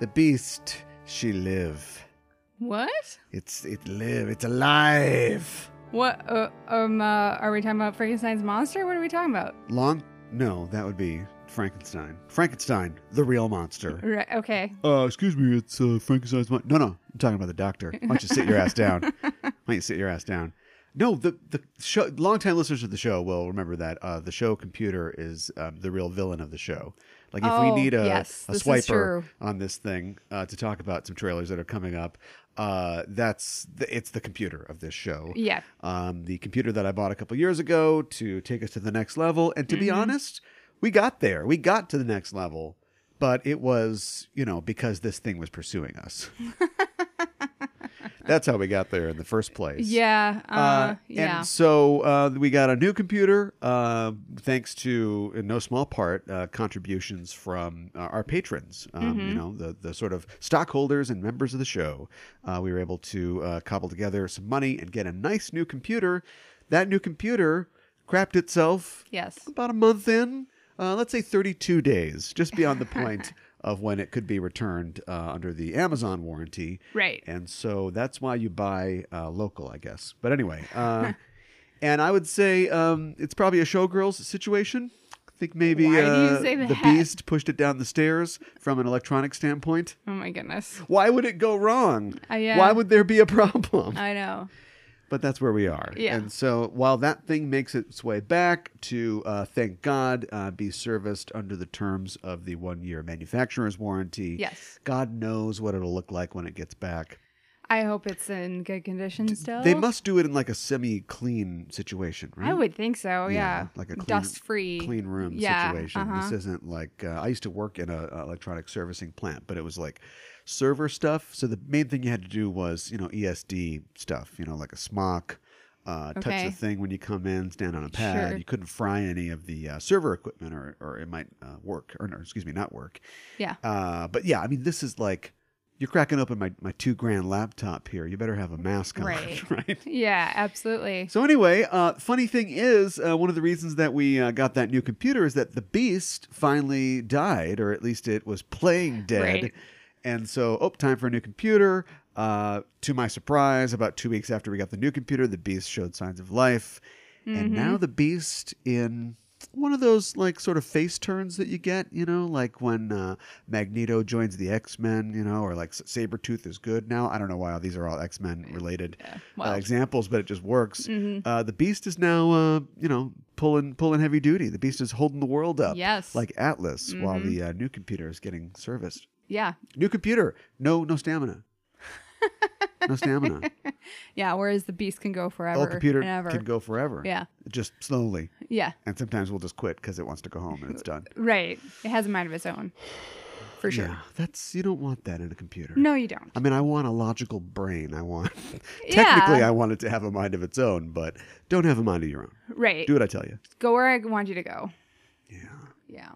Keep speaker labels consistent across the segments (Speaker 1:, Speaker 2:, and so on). Speaker 1: The beast, she live.
Speaker 2: What?
Speaker 1: It's it live. It's alive.
Speaker 2: What? Uh, um, uh, are we talking about Frankenstein's monster? What are we talking about?
Speaker 1: Long? No, that would be Frankenstein. Frankenstein, the real monster.
Speaker 2: Right, okay.
Speaker 1: Uh, excuse me, it's uh, Frankenstein's monster. No, no, I'm talking about the doctor. Why don't you sit your ass down? Why don't you sit your ass down? No, the the show. Longtime listeners of the show will remember that uh, the show computer is um, the real villain of the show. Like if
Speaker 2: Oh,
Speaker 1: we need a,
Speaker 2: yes,
Speaker 1: a
Speaker 2: this is
Speaker 1: swiper
Speaker 2: true.
Speaker 1: on this thing uh, to talk about some trailers that are coming up, uh, that's the, it's the computer of this show
Speaker 2: Yeah.
Speaker 1: um, the computer that I bought a couple years ago to take us to the next level. And to be honest, we got there. We got to the next level, but it was, you know, because this thing was pursuing us. That's how we got there in the first place.
Speaker 2: Yeah. Uh,
Speaker 1: Uh,
Speaker 2: yeah.
Speaker 1: And so uh, we got a new computer, uh, thanks to, in no small part, uh, contributions from uh, our patrons. Um, You
Speaker 2: Mm-hmm.
Speaker 1: know, the the sort of stockholders and members of the show. Uh, we were able to uh, cobble together some money and get a nice new computer. That new computer crapped itself
Speaker 2: yes.
Speaker 1: about a month in, uh, let's say 32 days, just beyond the point of when it could be returned uh, under the Amazon warranty.
Speaker 2: Right.
Speaker 1: And so that's why you buy uh, local, I guess. But anyway, uh, and I would say um, it's probably a showgirls situation. I think maybe
Speaker 2: Why do you
Speaker 1: uh,
Speaker 2: say
Speaker 1: the
Speaker 2: that?
Speaker 1: beast pushed it down the stairs from an electronic standpoint.
Speaker 2: Oh my goodness.
Speaker 1: Why would it go wrong?
Speaker 2: Uh, yeah.
Speaker 1: Why would there be a problem?
Speaker 2: I know.
Speaker 1: But that's where we are.
Speaker 2: Yeah.
Speaker 1: And so while that thing makes its way back to, uh, thank God, uh, be serviced under the terms of the one year manufacturer's warranty,
Speaker 2: Yes.
Speaker 1: God knows what it'll look like when it gets back.
Speaker 2: I hope it's in good condition still.
Speaker 1: They must do it in like a semi clean situation, right?
Speaker 2: I would think so. Yeah.
Speaker 1: Like a clean,
Speaker 2: dust free,
Speaker 1: clean room
Speaker 2: yeah,
Speaker 1: situation.
Speaker 2: Uh-huh.
Speaker 1: This isn't like, uh, I used to work in an electronic servicing plant, but it was like server stuff. So the main thing you had to do was, you know, ESD stuff, you know, like a smock. Uh, Touch
Speaker 2: Okay.
Speaker 1: the thing when you come in, stand on a pad.
Speaker 2: Sure.
Speaker 1: You couldn't fry any of the uh, server equipment, or, or it might uh, work, or no, excuse me, not work.
Speaker 2: yeah.
Speaker 1: Uh, but yeah, I mean, this is like you're cracking open my, my two grand laptop here. You better have a mask on,
Speaker 2: Right.
Speaker 1: right?
Speaker 2: Yeah. Absolutely.
Speaker 1: So anyway, uh, funny thing is, uh, one of the reasons that we uh, got that new computer is that the beast finally died, or at least it was playing dead.
Speaker 2: Right.
Speaker 1: And so, oh, time for a new computer. Uh, to my surprise, about two weeks after we got the new computer, the beast showed signs of life, and now the beast in one of those like sort of face turns that you get, you know, like when uh, Magneto joins the X Men, you know, or like Sabretooth is good now. I don't know why all these are all X Men related
Speaker 2: well.
Speaker 1: uh, examples, but it just works. Uh, the Beast is now, uh, you know, pulling pulling heavy duty. The Beast is holding the world up,
Speaker 2: Yes.
Speaker 1: like Atlas, while the uh, new computer is getting serviced.
Speaker 2: Yeah.
Speaker 1: New computer, no no stamina, no stamina.
Speaker 2: Yeah. Whereas the beast can go
Speaker 1: The
Speaker 2: forever.
Speaker 1: old computer
Speaker 2: and ever.
Speaker 1: can go forever.
Speaker 2: Yeah.
Speaker 1: just slowly,
Speaker 2: Yeah.
Speaker 1: and sometimes we'll just quit because it wants to go home and it's done.
Speaker 2: Right. It has a mind of its own. For sure.
Speaker 1: Yeah, that's you don't want that in a computer.
Speaker 2: No, you don't.
Speaker 1: I mean, I want a logical brain. I want
Speaker 2: Yeah.
Speaker 1: technically, I want it to have a mind of its own, but don't have a mind of your own.
Speaker 2: Right.
Speaker 1: Do what I tell you.
Speaker 2: Go where I want you to go.
Speaker 1: Yeah.
Speaker 2: Yeah.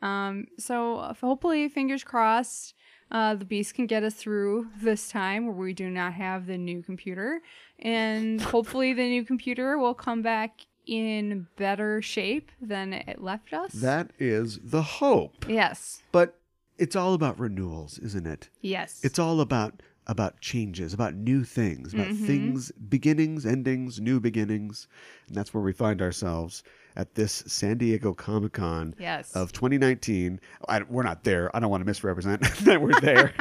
Speaker 2: Um, so uh, hopefully, fingers crossed, uh, the beast can get us through this time where we do not have the new computer, and hopefully, the new computer will come back in better shape than it left us.
Speaker 1: That is the hope.
Speaker 2: yes,
Speaker 1: But it's all about renewals, isn't it?
Speaker 2: yes,
Speaker 1: It's all about about changes, about new things, about
Speaker 2: Mm-hmm.
Speaker 1: things, beginnings, endings, new beginnings. And that's where we find ourselves at this San Diego Comic-Con
Speaker 2: yes.
Speaker 1: of 2019. I, we're not there. I don't want to misrepresent that we're there.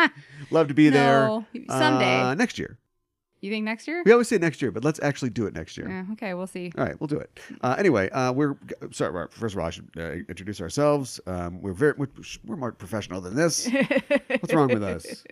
Speaker 1: Love to be
Speaker 2: No,
Speaker 1: there.
Speaker 2: someday.
Speaker 1: Uh, next year.
Speaker 2: you think next year?
Speaker 1: We always say next year, but let's actually do it next year.
Speaker 2: Yeah, okay, we'll see.
Speaker 1: All right, we'll do it. Uh, anyway, uh, we're sorry. well, First of all, I should uh, introduce ourselves. Um, we're very we're, we're more professional than this. What's wrong with us?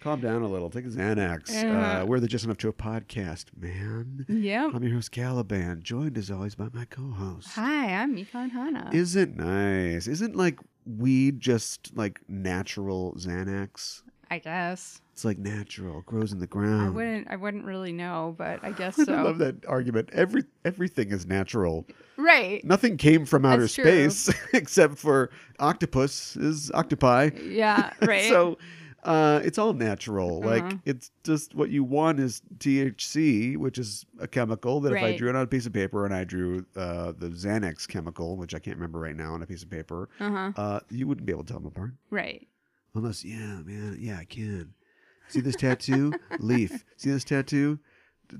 Speaker 1: Calm down a little. Take a Xanax. Uh,
Speaker 2: Yeah.
Speaker 1: we're the Just Enough Joe podcast, man.
Speaker 2: Yep.
Speaker 1: I'm your host Caliban, joined as always by my co-host.
Speaker 2: Hi, I'm Mikan Hana.
Speaker 1: Isn't nice? Isn't like weed just like natural Xanax?
Speaker 2: I guess
Speaker 1: It's like natural, grows in the
Speaker 2: I
Speaker 1: ground.
Speaker 2: wouldn't. I wouldn't really know, but I guess
Speaker 1: Hmm. I love
Speaker 2: so.
Speaker 1: that argument. Every everything is natural.
Speaker 2: Right.
Speaker 1: Nothing came from outer
Speaker 2: That's true.
Speaker 1: space except for octopus is octopi.
Speaker 2: Yeah. Right. Uh-huh.
Speaker 1: So uh, it's all natural. Like it's just what you want is THC, which is a chemical that if I
Speaker 2: Right.
Speaker 1: drew it on a piece of paper and I drew uh, the Xanax chemical, which I can't remember right now on a piece of paper,
Speaker 2: uh huh.
Speaker 1: uh, you wouldn't be able to tell them apart.
Speaker 2: Right.
Speaker 1: Almost, yeah, man. Yeah, I can. See this tattoo? Leaf. See this tattoo?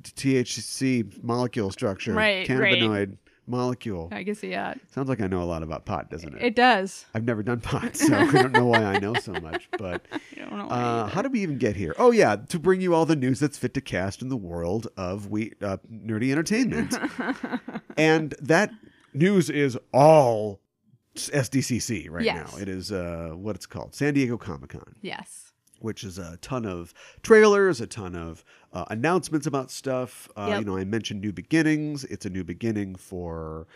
Speaker 1: T- THC molecule structure.
Speaker 2: Right, right.
Speaker 1: Cannabinoid molecule.
Speaker 2: I guess yeah,
Speaker 1: Sounds like I know a lot about pot, doesn't it?
Speaker 2: it does.
Speaker 1: I've never done pot, so I don't know why I know so much. But
Speaker 2: I don't know why
Speaker 1: uh,
Speaker 2: either.
Speaker 1: how did we even get here? Oh, yeah, to bring you all the news that's fit to cast in the world of we uh, nerdy entertainment, and that news is all SDCC right
Speaker 2: Yes.
Speaker 1: now. It is uh, what it's called, San Diego Comic Con
Speaker 2: yes.
Speaker 1: which is a ton of trailers, a ton of uh, announcements about stuff. Uh,
Speaker 2: Yep.
Speaker 1: You know, I mentioned New Beginnings. It's a new beginning for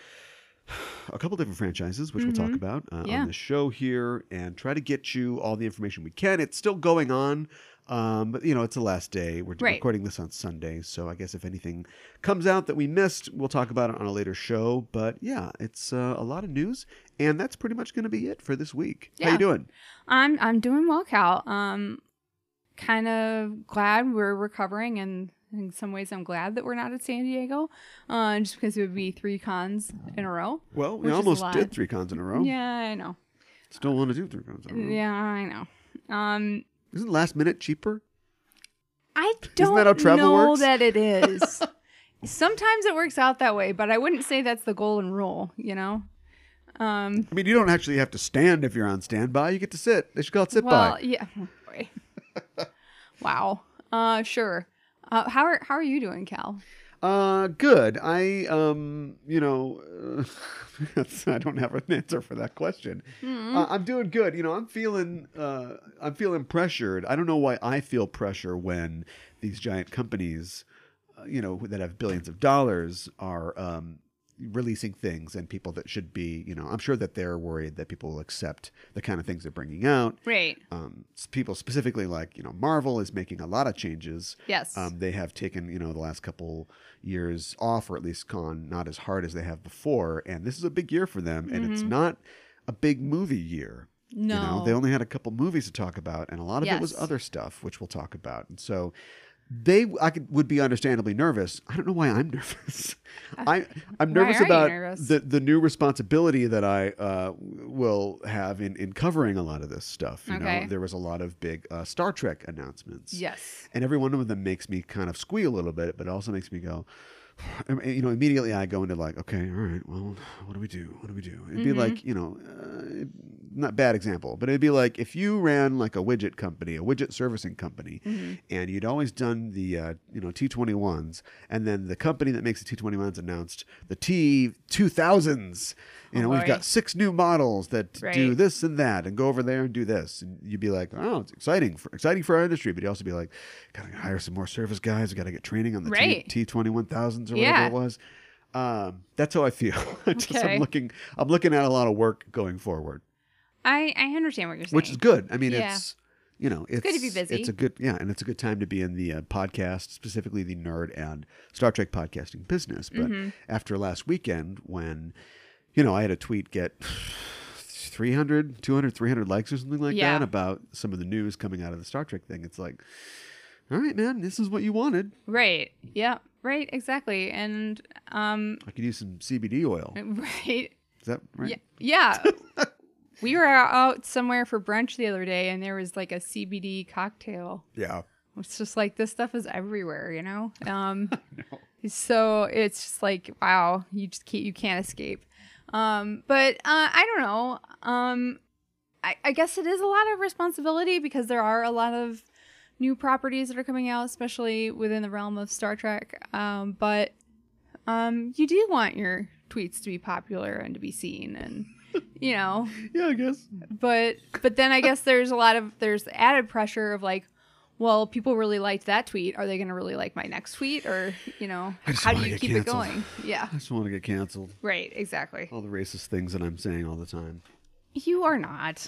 Speaker 1: a couple different franchises, which we'll talk about uh,
Speaker 2: Mm-hmm. Yeah.
Speaker 1: on the show here, and try to get you all the information we can. It's still going on. Um, but you know, it's the last day. We're
Speaker 2: Right.
Speaker 1: recording this on Sunday, so I guess if anything comes out that we missed, we'll talk about it on a later show. But yeah, it's uh, a lot of news, and that's pretty much going to be it for this week. How
Speaker 2: Yeah.
Speaker 1: you doing?
Speaker 2: I'm I'm doing well, Cal. Um, kind of glad we're recovering, and in some ways, I'm glad that we're not at San Diego, uh, just because it would be three cons in a row.
Speaker 1: Well,
Speaker 2: Which
Speaker 1: we
Speaker 2: is a
Speaker 1: almost
Speaker 2: lot.
Speaker 1: did three cons in a row.
Speaker 2: Yeah, I know.
Speaker 1: Still want to do three cons in a row.
Speaker 2: Yeah, I know. Um,
Speaker 1: Isn't last minute cheaper?
Speaker 2: I
Speaker 1: that
Speaker 2: don't
Speaker 1: how travel
Speaker 2: know
Speaker 1: works?
Speaker 2: that it is. Sometimes it works out that way, but I wouldn't say that's the golden rule. You know. Um,
Speaker 1: I mean, you don't actually have to stand if you're on standby. You get to sit. They should call it sit
Speaker 2: well,
Speaker 1: by.
Speaker 2: yeah. oh, boy. wow. Uh, sure. Uh, how are how are you doing, Cal?
Speaker 1: Uh, good. I um, you know, uh, I don't have an answer for that question. Uh, I'm doing good. You know, I'm feeling uh, I'm feeling pressured. I don't know why I feel pressure when these giant companies, uh, you know, that have billions of dollars are um releasing things and people that should be, you know, I'm sure that they're worried that people will accept the kind of things they're bringing out
Speaker 2: Right.
Speaker 1: um, s- people specifically like you know Marvel is making a lot of changes.
Speaker 2: Yes.
Speaker 1: Um, they have taken you know the last couple years off, or at least gone not as hard as they have before, and this is a big year for them, and it's not a big movie year.
Speaker 2: Mm-hmm. no.
Speaker 1: You know, they only had a couple movies to talk about, and a lot of it was
Speaker 2: Yes.
Speaker 1: other stuff, which we'll talk about. And so they I could, would be understandably nervous. I don't know why I'm nervous. I I'm
Speaker 2: Uh, Why
Speaker 1: nervous
Speaker 2: are you
Speaker 1: about
Speaker 2: nervous?
Speaker 1: the the new responsibility that I uh, will have in in covering a lot of this stuff. You know,
Speaker 2: Okay.
Speaker 1: there was a lot of big uh, Star Trek announcements.
Speaker 2: yes.
Speaker 1: And every one of them makes me kind of squeal a little bit, but it also makes me go, you know, immediately I go into like, okay, all right, well, what do we do? What do we do? It'd be like, you know, uh, not bad example, but it'd be like if you ran like a widget company, a widget servicing company, and you'd always done the, uh, you know, T21s, and then the company that makes the T21s announced the T2000s. You know, we've
Speaker 2: boy.
Speaker 1: got six new models that do
Speaker 2: Right.
Speaker 1: this and that and go over there and do this and you'd be like oh it's exciting for exciting for our industry but you'd also be like gotta hire some more service guys we gotta get training on the
Speaker 2: Right.
Speaker 1: t 21000s or whatever
Speaker 2: Yeah.
Speaker 1: it was um, that's how i feel I just, i'm
Speaker 2: Okay.
Speaker 1: looking i'm looking at a lot of work going forward
Speaker 2: I I understand what you're saying.
Speaker 1: which is good i mean
Speaker 2: Yeah.
Speaker 1: it's you know it's,
Speaker 2: good to be busy.
Speaker 1: it's a good yeah and it's a good time to be in the uh, podcast specifically the nerd and star trek podcasting business but
Speaker 2: Mm-hmm.
Speaker 1: after last weekend when you know i had a tweet get 300 200 300 likes or something like
Speaker 2: Yeah.
Speaker 1: that about some of the news coming out of the star trek thing it's like all right man this is what you wanted
Speaker 2: right. Yeah. Right. Exactly. And um.
Speaker 1: i could use some cbd oil
Speaker 2: Right.
Speaker 1: is that right
Speaker 2: Yeah. Yeah. we were out somewhere for brunch the other day, and there was like a CBD cocktail.
Speaker 1: yeah
Speaker 2: It's just like this stuff is everywhere, you know. Um. So it's just like wow, you just can't you can't escape. Um, but uh, I don't know. Um, I, I guess it is a lot of responsibility because there are a lot of new properties that are coming out, especially within the realm of Star Trek. Um, but um, you do want your tweets to be popular and to be seen, and you know
Speaker 1: yeah i guess
Speaker 2: but but then I guess there's a lot of there's added pressure of like, well, people really liked that tweet. Are they going to really like my next tweet? Or you know,
Speaker 1: I just
Speaker 2: how do
Speaker 1: wanna
Speaker 2: you
Speaker 1: get
Speaker 2: keep it
Speaker 1: canceled.
Speaker 2: going? Yeah,
Speaker 1: i just want to get canceled
Speaker 2: right, exactly.
Speaker 1: all the racist things that i'm saying all the time
Speaker 2: You are not.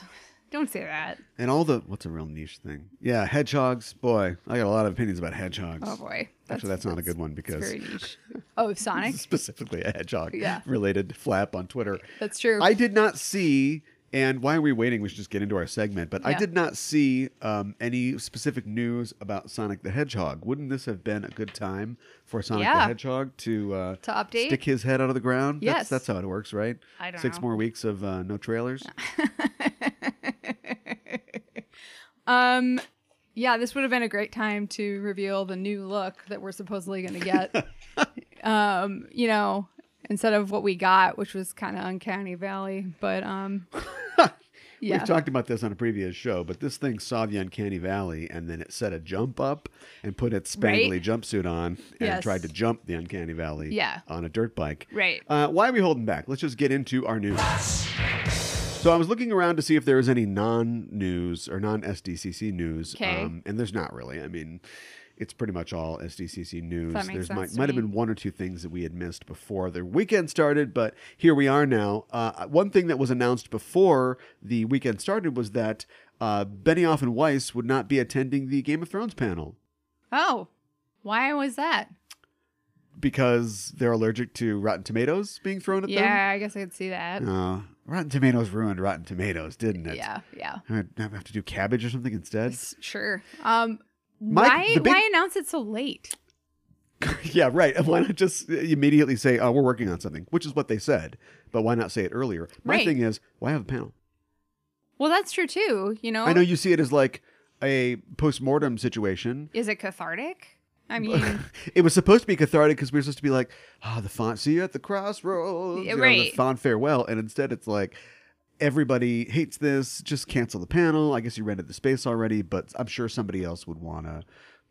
Speaker 2: Don't say that.
Speaker 1: And all the what's a real niche thing? Yeah, hedgehogs. Boy, I got a lot of opinions about hedgehogs.
Speaker 2: Oh boy,
Speaker 1: Actually, that's, not a good one
Speaker 2: It's
Speaker 1: because
Speaker 2: very niche. Oh, Sonic.
Speaker 1: specifically a hedgehog
Speaker 2: Yeah.
Speaker 1: related flap on Twitter.
Speaker 2: That's true.
Speaker 1: I did not see. And why are we waiting? We should just get into our segment. But I
Speaker 2: Yeah.
Speaker 1: did not see um, any specific news about Sonic the Hedgehog. Wouldn't this have been a good time for Sonic the
Speaker 2: Yeah.
Speaker 1: Hedgehog to uh,
Speaker 2: To update?
Speaker 1: stick his head out of the ground? that's,
Speaker 2: Yes.
Speaker 1: that's how it works, right?
Speaker 2: I don't Uh-uh.
Speaker 1: Six
Speaker 2: know.
Speaker 1: more weeks of uh, no trailers.
Speaker 2: Um, yeah, this would have been a great time to reveal the new look that we're supposedly going to get. um, you know, instead of what we got, which was kind of uncanny valley, but um, yeah,
Speaker 1: We've talked about this on a previous show, but this thing saw the uncanny valley and then it set a jump up and put its spangly
Speaker 2: Right.
Speaker 1: jumpsuit on and
Speaker 2: Yes.
Speaker 1: tried to jump the uncanny valley
Speaker 2: Yeah.
Speaker 1: on a dirt bike.
Speaker 2: Right.
Speaker 1: Uh, why are we holding back? Let's just get into our news. So I was looking around to see if there was any non-news or non-SDCC news, um,
Speaker 2: Okay.
Speaker 1: and there's not really. I mean, it's pretty much all SDCC news.
Speaker 2: That makes
Speaker 1: there's might,
Speaker 2: sense to
Speaker 1: might have
Speaker 2: me.
Speaker 1: been one or two things that we had missed before the weekend started, but here we are now. Uh, one thing that was announced before the weekend started was that uh, Benioff and Weiss would not be attending the Game of Thrones panel
Speaker 2: oh, why was that?
Speaker 1: because they're allergic to Rotten Tomatoes being thrown at
Speaker 2: Yeah, I guess I could see that.
Speaker 1: them. Uh, Rotten Tomatoes ruined Rotten Tomatoes, didn't it?
Speaker 2: Yeah, yeah,
Speaker 1: I would have to do cabbage or something instead.
Speaker 2: S- sure. Um,
Speaker 1: Mike,
Speaker 2: why
Speaker 1: the big-
Speaker 2: why announce it so late?
Speaker 1: yeah, right. Why not just uh, immediately say, "Oh, we're working on something," which is what they said. But why not say it earlier? My
Speaker 2: Right.
Speaker 1: thing is, why have a panel?
Speaker 2: Well, that's true too. You know,
Speaker 1: I know you see it as like a post-mortem situation.
Speaker 2: is it cathartic? I mean,
Speaker 1: It was supposed to be cathartic because we were supposed to be like, "Ah, the font, see you at the crossroads,"
Speaker 2: Yeah,
Speaker 1: you know, the
Speaker 2: right.
Speaker 1: font farewell, and instead it's like. Everybody hates this. Just cancel the panel. I guess you rented the space already, but I'm sure somebody else would want to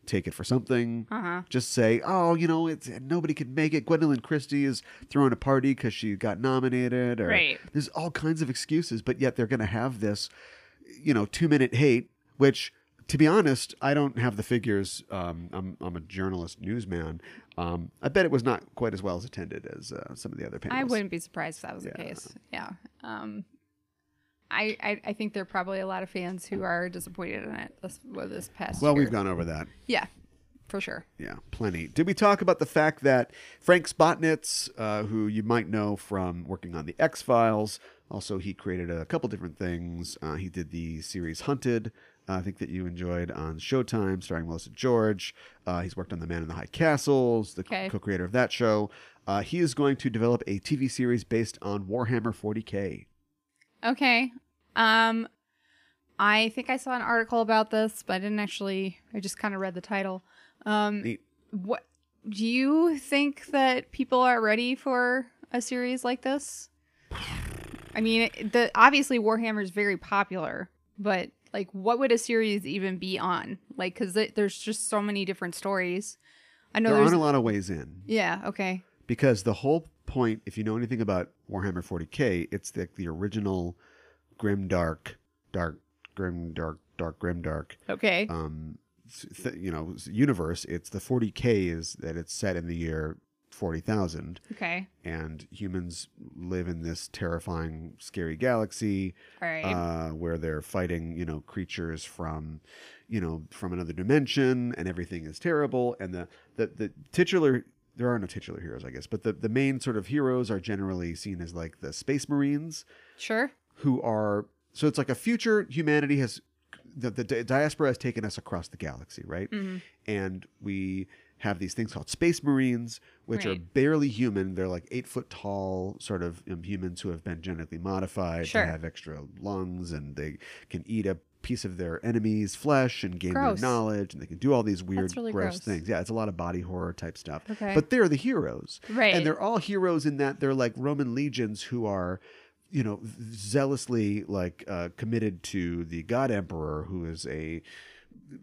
Speaker 1: take it for something.
Speaker 2: uh huh.
Speaker 1: just say, "Oh, you know, it's nobody could make it." Gwendolyn Christie is throwing a party because she got nominated, or
Speaker 2: Right.
Speaker 1: there's all kinds of excuses. But yet they're going to have this, you know, two minute hate. Which, to be honest, I don't have the figures. Um, I'm I'm a journalist, newsman. Um, I bet it was not quite as well as attended as uh, some of the other panels.
Speaker 2: I wouldn't be surprised if that was the
Speaker 1: Yeah.
Speaker 2: case. Yeah. Um, I, I I think there are probably a lot of fans who are disappointed in it this, well, this past
Speaker 1: Well,
Speaker 2: year.
Speaker 1: we've gone over that.
Speaker 2: yeah, for sure.
Speaker 1: Yeah, plenty. Did we talk about the fact that Frank Spotnitz, uh, who you might know from working on the X Files, also he created a couple different things. Uh, he did the series Hunted, uh, I think that you enjoyed on Showtime, starring Melissa George. Uh, he's worked on The Man in the High Castles, the
Speaker 2: Okay.
Speaker 1: co-creator of that show. Uh, he is going to develop a TV series based on Warhammer 40k.
Speaker 2: Okay. Um, I think I saw an article about this, but I didn't actually. I just kind of read the title. Um,
Speaker 1: Neat.
Speaker 2: what do you think that people are ready for a series like this? I mean, it- the obviously Warhammer is very popular, but like, what would a series even be on? Like, because there's just so many different stories. I know
Speaker 1: there
Speaker 2: there's.
Speaker 1: aren't a lot of ways in.
Speaker 2: yeah. Okay.
Speaker 1: because the whole point if you know anything about warhammer 40k it's like the original grim dark dark grim dark dark grim dark
Speaker 2: Okay.
Speaker 1: um th- you know universe it's the 40k is that it's set in the year 40,000
Speaker 2: okay.
Speaker 1: and humans live in this terrifying scary galaxy
Speaker 2: All right.
Speaker 1: uh, where they're fighting, you know, creatures from, you know, from another dimension, and everything is terrible. And the the, the titular there are no titular heroes, I guess, but the, the main sort of heroes are generally seen as like the space marines
Speaker 2: sure.
Speaker 1: who are so it's like a future humanity has the, the di- diaspora has taken us across the galaxy, right?
Speaker 2: Mhm.
Speaker 1: And we have these things called space marines, which are
Speaker 2: Right.
Speaker 1: barely human. They're like eight foot tall, sort of um, humans who have been genetically modified.
Speaker 2: Sure.
Speaker 1: They have extra lungs and they can eat a piece of their enemy's flesh and gain
Speaker 2: Gross.
Speaker 1: their knowledge. And they can do all these weird,
Speaker 2: really
Speaker 1: gross,
Speaker 2: gross.
Speaker 1: things. Yeah, it's a lot of body horror type stuff.
Speaker 2: Okay.
Speaker 1: But they're the heroes.
Speaker 2: Right.
Speaker 1: And they're all heroes in that they're like Roman legions who are, you know, zealously like uh, committed to the God Emperor, who is a,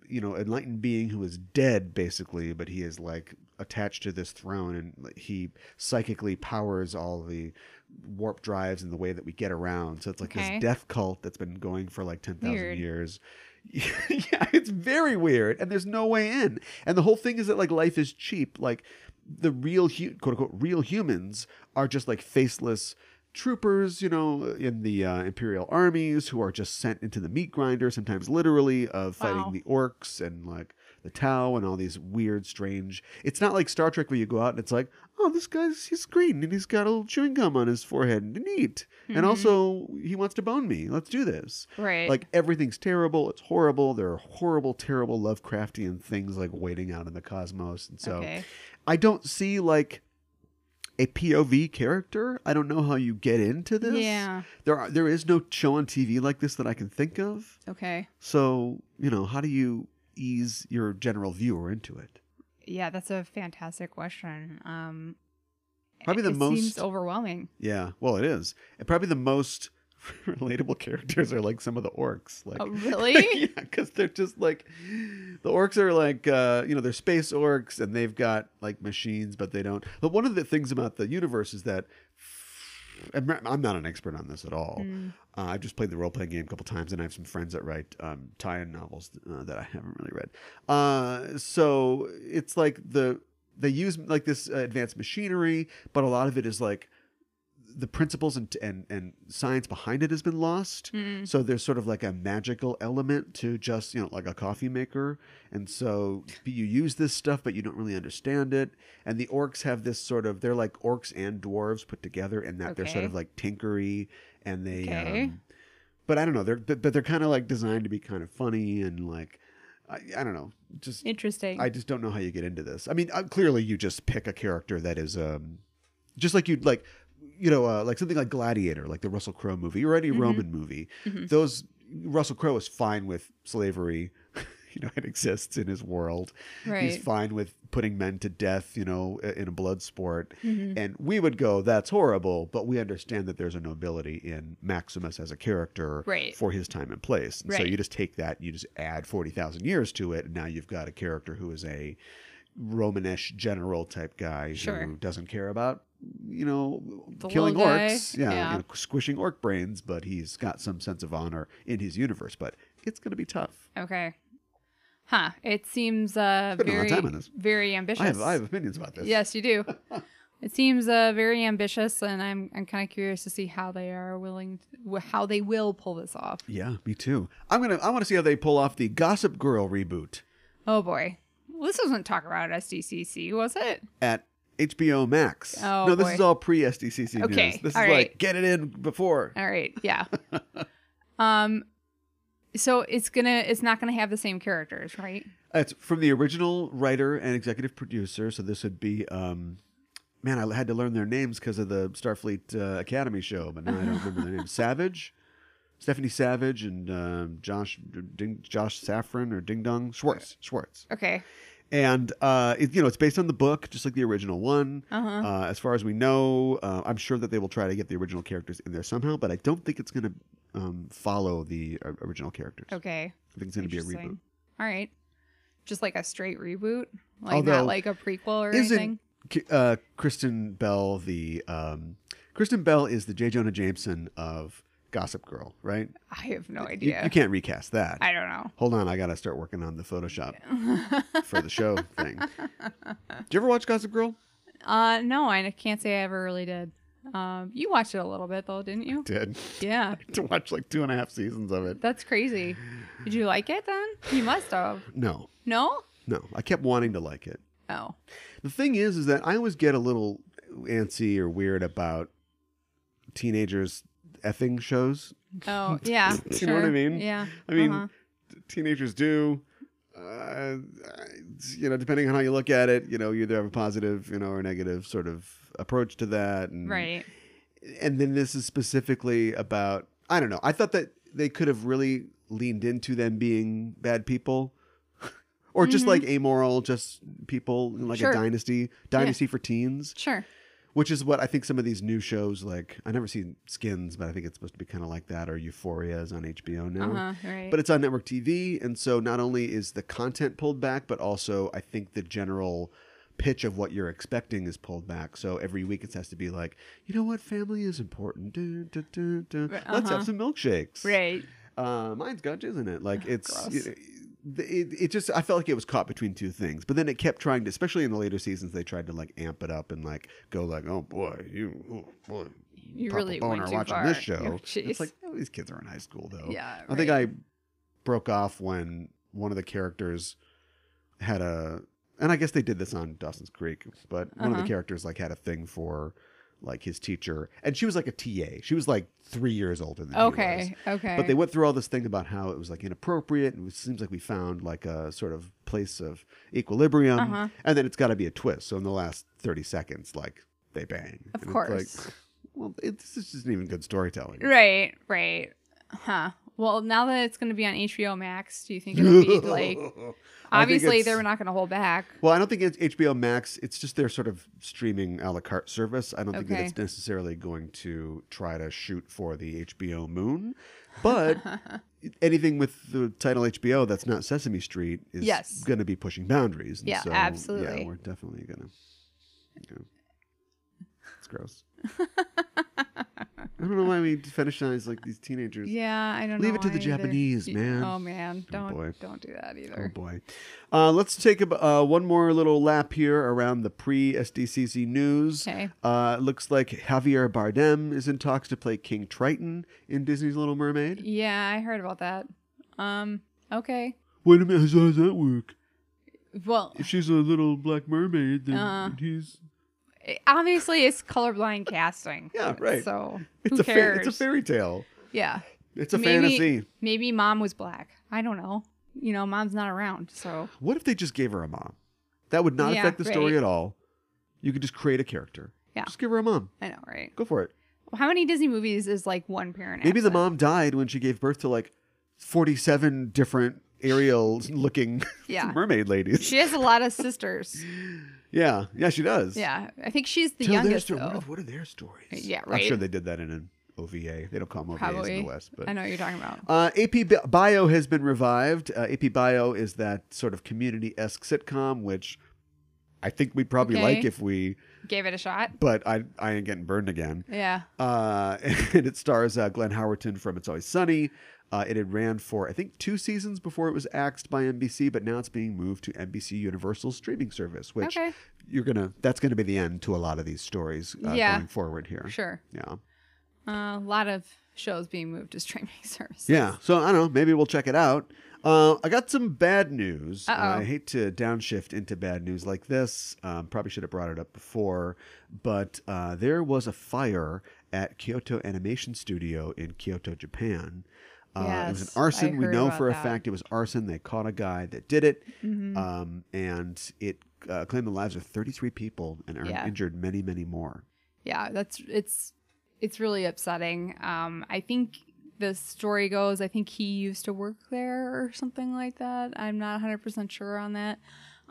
Speaker 1: you know, enlightened being who is dead basically, but he is like attached to this throne and like, he psychically powers all the warp drives and the way that we get around. So it's like
Speaker 2: Okay.
Speaker 1: this death cult that's been going for like 10,000
Speaker 2: Weird.
Speaker 1: years. yeah, it's very weird, and there's no way in. And the whole thing is that like life is cheap. Like the real hu- quote unquote real humans are just like faceless troopers, you know, in the uh, imperial armies who are just sent into the meat grinder, sometimes literally, of fighting
Speaker 2: Wow.
Speaker 1: the orcs and like the Tau and all these weird, strange. It's not like Star Trek where you go out and it's like, oh, this guy's he's green and he's got a little chewing gum on his forehead and neat, and also he wants to bone me. Let's do this.
Speaker 2: Right.
Speaker 1: Like everything's terrible. It's horrible. There are horrible, terrible Lovecraftian things like waiting out in the cosmos. And so
Speaker 2: Okay.
Speaker 1: I don't see like a POV character. I don't know how you get into this.
Speaker 2: Yeah.
Speaker 1: There are, there is no show on TV like this that I can think of.
Speaker 2: Okay.
Speaker 1: So, you know, how do you ease your general viewer into it?
Speaker 2: Yeah, that's a fantastic question. Um,
Speaker 1: Probably the
Speaker 2: it
Speaker 1: most
Speaker 2: seems overwhelming.
Speaker 1: Yeah, well it is. And probably the most relatable characters are like some of the orcs. Like
Speaker 2: Oh, really?
Speaker 1: yeah, because they're just like the orcs are like uh, you know they're space orcs and they've got like machines, but they don't. But one of the things about the universe is that and I'm I'm not an expert on this at all.
Speaker 2: Mm.
Speaker 1: Uh, I've just played the role playing game a couple times, and I have some friends that write um, tie-in novels uh, that I haven't really read. Uh, so it's like the they use like this uh, advanced machinery, but a lot of it is like the principles and and, and science behind it has been lost.
Speaker 2: mm,
Speaker 1: So there's sort of like a magical element to just you know like a coffee maker, and so you use this stuff, but you don't really understand it. And the orcs have this sort of they're like orcs and dwarves put together, in that they're sort
Speaker 2: Okay.
Speaker 1: of like tinkery, and they.
Speaker 2: Okay.
Speaker 1: Um, but I don't know. They're but, but they're kind of like designed to be kind of funny and like I, I don't know. Just
Speaker 2: Interesting.
Speaker 1: I just don't know how you get into this. I mean, uh, clearly you just pick a character that is um, just like you'd like, you know, uh, like something like Gladiator, like the Russell Crowe movie or any Roman movie. Those Russell Crowe is fine with slavery. You know, it exists in his world. He's
Speaker 2: Right.
Speaker 1: fine with putting men to death, you know, i- in a blood sport.
Speaker 2: Mm-hmm.
Speaker 1: And we would go, that's horrible, but we understand that there's a nobility in Maximus as a character
Speaker 2: Right.
Speaker 1: for his time and place. And So
Speaker 2: Right.
Speaker 1: you just take that, you just add 40,000 years to it, and now you've got a character who is a Romanish general type guy
Speaker 2: Sure.
Speaker 1: who doesn't care about, you know,
Speaker 2: The
Speaker 1: killing
Speaker 2: little guy.
Speaker 1: orcs. Yeah,
Speaker 2: Yeah.
Speaker 1: you know, squishing orc brains, but he's got some sense of honor in his universe. But it's going to be tough.
Speaker 2: okay. Huh. It seems uh,
Speaker 1: Spent a lot of
Speaker 2: very
Speaker 1: time on this.
Speaker 2: very ambitious.
Speaker 1: I have, I have opinions about this.
Speaker 2: Yes, you do. it seems uh, very ambitious, and I'm I'm kind of curious to see how they are willing, wh- how they will pull this off.
Speaker 1: Yeah, me too. I'm gonna. I want to see how they pull off the Gossip Girl reboot
Speaker 2: Oh boy, well, this wasn't talk about SDCC, was it?
Speaker 1: at HBO Max.
Speaker 2: Oh,
Speaker 1: no, this
Speaker 2: boy.
Speaker 1: is all pre SDCC
Speaker 2: Okay,
Speaker 1: news. This
Speaker 2: all
Speaker 1: is
Speaker 2: right.
Speaker 1: like get it in before.
Speaker 2: All right, yeah. um, so it's gonna, it's not gonna have the same characters, right?
Speaker 1: It's from the original writer and executive producer. So this would be. Um, man, I had to learn their names because of the Starfleet uh, Academy show, but now I don't remember their names. Savage, Stephanie Savage, and um, Josh Ding, Josh Safran or Ding Dong Schwartz Schwartz.
Speaker 2: Okay,
Speaker 1: and uh, it, you know it's based on the book, just like the original one.
Speaker 2: Uh-huh.
Speaker 1: Uh, as far as we know, uh, I'm sure that they will try to get the original characters in there somehow, but I don't think it's going to um, follow the uh, original characters.
Speaker 2: okay.
Speaker 1: I think it's going to be a reboot.
Speaker 2: Oh, Interesting. All right, just like a straight reboot, like
Speaker 1: Although,
Speaker 2: not like a prequel or anything.
Speaker 1: Isn't K- uh, Kristen Bell the um, Kristen Bell is the J Jonah Jameson of Gossip Girl, right?
Speaker 2: I have no
Speaker 1: You,
Speaker 2: idea.
Speaker 1: you can't recast that.
Speaker 2: I don't know.
Speaker 1: Hold on, I got to start working on the Photoshop for the show thing. Did you ever watch Gossip Girl?
Speaker 2: Uh, no, I can't say I ever really did. Um, you watched it a little bit though, didn't you?
Speaker 1: Did
Speaker 2: Yeah,
Speaker 1: to watch like two and a half seasons of it.
Speaker 2: that's crazy. Did you like it then? You must have.
Speaker 1: No,
Speaker 2: No?
Speaker 1: no. I kept wanting to like it.
Speaker 2: Oh,
Speaker 1: The thing is, is that I always get a little antsy or weird about teenagers effing shows.
Speaker 2: oh, yeah.
Speaker 1: You know
Speaker 2: sure.
Speaker 1: what I mean?
Speaker 2: Yeah.
Speaker 1: I mean,
Speaker 2: Uh-huh.
Speaker 1: t- teenagers do. Uh, you know, depending on how you look at it, you know, you either have a positive, you know, or negative sort of approach to that. And,
Speaker 2: Right.
Speaker 1: and then this is specifically about I don't know. I thought that they could have really leaned into them being bad people. or just like amoral, just people like
Speaker 2: Mm-hmm. Sure.
Speaker 1: a dynasty, dynasty for teens,
Speaker 2: Sure.
Speaker 1: which is what I think some of these new shows like I never seen Skins, but I think it's supposed to be kind of like that or Euphoria is on HBO now.
Speaker 2: Uh-huh. Right.
Speaker 1: But it's on network TV, and so not only is the content pulled back, but also I think the general pitch of what you're expecting is pulled back. So every week it has to be like, you know what, family is important. Du- du- du- du. Let's have some milkshakes.
Speaker 2: uh-huh. right.
Speaker 1: Uh, mine's got jizz in it. Like it's.
Speaker 2: gross.
Speaker 1: It, it, it just I felt like it was caught between two things, but then it kept trying to, especially in the later seasons, they tried to like amp it up and like go like, oh boy, you, oh boy,
Speaker 2: You
Speaker 1: Papa
Speaker 2: really
Speaker 1: Boner
Speaker 2: went too
Speaker 1: watching
Speaker 2: far.
Speaker 1: this show.
Speaker 2: Oh, jeez.
Speaker 1: it's like oh, these kids are in high school though.
Speaker 2: Yeah,
Speaker 1: I think I
Speaker 2: right.
Speaker 1: broke off when one of the characters had a, and I guess they did this on Dawson's Creek, but one of the
Speaker 2: Uh-huh.
Speaker 1: characters like had a thing for like his teacher, and she was like a TA. She was like three years older than he was.
Speaker 2: okay. Okay.
Speaker 1: But they went through all this thing about how it was like inappropriate, and it seems like we found like a sort of place of equilibrium.
Speaker 2: Uh-huh.
Speaker 1: And then it's got to be a twist. So in the last thirty seconds, like they bang.
Speaker 2: Of
Speaker 1: it's
Speaker 2: course.
Speaker 1: like, well, it, this is just even good storytelling.
Speaker 2: Right, right. Huh. Well, now that it's going to be on HBO Max, do you think it'll be like.
Speaker 1: I think
Speaker 2: Obviously, they
Speaker 1: it's-
Speaker 2: were not going to hold back.
Speaker 1: Well, I don't think it's HBO Max. It's just their sort of streaming a la carte service. I don't think that
Speaker 2: Okay.
Speaker 1: it's necessarily going to try to shoot for the HBO moon, but anything with the title HBO that's not Sesame Street is
Speaker 2: Yes.
Speaker 1: going to be pushing boundaries. And
Speaker 2: Yeah,
Speaker 1: so,
Speaker 2: absolutely.
Speaker 1: Yeah, we're definitely going to. You know, it's gross. I don't know why we fetishize like these teenagers.
Speaker 2: Yeah, I don't know.
Speaker 1: Leave it to the
Speaker 2: why either.
Speaker 1: Japanese,
Speaker 2: Y-
Speaker 1: man.
Speaker 2: Oh man, don't
Speaker 1: boy.
Speaker 2: don't do that
Speaker 1: Oh
Speaker 2: either.
Speaker 1: boy. Uh, let's take a, uh, one more little lap here around the pre SDCC news.
Speaker 2: Okay.
Speaker 1: Uh, it looks like Javier Bardem is in talks to play King Triton in Disney's Little Mermaid.
Speaker 2: Yeah, I heard about that. Um, okay.
Speaker 1: Wait a minute, how does that work?
Speaker 2: Well,
Speaker 1: If she's a little black mermaid, then
Speaker 2: Uh.
Speaker 1: he's.
Speaker 2: it- obviously it's colorblind casting.
Speaker 1: Yeah, right.
Speaker 2: So
Speaker 1: It's
Speaker 2: who
Speaker 1: a, fa-
Speaker 2: cares?
Speaker 1: it's a fairy tale.
Speaker 2: yeah.
Speaker 1: It's a
Speaker 2: Maybe-
Speaker 1: fantasy.
Speaker 2: Maybe mom was black. I don't know. You know, mom's not around, so
Speaker 1: What if they just gave her a mom? That would not
Speaker 2: Yeah,
Speaker 1: affect the story
Speaker 2: right.
Speaker 1: at all. You could just create a character.
Speaker 2: Yeah.
Speaker 1: Just give her a mom.
Speaker 2: I know, right?
Speaker 1: Go for it.
Speaker 2: How many Disney movies is like one parent?
Speaker 1: Maybe the
Speaker 2: absent?
Speaker 1: mom died when she gave birth to like 47 different Ariel looking
Speaker 2: Yeah.
Speaker 1: mermaid ladies.
Speaker 2: She has a lot of sisters.
Speaker 1: yeah. Yeah, she does.
Speaker 2: Yeah, I think she's the
Speaker 1: Tell their
Speaker 2: youngest
Speaker 1: sto-
Speaker 2: though.
Speaker 1: What, are, what are their stories?
Speaker 2: Yeah,
Speaker 1: I'm
Speaker 2: right.
Speaker 1: sure they did that in an OVA. They don't call them OVAs
Speaker 2: Probably.
Speaker 1: in the West. But
Speaker 2: I know what you're talking about.
Speaker 1: Uh, AP Bi- Bio has been revived. Uh, AP Bio is that sort of community esque sitcom, which I think we'd probably
Speaker 2: Okay.
Speaker 1: like if we,
Speaker 2: Gave it a shot.
Speaker 1: but I, I ain't getting burned again.
Speaker 2: Yeah.
Speaker 1: Uh, and it stars uh, Glenn Howerton from It's Always Sunny. Uh, it had ran for, I think, two seasons before it was axed by NBC, but now it's being moved to NBC Universal streaming service, which
Speaker 2: Okay.
Speaker 1: you're gonna that's gonna be the end to a lot of these stories uh,
Speaker 2: Yeah.
Speaker 1: going forward here.
Speaker 2: Sure.
Speaker 1: Yeah,
Speaker 2: Uh, a lot of shows being moved to streaming services.
Speaker 1: yeah. So I don't know. Maybe we'll check it out. Uh, I got some bad news. Uh,
Speaker 2: Uh-oh.
Speaker 1: I hate to downshift into bad news like this. Um, probably should have brought it up before, but uh, there was a fire at Kyoto Animation Studio in Kyoto, Japan. Uh, it was an
Speaker 2: Yes, I
Speaker 1: arson. We
Speaker 2: heard
Speaker 1: know
Speaker 2: about
Speaker 1: for a
Speaker 2: that. Mm-hmm.
Speaker 1: fact it was arson. They caught a guy that did it, um, and it uh, claimed the lives of 33 people and are
Speaker 2: Yeah.
Speaker 1: injured many, many more.
Speaker 2: Yeah, that's it's it's really upsetting. Um, I think the story goes, I think he used to work there or something like that. I'm not 100% sure on that.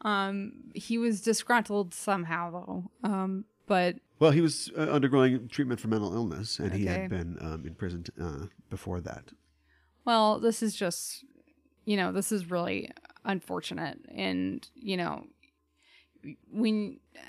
Speaker 2: Um, he was disgruntled somehow though. Um, but
Speaker 1: Well, he was uh, undergoing treatment for mental illness, and he
Speaker 2: Okay.
Speaker 1: had been um, imprisoned uh, before that.
Speaker 2: well, this is just you know, this is really unfortunate and you know, when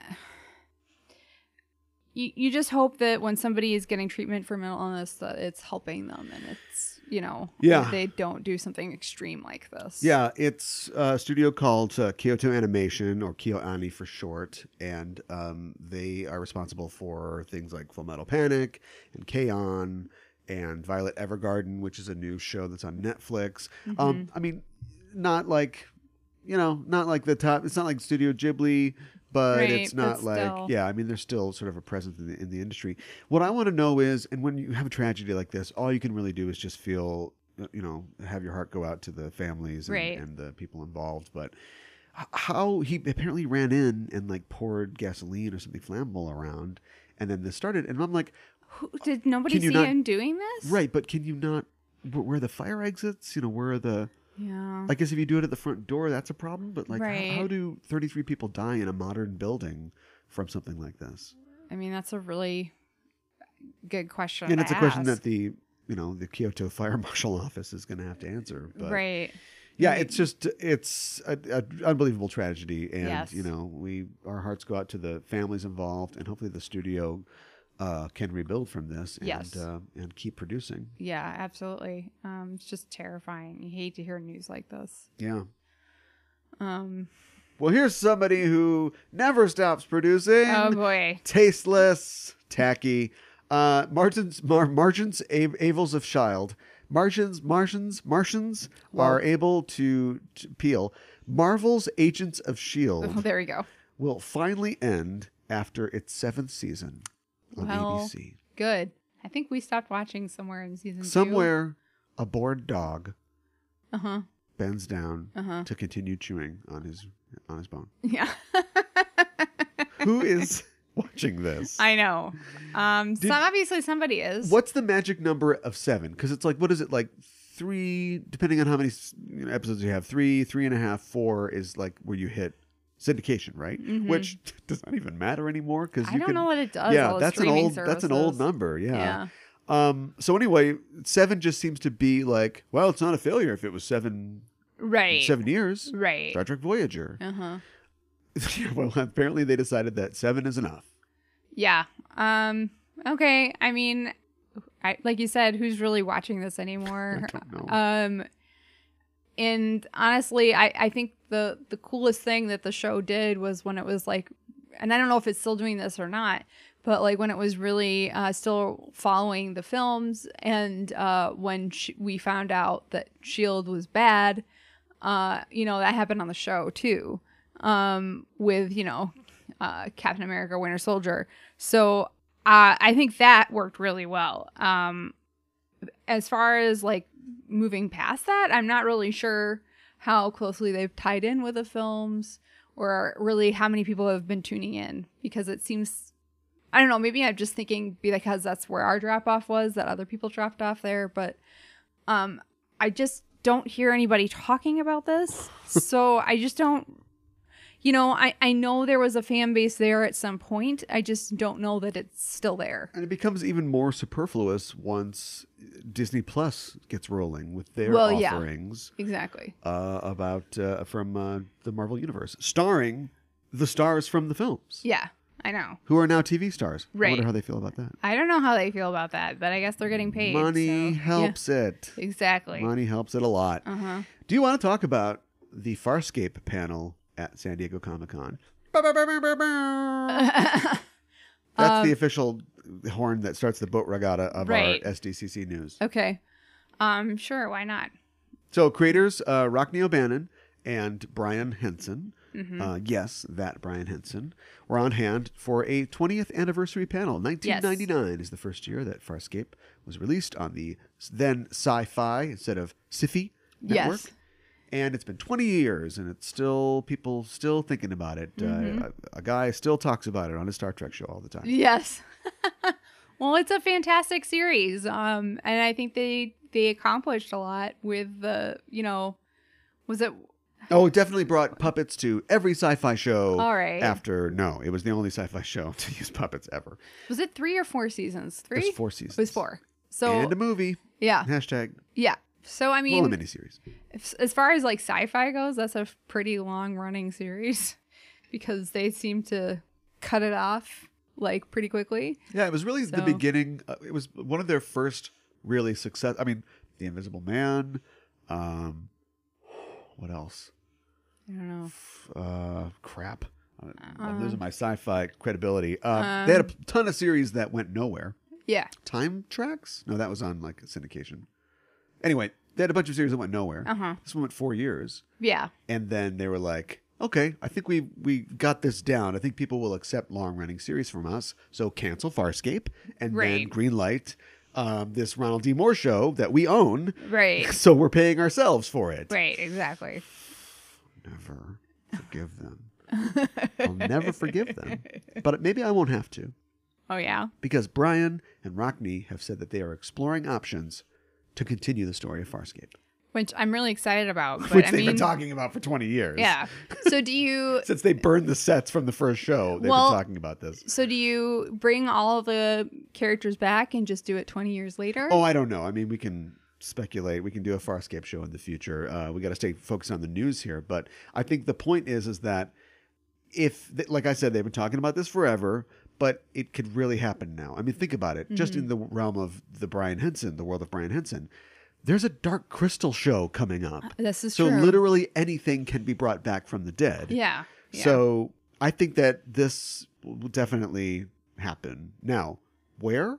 Speaker 2: you, you just hope that when somebody is getting treatment for mental illness that it's helping them and it's you know
Speaker 1: Yeah.
Speaker 2: that they don't do something extreme like this
Speaker 1: Yeah, it's a studio called uh, Kyoto Animation, or KyoAni for short, and um, they are responsible for things like Full Metal Panic and K-On! and Violet Evergarden, which is a new show that's on Netflix.
Speaker 2: Mm-hmm.
Speaker 1: Um, I mean, not like, you know, not like the top. It's not like Studio Ghibli, but
Speaker 2: Right,
Speaker 1: it's
Speaker 2: but
Speaker 1: not like
Speaker 2: still.
Speaker 1: yeah. I mean, there's still sort of a presence in the, in the industry. What I want to know is, and when you have a tragedy like this, all you can really do is just feel, uh, you know, have your heart go out to the families and,
Speaker 2: Right.
Speaker 1: and the people involved, but. h- How he apparently ran in and like poured gasoline or something flammable around, and then this started. And I'm like,
Speaker 2: Who, did nobody
Speaker 1: Can you
Speaker 2: see
Speaker 1: not-
Speaker 2: him doing this
Speaker 1: Right, but can you not? wh- Where are the fire exits? You know, where are the?
Speaker 2: yeah
Speaker 1: I guess if you do it at the front door, that's a problem. But like, h-
Speaker 2: Right.
Speaker 1: how, do thirty-three people die in a modern building from something like this?
Speaker 2: i mean that's a really good question
Speaker 1: and
Speaker 2: to
Speaker 1: it's a question
Speaker 2: ask.
Speaker 1: that the you know the Kyoto Fire Marshal Office is going to have to answer. But
Speaker 2: right
Speaker 1: yeah, it's just it's an unbelievable tragedy, and
Speaker 2: Yes.
Speaker 1: you know we our hearts go out to the families involved, and hopefully the studio uh, can rebuild from this and
Speaker 2: Yes.
Speaker 1: uh, and keep producing.
Speaker 2: yeah absolutely um it's just terrifying you hate to hear news like this
Speaker 1: Yeah.
Speaker 2: um
Speaker 1: Well, here's somebody who never stops producing.
Speaker 2: oh boy
Speaker 1: Tasteless, tacky. Uh, Martins, Mar- Martians, Av- Avils of Shield. Martians, Martians, Martians are able to, to peel. Marvel's Agents of
Speaker 2: oh,
Speaker 1: S.H.I.E.L.D.
Speaker 2: there we go
Speaker 1: E will finally end after its seventh season on
Speaker 2: Well,
Speaker 1: ABC.
Speaker 2: good i think we stopped watching somewhere in season two.
Speaker 1: Somewhere, a bored dog
Speaker 2: uh-huh
Speaker 1: bends down
Speaker 2: Uh-huh.
Speaker 1: to continue chewing on his on his bone.
Speaker 2: yeah
Speaker 1: Who is watching this.
Speaker 2: I know. Um, some obviously somebody is.
Speaker 1: What's the magic number of seven? Because it's like, what is it like? Three, depending on how many s- you know, episodes you have, three, three and a half, four is like where you hit syndication, right? Which does not even matter anymore because
Speaker 2: Mm-hmm.
Speaker 1: you
Speaker 2: I don't
Speaker 1: can,
Speaker 2: know what it does.
Speaker 1: yeah,
Speaker 2: all the
Speaker 1: that's an
Speaker 2: streaming
Speaker 1: old that's an old
Speaker 2: services.
Speaker 1: number.
Speaker 2: Yeah.
Speaker 1: Yeah. Um. So anyway, seven just seems to be like, well, it's not a failure if it was seven
Speaker 2: Right.
Speaker 1: seven years.
Speaker 2: Right.
Speaker 1: Star Trek Voyager.
Speaker 2: Uh huh.
Speaker 1: well, apparently they decided that seven is enough.
Speaker 2: Yeah. Um. Okay. I mean, I, like you said, who's really watching this anymore?
Speaker 1: I don't know.
Speaker 2: Um, and honestly, I, I think the the coolest thing that the show did was when it was like, and I don't know if it's still doing this or not, but like when it was really uh, still following the films, and uh, when sh- we found out that Shield E was bad, uh, you know that happened on the show too, um, with you know, uh, Captain America, Winter Soldier. So uh, I think that worked really well. Um, as far as like moving past that, I'm not really sure how closely they've tied in with the films or really how many people have been tuning in because it seems I don't know, maybe I'm just thinking because that's where our drop off was that other people dropped off there, but um I just don't hear anybody talking about this. so I just don't you know, I, I know there was a fan base there at some point. I just don't know that it's still there.
Speaker 1: And it becomes even more superfluous once Disney Plus gets rolling with their
Speaker 2: Well, yeah.
Speaker 1: offerings
Speaker 2: Exactly.
Speaker 1: uh, about uh, from uh, the Marvel Universe, starring the stars from the films
Speaker 2: Yeah, I know.
Speaker 1: who are now TV stars. I
Speaker 2: Right.
Speaker 1: wonder how they feel about that.
Speaker 2: I don't know how they feel about that, but I guess they're getting paid.
Speaker 1: Money
Speaker 2: so-
Speaker 1: helps it.
Speaker 2: Yeah, exactly.
Speaker 1: Money helps it a lot.
Speaker 2: Uh huh.
Speaker 1: Do you want to talk about the Farscape panel at San Diego Comic Con? That's the official horn that starts the boat regatta of
Speaker 2: Um, Right.
Speaker 1: our SDCC news.
Speaker 2: Okay. Um. Sure. Why not?
Speaker 1: So creators uh, Rockne O'Bannon and Brian Henson,
Speaker 2: Mm-hmm.
Speaker 1: uh, yes, that Brian Henson, were on hand for a 20th anniversary panel. 1999 is the first year that Farscape was released on the then Sci-Fi instead of Sci-Fi network.
Speaker 2: Yes.
Speaker 1: And it's been 20 years, and it's still people still thinking about it.
Speaker 2: Mm-hmm.
Speaker 1: Uh, a, a guy still talks about it on his Star Trek show all the time.
Speaker 2: Yes. well, it's a fantastic series. Um. And I think they they accomplished a lot with the you know, was it
Speaker 1: Oh, it definitely brought puppets to every sci-fi show.
Speaker 2: All right.
Speaker 1: After no, it was the only sci-fi show to use puppets ever.
Speaker 2: was it three or four seasons? Three.
Speaker 1: There's four seasons.
Speaker 2: It was four. So
Speaker 1: and a movie.
Speaker 2: yeah,
Speaker 1: Hashtag
Speaker 2: yeah. So
Speaker 1: well,
Speaker 2: I
Speaker 1: a
Speaker 2: mean,
Speaker 1: miniseries.
Speaker 2: if- as far as like sci-fi goes, that's a pretty long running series because they seem to cut it off like pretty quickly.
Speaker 1: Yeah, it was really the
Speaker 2: So-
Speaker 1: beginning. Uh, it was one of their first really success. I mean, The Invisible Man. Um, what else?
Speaker 2: I don't know.
Speaker 1: Uh, crap. Uh, I'm
Speaker 2: Um,
Speaker 1: losing my sci-fi credibility. Uh, they had a p- ton of series that went nowhere.
Speaker 2: Yeah.
Speaker 1: Time Tracks? No, that was on like syndication. Anyway, they had a bunch of series that went nowhere.
Speaker 2: Uh-huh.
Speaker 1: This one went four years.
Speaker 2: Yeah.
Speaker 1: and then they were like okay i think we we got this down i think people will accept long running series from us so cancel farscape and then
Speaker 2: Right.
Speaker 1: green light um, this ronald d moore show that we own
Speaker 2: Right.
Speaker 1: so we're paying ourselves for it
Speaker 2: Right. Exactly.
Speaker 1: never forgive them i'll never forgive them but maybe i won't have to
Speaker 2: Oh yeah.
Speaker 1: because brian and rockney have said that they are exploring options to continue the story of farscape
Speaker 2: Which I'm really excited about. But
Speaker 1: which
Speaker 2: I
Speaker 1: they've
Speaker 2: mean,
Speaker 1: been talking about for 20 years
Speaker 2: yeah. So do you?
Speaker 1: since they burned the sets from the first show they've
Speaker 2: Well-
Speaker 1: been talking about this
Speaker 2: So do you bring all of the characters back and just do it 20 years later?
Speaker 1: oh i don't know i mean we can speculate we can do a farscape show in the future uh, we got to stay focused on the news here but i think the point is is that if th- like i said they've been talking about this forever but it could really happen now i mean think about it just
Speaker 2: Mm-hmm.
Speaker 1: in the realm of the brian henson the world of brian henson there's a dark crystal show coming up
Speaker 2: This is
Speaker 1: so
Speaker 2: Uh, true.
Speaker 1: literally anything can be brought back from the dead
Speaker 2: Yeah. yeah.
Speaker 1: So I think that this will definitely happen. Now, where?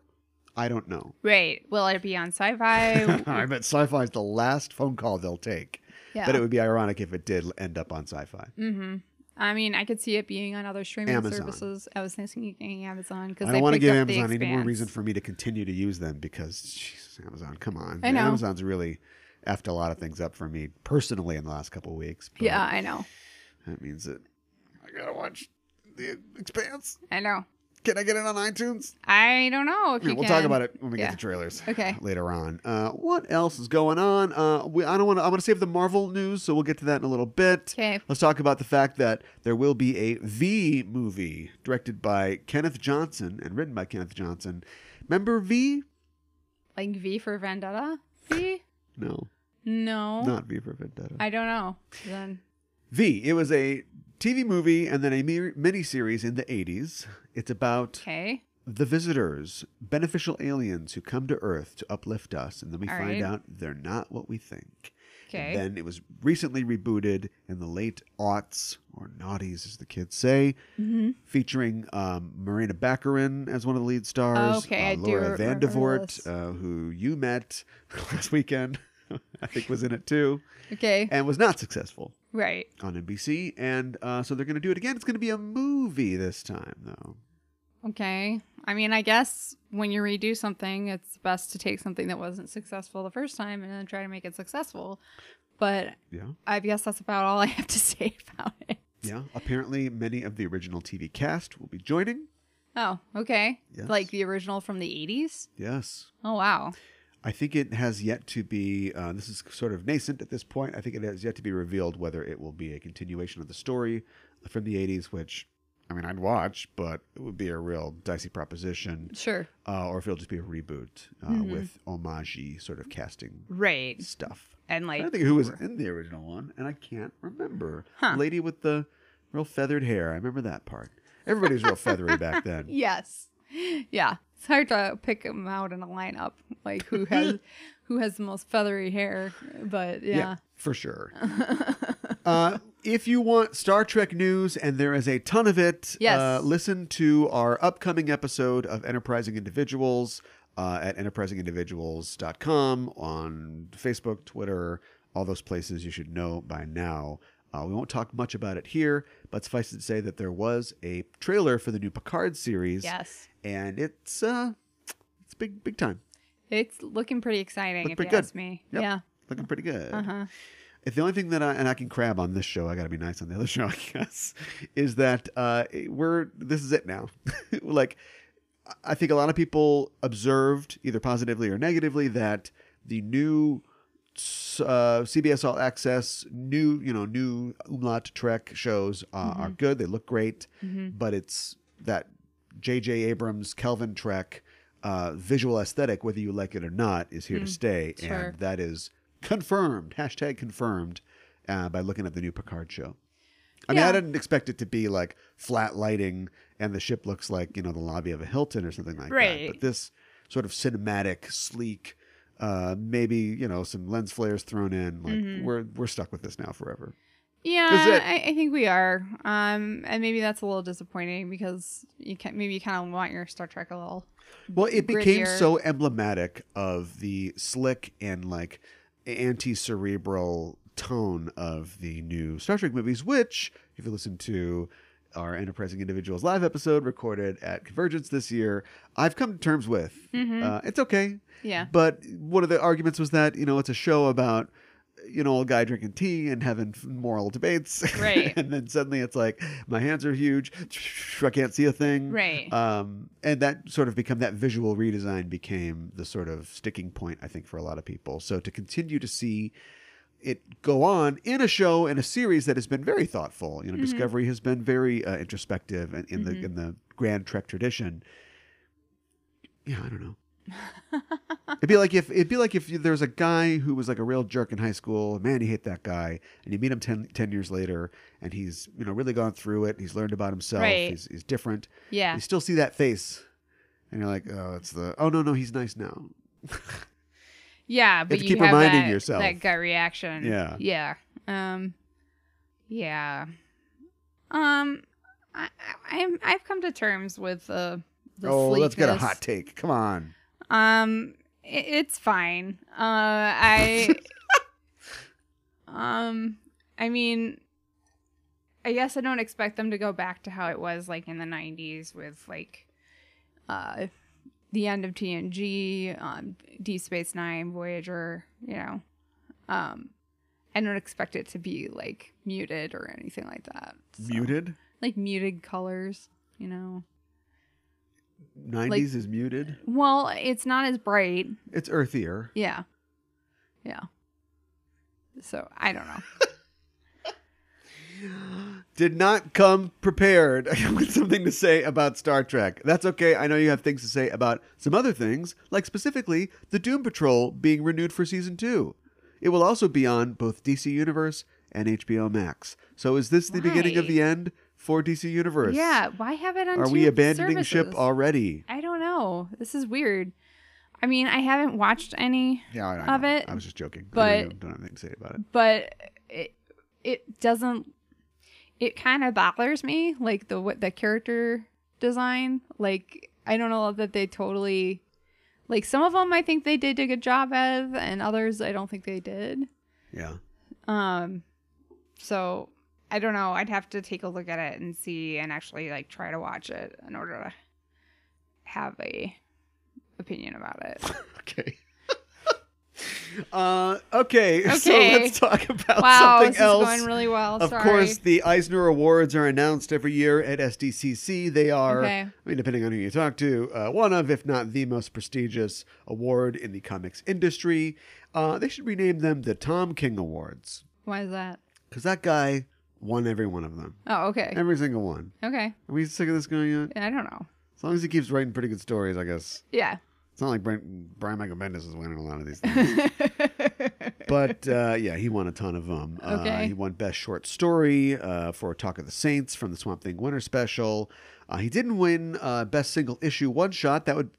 Speaker 1: I don't know.
Speaker 2: Right. Will it be on sci-fi?
Speaker 1: I bet sci-fi is the last phone call they'll take.
Speaker 2: yeah.
Speaker 1: But it would be ironic if it did end up on sci-fi.
Speaker 2: Mm-hmm. I mean, I could see it being on other streaming
Speaker 1: Amazon.
Speaker 2: services. I was thinking Amazon because
Speaker 1: I
Speaker 2: they
Speaker 1: don't want to
Speaker 2: picked
Speaker 1: give
Speaker 2: up the
Speaker 1: Amazon any more
Speaker 2: Expanse.
Speaker 1: reason for me to continue to use them because jeez, Amazon, come on.
Speaker 2: I know.
Speaker 1: Amazon's really effed a lot of things up for me personally in the last couple of weeks. but
Speaker 2: yeah, I know.
Speaker 1: That means that I gotta watch the Expanse.
Speaker 2: I know.
Speaker 1: Can I get it on iTunes?
Speaker 2: I don't know if
Speaker 1: Yeah,
Speaker 2: you
Speaker 1: we'll
Speaker 2: can.
Speaker 1: talk about it when we
Speaker 2: Yeah.
Speaker 1: get to trailers.
Speaker 2: Okay.
Speaker 1: Later on. Uh, what else is going on? Uh, we, I don't want to. I want to save the Marvel news, so we'll get to that in a little bit.
Speaker 2: Okay.
Speaker 1: Let's talk about the fact that there will be a V movie directed by Kenneth Johnson and written by Kenneth Johnson. Remember V?
Speaker 2: Like V for Vendetta. V?
Speaker 1: No,
Speaker 2: No,
Speaker 1: not V for Vendetta.
Speaker 2: I don't know. Then
Speaker 1: V. It was a TV movie and then a mi- miniseries in the 80s. It's about
Speaker 2: okay.
Speaker 1: the visitors, beneficial aliens who come to Earth to uplift us, and then we
Speaker 2: All
Speaker 1: find
Speaker 2: right.
Speaker 1: out they're not what we think.
Speaker 2: Okay.
Speaker 1: And then it was recently rebooted in the late aughts, or naughties as the kids say,
Speaker 2: Mm-hmm.
Speaker 1: featuring um, Marina Baccarin as one of the lead stars. uh,
Speaker 2: Okay, I do
Speaker 1: Laura
Speaker 2: remember
Speaker 1: Vandervoort,
Speaker 2: this.
Speaker 1: uh, who you met last weekend, I think was in it too,
Speaker 2: Okay.
Speaker 1: and was not successful
Speaker 2: right.
Speaker 1: on NBC. And uh, so they're going to do it again. It's going to be a movie this time, though.
Speaker 2: Okay. I mean, I guess when you redo something, it's best to take something that wasn't successful the first time and then try to make it successful. But
Speaker 1: Yeah.
Speaker 2: I guess that's about all I have to say about it.
Speaker 1: Yeah. Apparently, many of the original TV cast will be joining.
Speaker 2: Oh, okay.
Speaker 1: Yes.
Speaker 2: Like the original from the 80s?
Speaker 1: Yes.
Speaker 2: Oh, wow.
Speaker 1: I think it has yet to be. Uh, this is sort of nascent at this point. I think it has yet to be revealed whether it will be a continuation of the story from the '80s, which I mean, I'd watch, but it would be a real dicey proposition,
Speaker 2: Sure.
Speaker 1: uh, or if it'll just be a reboot uh, with homage sort of casting
Speaker 2: Right.
Speaker 1: stuff.
Speaker 2: And
Speaker 1: I don't
Speaker 2: like,
Speaker 1: think who was in the original one, and I can't remember.
Speaker 2: Huh.
Speaker 1: Lady with the real feathered hair. I remember that part. Everybody was real feathery back then.
Speaker 2: yes. Yeah. It's hard to pick them out in a lineup, like who has who has the most feathery hair. But yeah.
Speaker 1: for sure. uh, if you want Star Trek news, and there is a ton of it,
Speaker 2: Yes.
Speaker 1: uh, listen to our upcoming episode of Enterprising Individuals uh, at enterprisingindividuals.com on Facebook, Twitter, all those places you should know by now. Uh, we won't talk much about it here, but suffice it to say that there was a trailer for the new Picard series,
Speaker 2: Yes.
Speaker 1: and it's uh, it's big, big time.
Speaker 2: It's looking pretty exciting,
Speaker 1: Looked
Speaker 2: if you
Speaker 1: pretty good.
Speaker 2: ask me.
Speaker 1: Yep.
Speaker 2: Yeah.
Speaker 1: Looking pretty good.
Speaker 2: Uh huh.
Speaker 1: If the only thing that I and I can crab on this show, I got to be nice on the other show, I guess, is that uh, we're this is it now. like, I think a lot of people observed either positively or negatively that the new uh, CBS All Access, new you know, new Umlaut Trek shows uh, are good. They look great, but it's that J.J. Abrams Kelvin Trek uh, visual aesthetic, whether you like it or not, is here to stay,
Speaker 2: sure.
Speaker 1: and that is confirmed. Hashtag confirmed uh, by looking at the new Picard show. I mean, I
Speaker 2: Yeah.
Speaker 1: didn't expect it to be like flat lighting and the ship looks like, you know, the lobby of a Hilton or something like
Speaker 2: Right.
Speaker 1: that. But this sort of cinematic, sleek, uh, maybe, you know, some lens flares thrown in. Like
Speaker 2: Mm-hmm.
Speaker 1: we're we're stuck with this now forever.
Speaker 2: Yeah,
Speaker 1: it.
Speaker 2: I, I think we are. Um, and maybe that's a little disappointing because you can maybe you kind of want your Star Trek a little.
Speaker 1: Well, it became
Speaker 2: Grittier.
Speaker 1: so emblematic of the slick and like anti cerebral tone of the new Star Trek movies, which, if you listen to our Enterprising Individuals live episode recorded at Convergence this year, I've come to terms with. Uh, it's okay.
Speaker 2: Mm-hmm. Yeah.
Speaker 1: But one of the arguments was that, you know, it's a show about, you know, a guy drinking tea and having f- moral debates.
Speaker 2: Right.
Speaker 1: and then suddenly it's like, my hands are huge. I can't see a thing
Speaker 2: Right.
Speaker 1: um, and that sort of become that visual redesign became the sort of sticking point i think for a lot of people so to continue to see it go on in a show in a series that has been very thoughtful
Speaker 2: Mm-hmm.
Speaker 1: you know discovery has been very uh, introspective and in the in the grand trek tradition yeah i don't know it'd be like if it'd be like if you, there was a guy who was like a real jerk in high school man you hate that guy and you meet him 10, 10 years later and he's you know really gone through it he's learned about himself
Speaker 2: Right.
Speaker 1: he's, he's different
Speaker 2: yeah.
Speaker 1: you still see that face, and you're like, "Oh, it's the oh no no he's nice now."
Speaker 2: Yeah. But
Speaker 1: to
Speaker 2: you
Speaker 1: keep
Speaker 2: have
Speaker 1: reminding
Speaker 2: that,
Speaker 1: yourself.
Speaker 2: that gut reaction.
Speaker 1: Yeah.
Speaker 2: Yeah. Um. Yeah. Um. I, I I'm I've come to terms with uh, the
Speaker 1: oh, let's get a
Speaker 2: sleekness.
Speaker 1: hot take. Come on,
Speaker 2: Um, i- it's fine. Uh, I, um, I mean, I guess I don't expect them to go back to how it was like in the '90s with like, uh, the end of TNG, um, Deep Space Nine, Voyager. You know, um, I don't expect it to be like
Speaker 1: uh,
Speaker 2: muted or anything like that. So-
Speaker 1: muted.
Speaker 2: like muted colors. You know,
Speaker 1: '90s is muted.
Speaker 2: Well, it's not as bright.
Speaker 1: uh, It's earthier.
Speaker 2: Yeah. Yeah. So I don't know.
Speaker 1: Did not come prepared with something to say about Star Trek. That's okay. I know you have things to say about some other things, like specifically the Doom Patrol being renewed for season two. It will also be on both DC Universe and HBO Max. So is this the beginning of
Speaker 2: Why?
Speaker 1: the end for DC Universe?
Speaker 2: Yeah. Why have it on?
Speaker 1: Are
Speaker 2: two
Speaker 1: we abandoning ship
Speaker 2: services?
Speaker 1: already?
Speaker 2: I don't know. This is weird. I mean, I haven't watched any,
Speaker 1: Yeah, I,
Speaker 2: Of know. it,
Speaker 1: I
Speaker 2: I
Speaker 1: was just joking.
Speaker 2: but-
Speaker 1: I
Speaker 2: I
Speaker 1: don't have anything to say about it.
Speaker 2: but it it doesn't. It kind of bothers me, like the what the character design. Like I don't know that they totally, like some of them I think they did a good job of, and others I don't think they did.
Speaker 1: Yeah.
Speaker 2: Um, so I don't know. I'd have to take a look at it and see, and actually like try to watch it in order to have a opinion about it.
Speaker 1: Okay. uh, okay, So
Speaker 2: Okay.
Speaker 1: let's talk about
Speaker 2: wow,
Speaker 1: something
Speaker 2: this
Speaker 1: else.
Speaker 2: is going really well.
Speaker 1: of
Speaker 2: Sorry.
Speaker 1: course, the Eisner Awards are announced every year at SDCC. They are,
Speaker 2: Okay.
Speaker 1: I mean, depending on who you talk to, uh, one of, if not the most prestigious award in the comics industry. Uh, they should rename them the Tom King Awards
Speaker 2: Why is that?
Speaker 1: because that guy won every one of them,
Speaker 2: Oh, okay,
Speaker 1: every single one.
Speaker 2: okay.
Speaker 1: Are we sick of this going on?
Speaker 2: I don't know.
Speaker 1: As long as he keeps writing pretty good stories, I guess.
Speaker 2: Yeah.
Speaker 1: It's not like Brian, Brian Michael Bendis is winning a lot of these things. but uh, yeah, he won a ton of them. Uh,
Speaker 2: Okay.
Speaker 1: he won Best Short Story uh, for Talk of the Saints from the Swamp Thing Winter Special. Uh, he didn't win uh, Best Single Issue One Shot. That would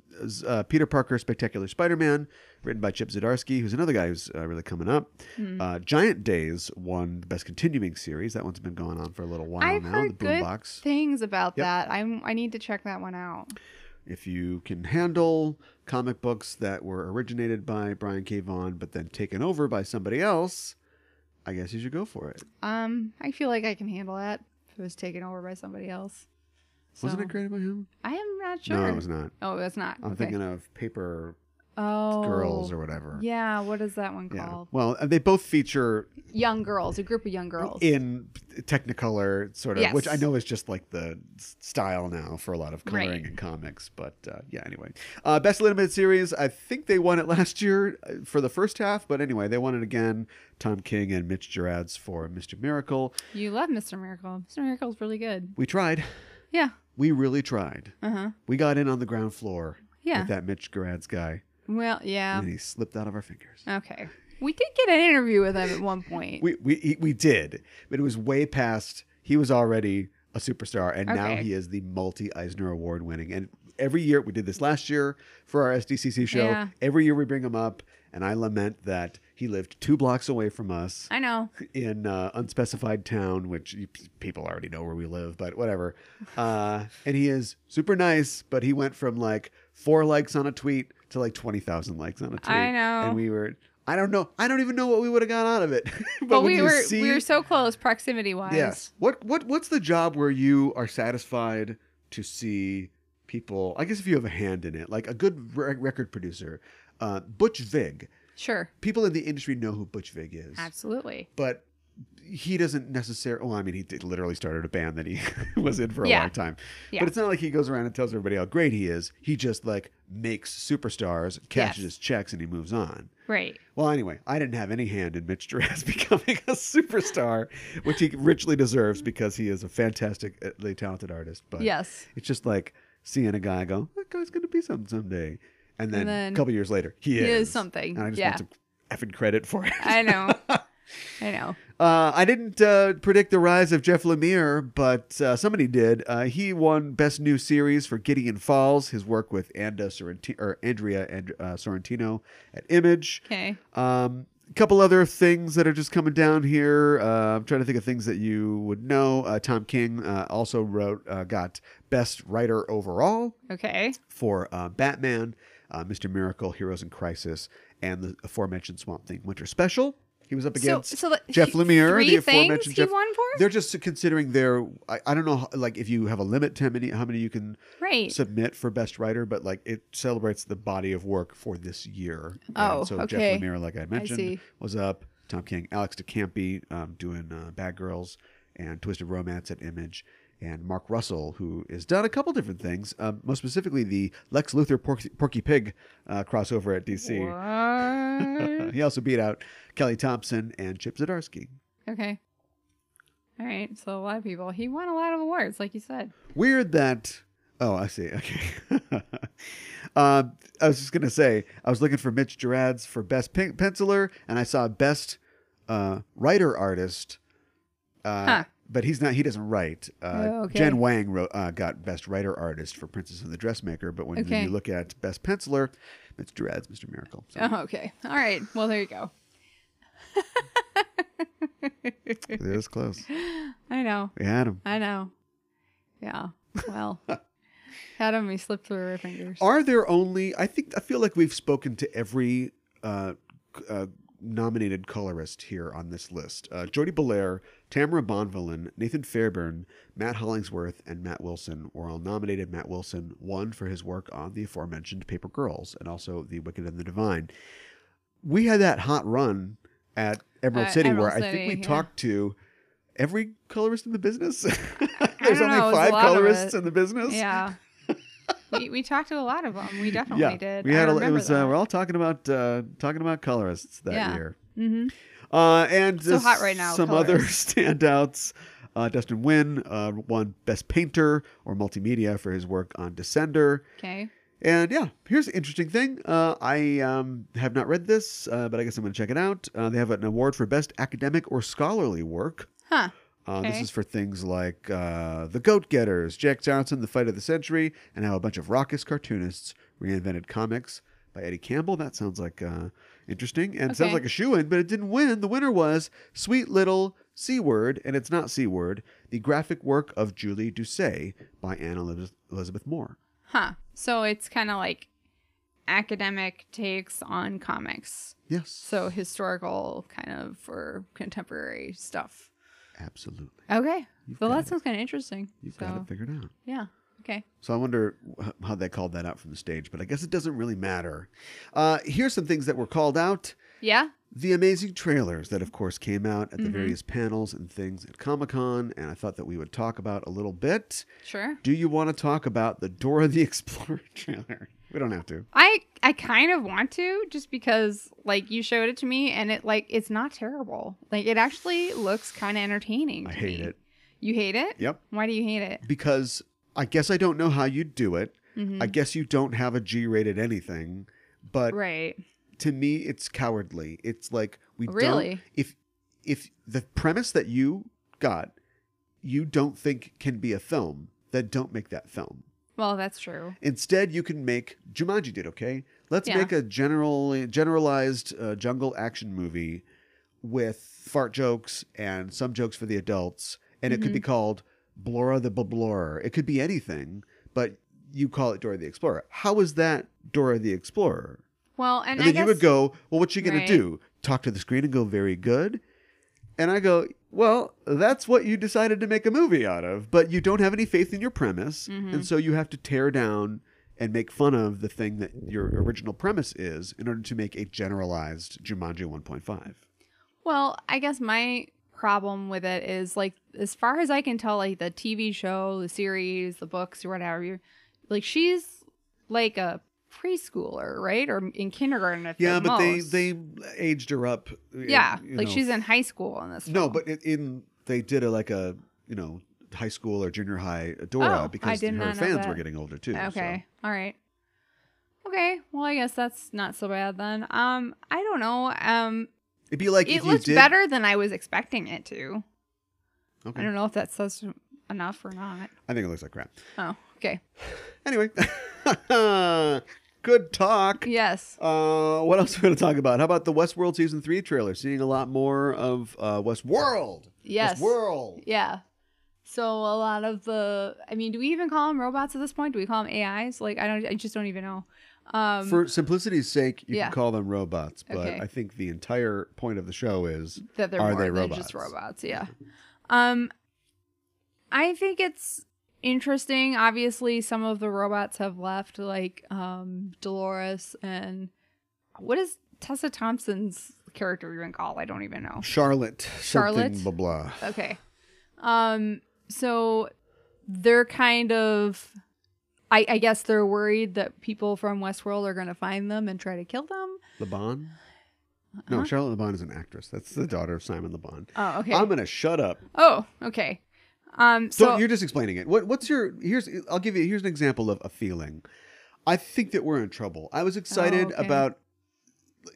Speaker 1: uh, Peter Parker Spectacular Spider Man, written by Chip Zdarsky, who's another guy who's uh, really coming up.
Speaker 2: Hmm.
Speaker 1: Uh, Giant Days won the Best Continuing Series. That one's been going on for a little while
Speaker 2: I've
Speaker 1: now.
Speaker 2: heard
Speaker 1: the
Speaker 2: good
Speaker 1: Boombox.
Speaker 2: things about
Speaker 1: Yep.
Speaker 2: that. I'm. I need to check that one out.
Speaker 1: if you can handle comic books that were originated by Brian K. Vaughan but then taken over by somebody else, I guess you should go for it.
Speaker 2: Um, I feel like I can handle that if it was taken over by somebody else.
Speaker 1: Wasn't
Speaker 2: So-
Speaker 1: it created by him?
Speaker 2: I am not sure.
Speaker 1: No, it was not.
Speaker 2: Oh, it's not.
Speaker 1: I'm
Speaker 2: okay.
Speaker 1: thinking of Paper
Speaker 2: oh,
Speaker 1: Girls or whatever.
Speaker 2: Yeah, what is that one
Speaker 1: Yeah.
Speaker 2: called?
Speaker 1: Well, they both feature
Speaker 2: Young girls, a group of young girls.
Speaker 1: in Technicolor, sort of,
Speaker 2: Yes.
Speaker 1: which I know is just like the s- style now for a lot of coloring
Speaker 2: Right.
Speaker 1: in comics. But uh, yeah, anyway, uh, best limited series. I think they won it last year uh, for the first half, but anyway, they won it again. Tom King and Mitch Gerads for Mister Miracle.
Speaker 2: you love Mr. Miracle. Mr. Miracle's really good.
Speaker 1: We tried.
Speaker 2: Yeah.
Speaker 1: We really tried.
Speaker 2: Uh huh.
Speaker 1: We got in on the ground floor
Speaker 2: Yeah.
Speaker 1: with that Mitch Gerads guy,
Speaker 2: Well, yeah.
Speaker 1: and he slipped out of our fingers.
Speaker 2: Okay. We did get an interview with him at one point.
Speaker 1: We we he- we did, but it was way past. He was already a superstar, and now
Speaker 2: Okay.
Speaker 1: he is the multi Eisner Award winning. And every year we did this last year for our SDCC show.
Speaker 2: Yeah.
Speaker 1: Every year we bring him up, and I lament that he lived two blocks away from us
Speaker 2: I know.
Speaker 1: in uh, unspecified town, which you- people already know where we live, but whatever. Uh, and he is super nice, but he went from like four likes on a tweet to like twenty thousand likes on a tweet.
Speaker 2: I know.
Speaker 1: And we were, I don't know, I don't even know what we would have got out of it. but
Speaker 2: But
Speaker 1: when
Speaker 2: we
Speaker 1: you
Speaker 2: were
Speaker 1: see-
Speaker 2: we were so close proximity wise.
Speaker 1: yes. What what what's the job where you are satisfied to see people? I guess if you have a hand in it, like a good re- record producer, uh, Butch Vig.
Speaker 2: Sure.
Speaker 1: People in the industry know who Butch Vig is
Speaker 2: Absolutely.
Speaker 1: but he doesn't necessarily. Well, I mean, he did literally started a band that he was in for a
Speaker 2: Yeah.
Speaker 1: long time.
Speaker 2: Yeah.
Speaker 1: But it's not like he goes around and tells everybody how great he is. He just like makes superstars, cashes
Speaker 2: Yes.
Speaker 1: his checks, and he moves on.
Speaker 2: Right.
Speaker 1: Well, anyway, I didn't have any hand in Mitch Gerass becoming a superstar, which he richly deserves because he is a fantastically talented artist. But
Speaker 2: Yes.
Speaker 1: it's just like seeing a guy go, that guy's going to be something someday. And then,
Speaker 2: then
Speaker 1: a couple years later, he,
Speaker 2: he
Speaker 1: is.
Speaker 2: is something.
Speaker 1: And I just
Speaker 2: Yeah.
Speaker 1: want some effing credit for it.
Speaker 2: I know. I know.
Speaker 1: Uh, I didn't uh, predict the rise of Jeff Lemire, but uh, somebody did. Uh, he won Best New Series for Gideon Falls, his work with Anda Sorrenti- or Andrea and, uh, Sorrentino at Image.
Speaker 2: Okay.
Speaker 1: Um, a couple other things that are just coming down here. Uh, I'm trying to think of things that you would know. Uh, Tom King uh, also wrote, uh, got Best Writer overall
Speaker 2: Okay.
Speaker 1: for uh, Batman, uh, Mr. Miracle, Heroes in Crisis, and the aforementioned Swamp Thing Winter Special. He was up against
Speaker 2: the-
Speaker 1: Jeff
Speaker 2: he-
Speaker 1: Lemire,
Speaker 2: three
Speaker 1: the
Speaker 2: things
Speaker 1: aforementioned
Speaker 2: he
Speaker 1: Jeff.
Speaker 2: won for.
Speaker 1: They're just considering their. I, I don't know, how- like if you have a limit to how many how many you can
Speaker 2: Right.
Speaker 1: submit for best writer, but like it celebrates the body of work for this year.
Speaker 2: Oh,
Speaker 1: and so
Speaker 2: okay.
Speaker 1: Jeff Lemire, like I mentioned,
Speaker 2: see.
Speaker 1: was up. Tom King, Alex DeCampi, um, doing uh, Bad Girls and Twisted Romance at Image, and Mark Russell, who has done a couple different things, um, most specifically the Lex Luthor Porky, Porky Pig uh, crossover at DC.
Speaker 2: What?
Speaker 1: he also beat out Kelly Thompson and Chip Zdarsky.
Speaker 2: okay. All right. So a lot of people. He won a lot of awards, like you said.
Speaker 1: Weird that. Oh, I see. Okay. uh, I was just gonna say I was looking for Mitch Gerads for best Pen- penciler, and I saw best uh, writer artist. Uh,
Speaker 2: Huh.
Speaker 1: But he's not. He doesn't write. Uh,
Speaker 2: Oh, okay.
Speaker 1: Jen Wang wrote, uh, got best writer artist for Princess and the Dressmaker. But when
Speaker 2: Okay.
Speaker 1: you look at best penciler, Mitch Gerads, Mr. Miracle. So
Speaker 2: Oh, okay. All right. Well, there you go.
Speaker 1: it was close.
Speaker 2: I know.
Speaker 1: We had him.
Speaker 2: I know. Yeah. Well, had him. He slipped through our fingers.
Speaker 1: Are there only? I think I feel like we've spoken to every uh, c- uh, nominated colorist here on this list: uh, Jody Belair, Tamara Bonvillain, Nathan Fairburn, Matt Hollingsworth, and Matt Wilson were all nominated. Matt Wilson won for his work on the aforementioned Paper Girls and also The Wicked and the Divine. We had that hot run at Emerald
Speaker 2: Uh,
Speaker 1: City,
Speaker 2: Emerald
Speaker 1: where I
Speaker 2: City,
Speaker 1: think we
Speaker 2: yeah.
Speaker 1: talked to every colorist in the business.
Speaker 2: don't
Speaker 1: There's
Speaker 2: know,
Speaker 1: only
Speaker 2: it was a
Speaker 1: five
Speaker 2: lot of
Speaker 1: colorists
Speaker 2: it.
Speaker 1: in the business.
Speaker 2: Yeah. we, we talked to a lot of them. We definitely did.
Speaker 1: We
Speaker 2: I
Speaker 1: had a, it
Speaker 2: remember
Speaker 1: was uh,
Speaker 2: that.
Speaker 1: we're all talking about uh, talking about colorists that
Speaker 2: Yeah.
Speaker 1: year.
Speaker 2: Mhm.
Speaker 1: Uh, and
Speaker 2: So
Speaker 1: uh,
Speaker 2: hot right now,
Speaker 1: Some other
Speaker 2: colorists.
Speaker 1: standouts. Uh, Dustin Wynn uh, won Best Painter or Multimedia for his work on Descender.
Speaker 2: Okay.
Speaker 1: And yeah, here's an interesting thing. Uh, I um, have not read this, uh, but I guess I'm going to check it out. Uh, they have an award for Best Academic or Scholarly Work.
Speaker 2: Huh.
Speaker 1: Uh, This
Speaker 2: Okay.
Speaker 1: is for things like uh, The Goat Getters, Jack Johnson, The Fight of the Century, and how a bunch of raucous cartoonists reinvented comics by Eddie Campbell. That sounds like uh, interesting and sounds
Speaker 2: Okay.
Speaker 1: like a shoe in, but it didn't win. The winner was Sweet Little C Word, and it's not C Word, the graphic work of Julie Doucet by Anne Eliz- Elizabeth Moore.
Speaker 2: Huh. So it's kind of like academic takes on comics.
Speaker 1: Yes.
Speaker 2: So historical kind of or contemporary stuff.
Speaker 1: Absolutely.
Speaker 2: Okay. well,
Speaker 1: got
Speaker 2: that sounds kind of interesting.
Speaker 1: You've
Speaker 2: so,
Speaker 1: got it figured out.
Speaker 2: yeah. Okay.
Speaker 1: So I wonder wh- how they called that out from the stage, but I guess it doesn't really matter. Uh, here's some things that were called out.
Speaker 2: Yeah.
Speaker 1: The amazing trailers that, of course, came out at
Speaker 2: Mm-hmm.
Speaker 1: the various panels and things at Comic Con, and I thought that we would talk about a little bit.
Speaker 2: Sure.
Speaker 1: Do you want to talk about the Dora the Explorer trailer? We don't have to.
Speaker 2: I I kind of want to just because like you showed it to me and it like it's not terrible. Like it actually looks kind of entertaining.
Speaker 1: I
Speaker 2: to
Speaker 1: hate
Speaker 2: me.
Speaker 1: it.
Speaker 2: You hate it?
Speaker 1: Yep.
Speaker 2: Why do you hate it?
Speaker 1: Because I guess I don't know how you do it.
Speaker 2: Mhm.
Speaker 1: I guess you don't have a G rated anything, but
Speaker 2: Right.
Speaker 1: to me it's cowardly it's like we don't
Speaker 2: Really?
Speaker 1: if if the premise that you got you don't think can be a film then don't make that film
Speaker 2: Well, that's true.
Speaker 1: instead you can make jumanji did okay let's
Speaker 2: Yeah.
Speaker 1: make a general generalized uh, jungle action movie with fart jokes and some jokes for the adults and it could be called blora the blora it could be anything but you call it dora the explorer how is that dora the explorer
Speaker 2: Well, and,
Speaker 1: and
Speaker 2: I
Speaker 1: then
Speaker 2: guess
Speaker 1: you would go, well, what you gonna
Speaker 2: Right.
Speaker 1: do? Talk to the screen and go, very good. And I go, well, that's what you decided to make a movie out of, but you don't have any faith in your premise,
Speaker 2: Mm-hmm.
Speaker 1: and so you have to tear down and make fun of the thing that your original premise is in order to make a generalized Jumanji 1.5.
Speaker 2: Well, I guess my problem with it is like as far as I can tell, like the TV show, the series, the books, or whatever, you like she's like a preschooler, right? Or in kindergarten at
Speaker 1: Yeah,
Speaker 2: the
Speaker 1: but they
Speaker 2: most.
Speaker 1: they aged her up.
Speaker 2: yeah,
Speaker 1: you
Speaker 2: like
Speaker 1: know.
Speaker 2: she's in high school in this.
Speaker 1: no,
Speaker 2: film.
Speaker 1: but it, in they did a like a you know high school or junior high Dora
Speaker 2: Oh, I
Speaker 1: because
Speaker 2: did
Speaker 1: her
Speaker 2: not know
Speaker 1: fans were
Speaker 2: that.
Speaker 1: getting older too. so-
Speaker 2: Okay. All right. Okay. Well, I guess that's not so bad then. Um, I don't know. Um,
Speaker 1: It'd be like
Speaker 2: it
Speaker 1: if you
Speaker 2: looks
Speaker 1: did
Speaker 2: better than I was expecting it to.
Speaker 1: Okay.
Speaker 2: I don't know if that says enough or not.
Speaker 1: I think it looks like crap.
Speaker 2: Oh, okay.
Speaker 1: Anyway, good talk.
Speaker 2: Yes.
Speaker 1: Uh, what else are we going to talk about? How about the Westworld season three trailer? Seeing a lot more of uh, Westworld.
Speaker 2: Yes.
Speaker 1: Westworld.
Speaker 2: Yeah. So a lot of the, I mean, do we even call them robots at this point? Do we call them AIs? Like, I don't, I just don't even know. Um,
Speaker 1: For simplicity's sake, you
Speaker 2: yeah.
Speaker 1: can call them robots, but
Speaker 2: Okay.
Speaker 1: I think the entire point of the show is
Speaker 2: that they're
Speaker 1: Are
Speaker 2: more
Speaker 1: they
Speaker 2: than just
Speaker 1: robots?
Speaker 2: robots. Yeah. Um, I think it's interesting. Obviously, some of the robots have left, like um, Dolores and what is Tessa Thompson's character even called? I don't even know.
Speaker 1: Charlotte. something
Speaker 2: Charlotte?
Speaker 1: Blah blah.
Speaker 2: Okay. Um. So they're kind of I, I guess they're worried that people from Westworld are going to find them and try to kill them.
Speaker 1: Le Bon? No, Charlotte Le Bon is an actress. That's the daughter of Simon Le Bon.
Speaker 2: Oh, Uh-huh. okay.
Speaker 1: I'm gonna shut up.
Speaker 2: oh, okay. Um,
Speaker 1: So
Speaker 2: so
Speaker 1: you're just explaining it. What, what's your? Here's I'll give you. Here's an example of a feeling. I think that we're in trouble. I was excited
Speaker 2: Oh, okay.
Speaker 1: about.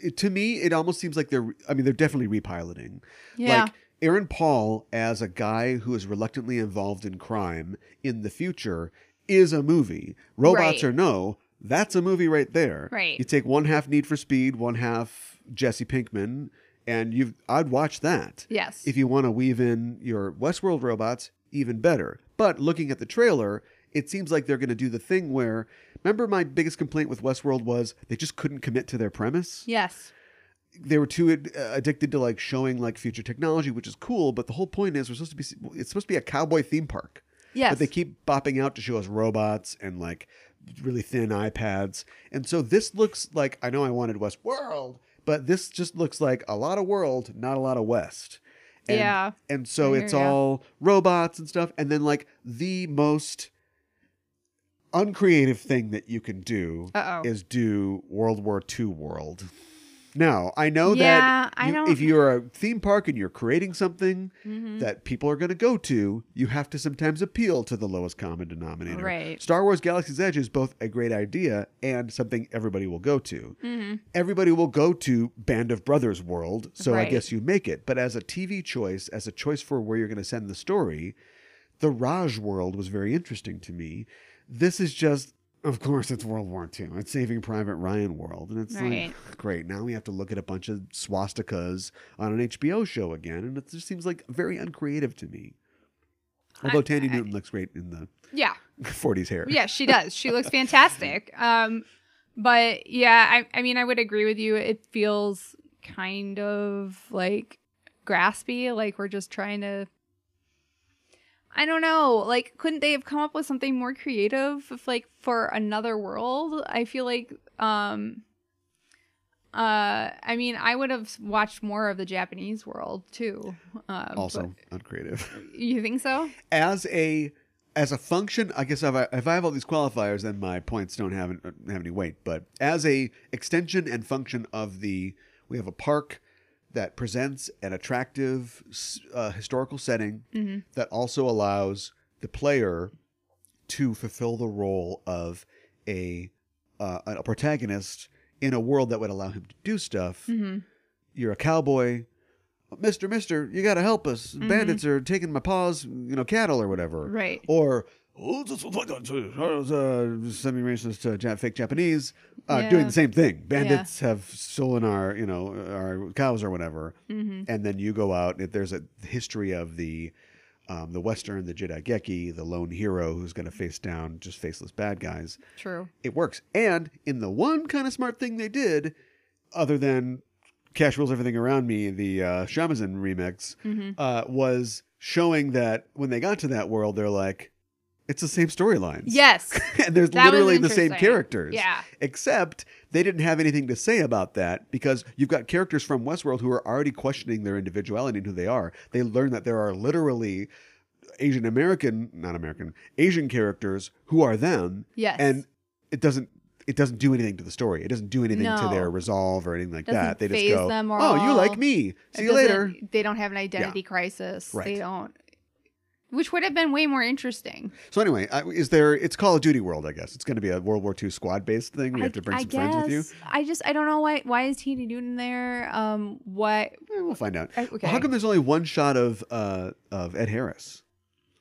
Speaker 1: it- To me, it almost seems like they're. I mean, they're definitely repiloting.
Speaker 2: yeah,
Speaker 1: Like Aaron Paul as a guy who is reluctantly involved in crime in the future is a movie. Robots
Speaker 2: Right.
Speaker 1: or no, that's a movie right there.
Speaker 2: Right.
Speaker 1: You take one half Need for Speed, one half Jesse Pinkman, and you. have I'd watch that.
Speaker 2: yes,
Speaker 1: If you want to weave in your Westworld robots, even better. But looking at the trailer, it seems like they're going to do the thing where. Remember, my biggest complaint with Westworld was they just couldn't commit to their premise.
Speaker 2: yes,
Speaker 1: They were too ad- uh, addicted to like showing like future technology, which is cool. But the whole point is we're supposed to be it's supposed to be a cowboy theme park,
Speaker 2: yes.
Speaker 1: but they keep bopping out to show us robots and like really thin iPads. And so this looks like I know I wanted Westworld, but this just looks like a lot of world, not a lot of West. And
Speaker 2: yeah,
Speaker 1: and so
Speaker 2: I hear
Speaker 1: it's
Speaker 2: ya.
Speaker 1: all robots and stuff. And then like the most uncreative thing that you can do
Speaker 2: Uh-oh.
Speaker 1: is do World War II world. Now I know
Speaker 2: Yeah,
Speaker 1: that
Speaker 2: I
Speaker 1: you-
Speaker 2: don't-
Speaker 1: if you're a theme park and you're creating something
Speaker 2: Mhm.
Speaker 1: that people are going to go to, you have to sometimes appeal to the lowest common denominator.
Speaker 2: Right.
Speaker 1: Star Wars: Galaxy's Edge is both a great idea and something everybody will go to
Speaker 2: Mhm.
Speaker 1: everybody will go to Band of Brothers world, so I
Speaker 2: Right.
Speaker 1: guess you make it. But as a TV choice, as a choice for where you're going to send the story, the Raj world was very interesting to me. This is just, of course, it's World War II. It's Saving Private Ryan world, and it's
Speaker 2: Right.
Speaker 1: like great. Now we have to look at a bunch of swastikas on an HBO show again, and it just seems like very uncreative to me. Although Tandy Newton looks great in the
Speaker 2: yeah.
Speaker 1: 40s hair.
Speaker 2: Yeah, she does. She looks fantastic. Um, but yeah, I, I mean, I would agree with you. It feels kind of like graspy, like we're just trying to. I don't know. Like, couldn't they have come up with something more creative, if, like for another world? I feel like, um, uh, I mean, I would have watched more of the Japanese world too. Uh,
Speaker 1: Also uncreative.
Speaker 2: but- you think so?
Speaker 1: as a as a function, I guess if I, if I have all these qualifiers, then my points don't have, have any weight. But as a extension and function of the, we have a park that presents an attractive s- uh, historical setting
Speaker 2: Mhm.
Speaker 1: that also allows the player to fulfill the role of a uh, a protagonist in a world that would allow him to do stuff
Speaker 2: Mm-hmm.
Speaker 1: you're a cowboy. Mister, mister, you gotta help us. Bandits are taking my paws, you know, cattle or whatever.
Speaker 2: Right.
Speaker 1: Or, oh, this is what I do. Oh, it's, uh, semi-racist uh, Ja- fake Japanese uh,
Speaker 2: Yeah.
Speaker 1: doing the same thing. Bandits have stolen our, you know, our cows or whatever.
Speaker 2: Mm-hmm.
Speaker 1: And then you go out. If there's a history of the, um, the Western, the Jedi Geki, the lone hero who's gonna face down just faceless bad guys
Speaker 2: True.
Speaker 1: it works. And in the one kind of smart thing they did, other than Cash Rules Everything Around Me, the uh, Shamazin remix,
Speaker 2: Mm-hmm.
Speaker 1: uh, was showing that when they got to that world, they're like, it's the same storylines.
Speaker 2: Yes.
Speaker 1: and there's
Speaker 2: That was
Speaker 1: literally the same
Speaker 2: interesting.
Speaker 1: characters.
Speaker 2: Yeah.
Speaker 1: Except they didn't have anything to say about that because you've got characters from Westworld who are already questioning their individuality and who they are. They learn that there are literally Asian American, not American, Asian characters who are them
Speaker 2: Yes.
Speaker 1: and it doesn't it doesn't do anything to the story. It doesn't do anything to
Speaker 2: No.
Speaker 1: their resolve or anything like that.
Speaker 2: Doesn't
Speaker 1: They just
Speaker 2: phase
Speaker 1: go,
Speaker 2: them
Speaker 1: "Oh,
Speaker 2: or
Speaker 1: you
Speaker 2: all.
Speaker 1: like me?
Speaker 2: It
Speaker 1: See you
Speaker 2: doesn't-
Speaker 1: later."
Speaker 2: They don't have an identity crisis.
Speaker 1: Right.
Speaker 2: They don't. Which would have been way more interesting.
Speaker 1: So anyway, I- is there? It's Call of Duty World, I guess. It's going to be a World War II squad based thing. We
Speaker 2: I,
Speaker 1: have to bring
Speaker 2: I
Speaker 1: some friends with you.
Speaker 2: guess. I just I don't know why why is Tini Newton there? Um, what?
Speaker 1: Eh, we'll find out.
Speaker 2: I- okay.
Speaker 1: How come there's only one shot of uh, of Ed Harris?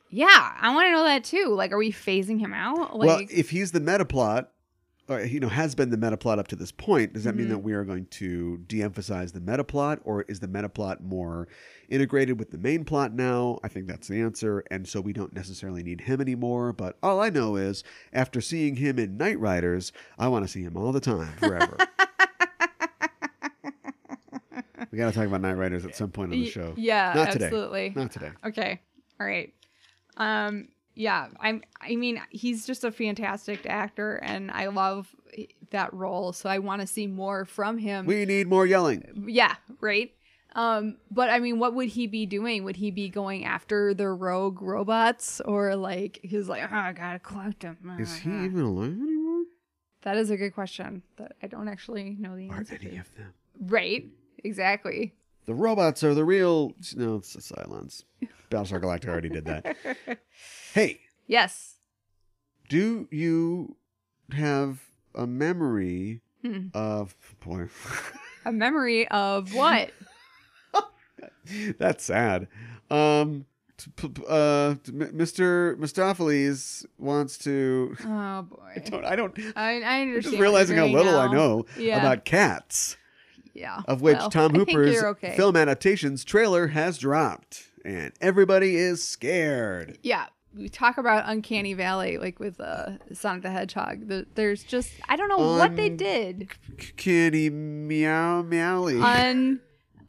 Speaker 2: Yeah, I want to know that too. Like, are we phasing him out? Like,
Speaker 1: well, if he's the meta plot, or you know, has been the meta plot up to this point, does that mean
Speaker 2: Mhm.
Speaker 1: that we are going to de-emphasize the meta plot, or is the meta plot more integrated with the main plot now? I think that's the answer, and so we don't necessarily need him anymore. But all I know is, after seeing him in Knight Riders, I want to see him all the time, forever. we got to talk about Knight Riders at some point on the
Speaker 2: y-
Speaker 1: show.
Speaker 2: Yeah,
Speaker 1: Not today.
Speaker 2: absolutely.
Speaker 1: Not today.
Speaker 2: Okay. All right. Um yeah, I'm I mean, he's just a fantastic actor and I love that role, so I want to see more from him.
Speaker 1: We need more yelling.
Speaker 2: yeah, right? Um, but I mean, what would he be doing? Would he be going after the rogue robots or like he's like, oh, I gotta collect them?
Speaker 1: Is he even alive anymore?
Speaker 2: That is a good question that I don't actually know the
Speaker 1: Are
Speaker 2: answer.
Speaker 1: any
Speaker 2: to.
Speaker 1: of them?
Speaker 2: Right? Exactly.
Speaker 1: The robots are the real. No, it's the Cylons. Battlestar Galactica already did that. Hey,
Speaker 2: Yes.
Speaker 1: do you have a memory
Speaker 2: Hmm.
Speaker 1: of. Boy,
Speaker 2: A memory of what?
Speaker 1: that's sad. Um, t- p- p- uh, t- M- Mr. Mistopheles wants to.
Speaker 2: oh boy.
Speaker 1: Don't, I don't.
Speaker 2: I, I understand.
Speaker 1: I'm just
Speaker 2: what you're
Speaker 1: realizing how
Speaker 2: doing
Speaker 1: little I
Speaker 2: now.
Speaker 1: know
Speaker 2: Yeah.
Speaker 1: about cats,
Speaker 2: Yeah.
Speaker 1: of which
Speaker 2: Well,
Speaker 1: Tom
Speaker 2: I think
Speaker 1: Hooper's
Speaker 2: you're okay.
Speaker 1: film adaptations trailer has dropped, and everybody is scared.
Speaker 2: yeah we talk about uncanny valley like with uh sonic the hedgehog the, there's just i don't know what they
Speaker 1: Un-
Speaker 2: did
Speaker 1: C- Kitty meow meowly.
Speaker 2: un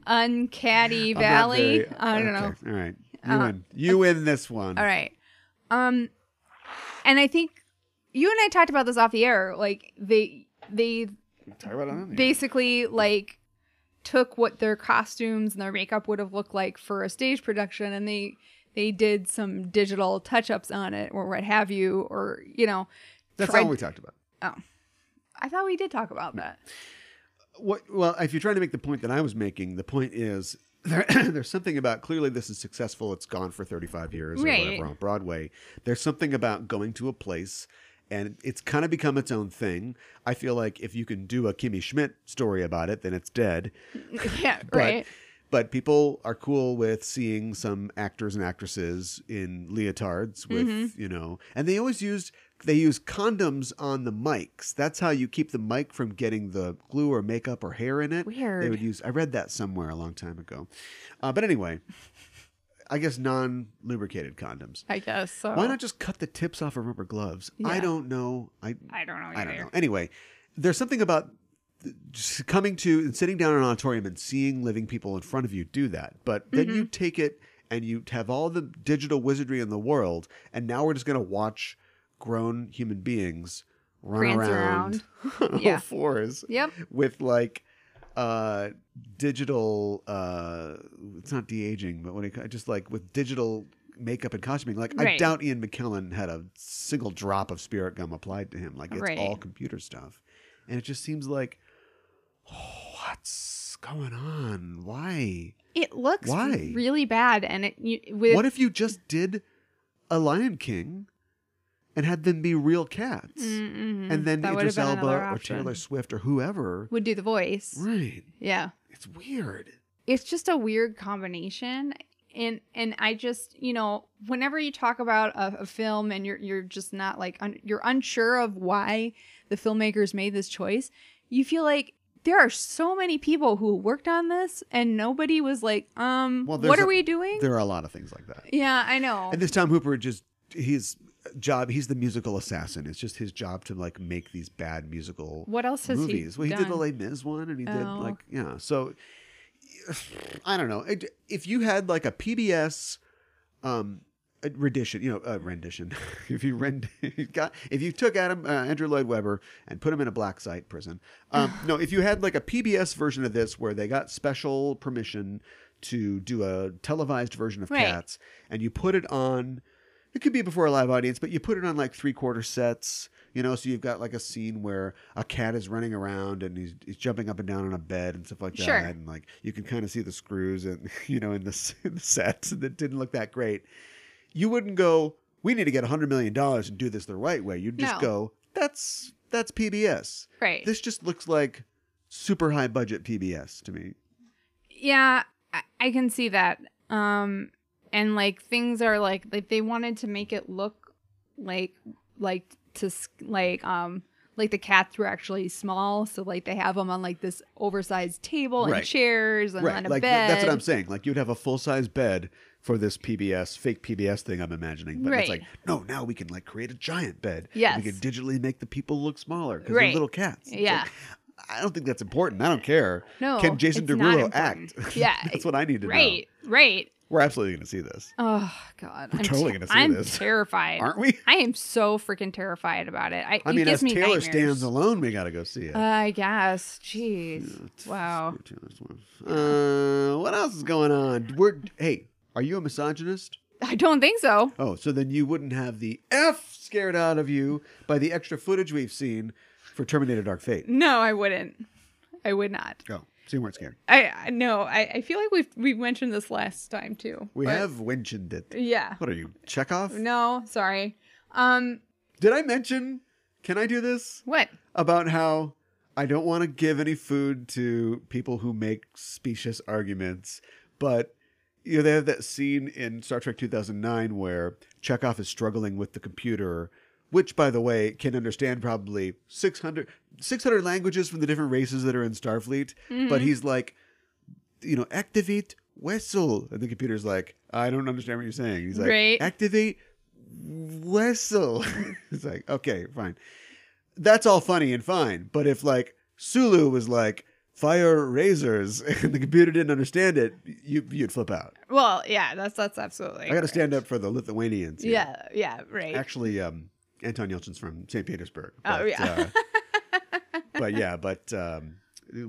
Speaker 2: uncatty
Speaker 1: I'm not
Speaker 2: Uh, valley
Speaker 1: very-
Speaker 2: i don't know
Speaker 1: okay, All right. You
Speaker 2: Uh,
Speaker 1: win. You win this one.
Speaker 2: all right um and i think you and i talked about this off the air like they they
Speaker 1: Talk about it on there.
Speaker 2: basically like took what their costumes and their makeup would have looked like for a stage production and they they did some digital touch-ups on it or what have you or you know
Speaker 1: That's
Speaker 2: tried-
Speaker 1: all we talked about.
Speaker 2: I thought we did talk about that.
Speaker 1: What, well, if you're trying to make the point that I was making, the point is there, there's something about clearly this is successful. It's gone for 35 years
Speaker 2: Right.
Speaker 1: or whatever on Broadway. There's something about going to a place and it's kind of become its own thing. I feel like if you can do a Kimmy Schmidt story about it, then it's dead.
Speaker 2: yeah,
Speaker 1: But-
Speaker 2: right.
Speaker 1: But people are cool with seeing some actors and actresses in leotards with,
Speaker 2: Mm-hmm.
Speaker 1: you know, and they always used they use condoms on the mics. That's how you keep the mic from getting the glue or makeup or hair in it. They
Speaker 2: Weird.
Speaker 1: would use I read that somewhere a long time ago. Uh, but anyway, I guess non-lubricated condoms.
Speaker 2: I guess so.
Speaker 1: Why not just cut the tips off of rubber gloves? I
Speaker 2: Oh. Yeah.
Speaker 1: don't know. I
Speaker 2: I don't know.
Speaker 1: I don't know. Anyway, there's something about th- just coming to and sitting down in an auditorium and seeing living people in front of you do that. But then
Speaker 2: Mm-hmm.
Speaker 1: you take it and you have all the digital wizardry in the world, and now we're just going to watch grown human beings run
Speaker 2: Prance
Speaker 1: around, on all
Speaker 2: Yeah.
Speaker 1: fours
Speaker 2: Yep.
Speaker 1: with like uh digital uh it's not de-aging but when it co- just like with digital makeup and costuming like i
Speaker 2: Right.
Speaker 1: doubt ian mckellen had a single drop of spirit gum applied to him like it's
Speaker 2: Right.
Speaker 1: all computer stuff and it just seems like what's going on why
Speaker 2: It looks
Speaker 1: Why?
Speaker 2: really bad, and it you, with
Speaker 1: what if you just did a lion king and had them be real cats
Speaker 2: Mm, mhm.
Speaker 1: and then
Speaker 2: That would've
Speaker 1: Idris
Speaker 2: been
Speaker 1: Elba
Speaker 2: another
Speaker 1: or
Speaker 2: option.
Speaker 1: Taylor Swift or whoever
Speaker 2: would do the voice.
Speaker 1: right
Speaker 2: Yeah,
Speaker 1: it's weird
Speaker 2: it's just a weird combination, and and I just you know whenever you talk about a, a film and you're you're just not like un, you're unsure of why the filmmakers made this choice, you feel like. There are so many people who worked on this, and nobody was like, "Um,
Speaker 1: Well,
Speaker 2: what
Speaker 1: there's
Speaker 2: are
Speaker 1: a-
Speaker 2: we doing?"
Speaker 1: There are a lot of things like that.
Speaker 2: yeah, I know.
Speaker 1: And this Tom Hooper just his job. He's the musical assassin. It's just his job to like make these bad musical
Speaker 2: What else has
Speaker 1: movies.
Speaker 2: he
Speaker 1: well, he
Speaker 2: done?
Speaker 1: did the Les Mis one, and he did
Speaker 2: Oh.
Speaker 1: like yeah. So I don't know. It- If you had like a PBS um a rendition, you know, uh, rendition. if you rend, you got if you took Adam uh, Andrew Lloyd Webber and put him in a black site prison. Um, no, if you had like a PBS version of this where they got special permission to do a televised version of
Speaker 2: Right.
Speaker 1: Cats, and you put it on. It could be before a live audience, but you put it on like three quarter sets, you know. So you've got like a scene where a cat is running around and he's, he's jumping up and down on a bed and stuff like that,
Speaker 2: Sure.
Speaker 1: and like you can kind of see the screws and you know in the, s- in the sets that didn't look that great you wouldn't go we need to get 100 million dollars and do this the right way you'd just
Speaker 2: No.
Speaker 1: go that's that's pbs
Speaker 2: right.
Speaker 1: this just looks like super high budget pbs to me
Speaker 2: yeah, I, I can see that. Um, and like things are like like they wanted to make it look like like to s- like um like the cats were actually small, so like they have them on like this oversized table and
Speaker 1: Right.
Speaker 2: chairs and on a
Speaker 1: like th-
Speaker 2: bed.
Speaker 1: that's what i'm saying like you'd have a full-size bed for this pbs fake pbs thing i'm imagining but it's
Speaker 2: Right.
Speaker 1: like no now we can like create a giant bed
Speaker 2: Yes.
Speaker 1: we can digitally make the people look smaller because they're
Speaker 2: Right.
Speaker 1: little cats It's
Speaker 2: Yeah.
Speaker 1: like, I don't think that's important. I don't care.
Speaker 2: No,
Speaker 1: Can Jason
Speaker 2: it's
Speaker 1: Derulo
Speaker 2: not important.
Speaker 1: act?
Speaker 2: Yeah,
Speaker 1: that's what I need to know.
Speaker 2: Right, right.
Speaker 1: We're absolutely going to see this.
Speaker 2: Oh God,
Speaker 1: We're
Speaker 2: I'm
Speaker 1: totally
Speaker 2: ter-
Speaker 1: gonna see
Speaker 2: I'm
Speaker 1: this.
Speaker 2: terrified.
Speaker 1: Aren't we?
Speaker 2: I am so freaking terrified about it. I,
Speaker 1: I
Speaker 2: it
Speaker 1: mean, as
Speaker 2: gives me
Speaker 1: Taylor
Speaker 2: nightmares.
Speaker 1: stands alone, we got to go see it.
Speaker 2: Uh, I guess. Jeez. Wow.
Speaker 1: Uh, what else is going on? We're hey, are you a misogynist?
Speaker 2: I don't think so.
Speaker 1: Oh, so then you wouldn't have the F scared out of you by the extra footage we've seen for Terminator Dark Fate.
Speaker 2: No, I wouldn't. I would not.
Speaker 1: Go. Oh, so you weren't scared.
Speaker 2: I I- no. I, I feel like we've we mentioned this last time too.
Speaker 1: We
Speaker 2: but-
Speaker 1: have winchened it.
Speaker 2: Yeah.
Speaker 1: What are you, Chekhov?
Speaker 2: No, sorry. Um,
Speaker 1: Did I mention? Can I do this?
Speaker 2: what?
Speaker 1: about how I don't want to give any food to people who make specious arguments, but you know they have that scene in Star Trek 2009 where Chekhov is struggling with the computer, which by the way can understand probably 600 600 languages from the different races that are in Starfleet, but he's like you know activate vessel and the computer's like I don't understand what you're saying. He's like
Speaker 2: Right.
Speaker 1: activate vessel. it's like okay, fine that's all funny and fine. But if like Sulu was like fire razors and the computer didn't understand it, you you'd flip out.
Speaker 2: Well, yeah, that's that's absolutely.
Speaker 1: I got to stand up for the Lithuanians. here.
Speaker 2: Yeah, yeah, right.
Speaker 1: Actually, um, Anton Yelchin's from St. Petersburg.
Speaker 2: Oh, yeah.
Speaker 1: uh, but yeah, but um,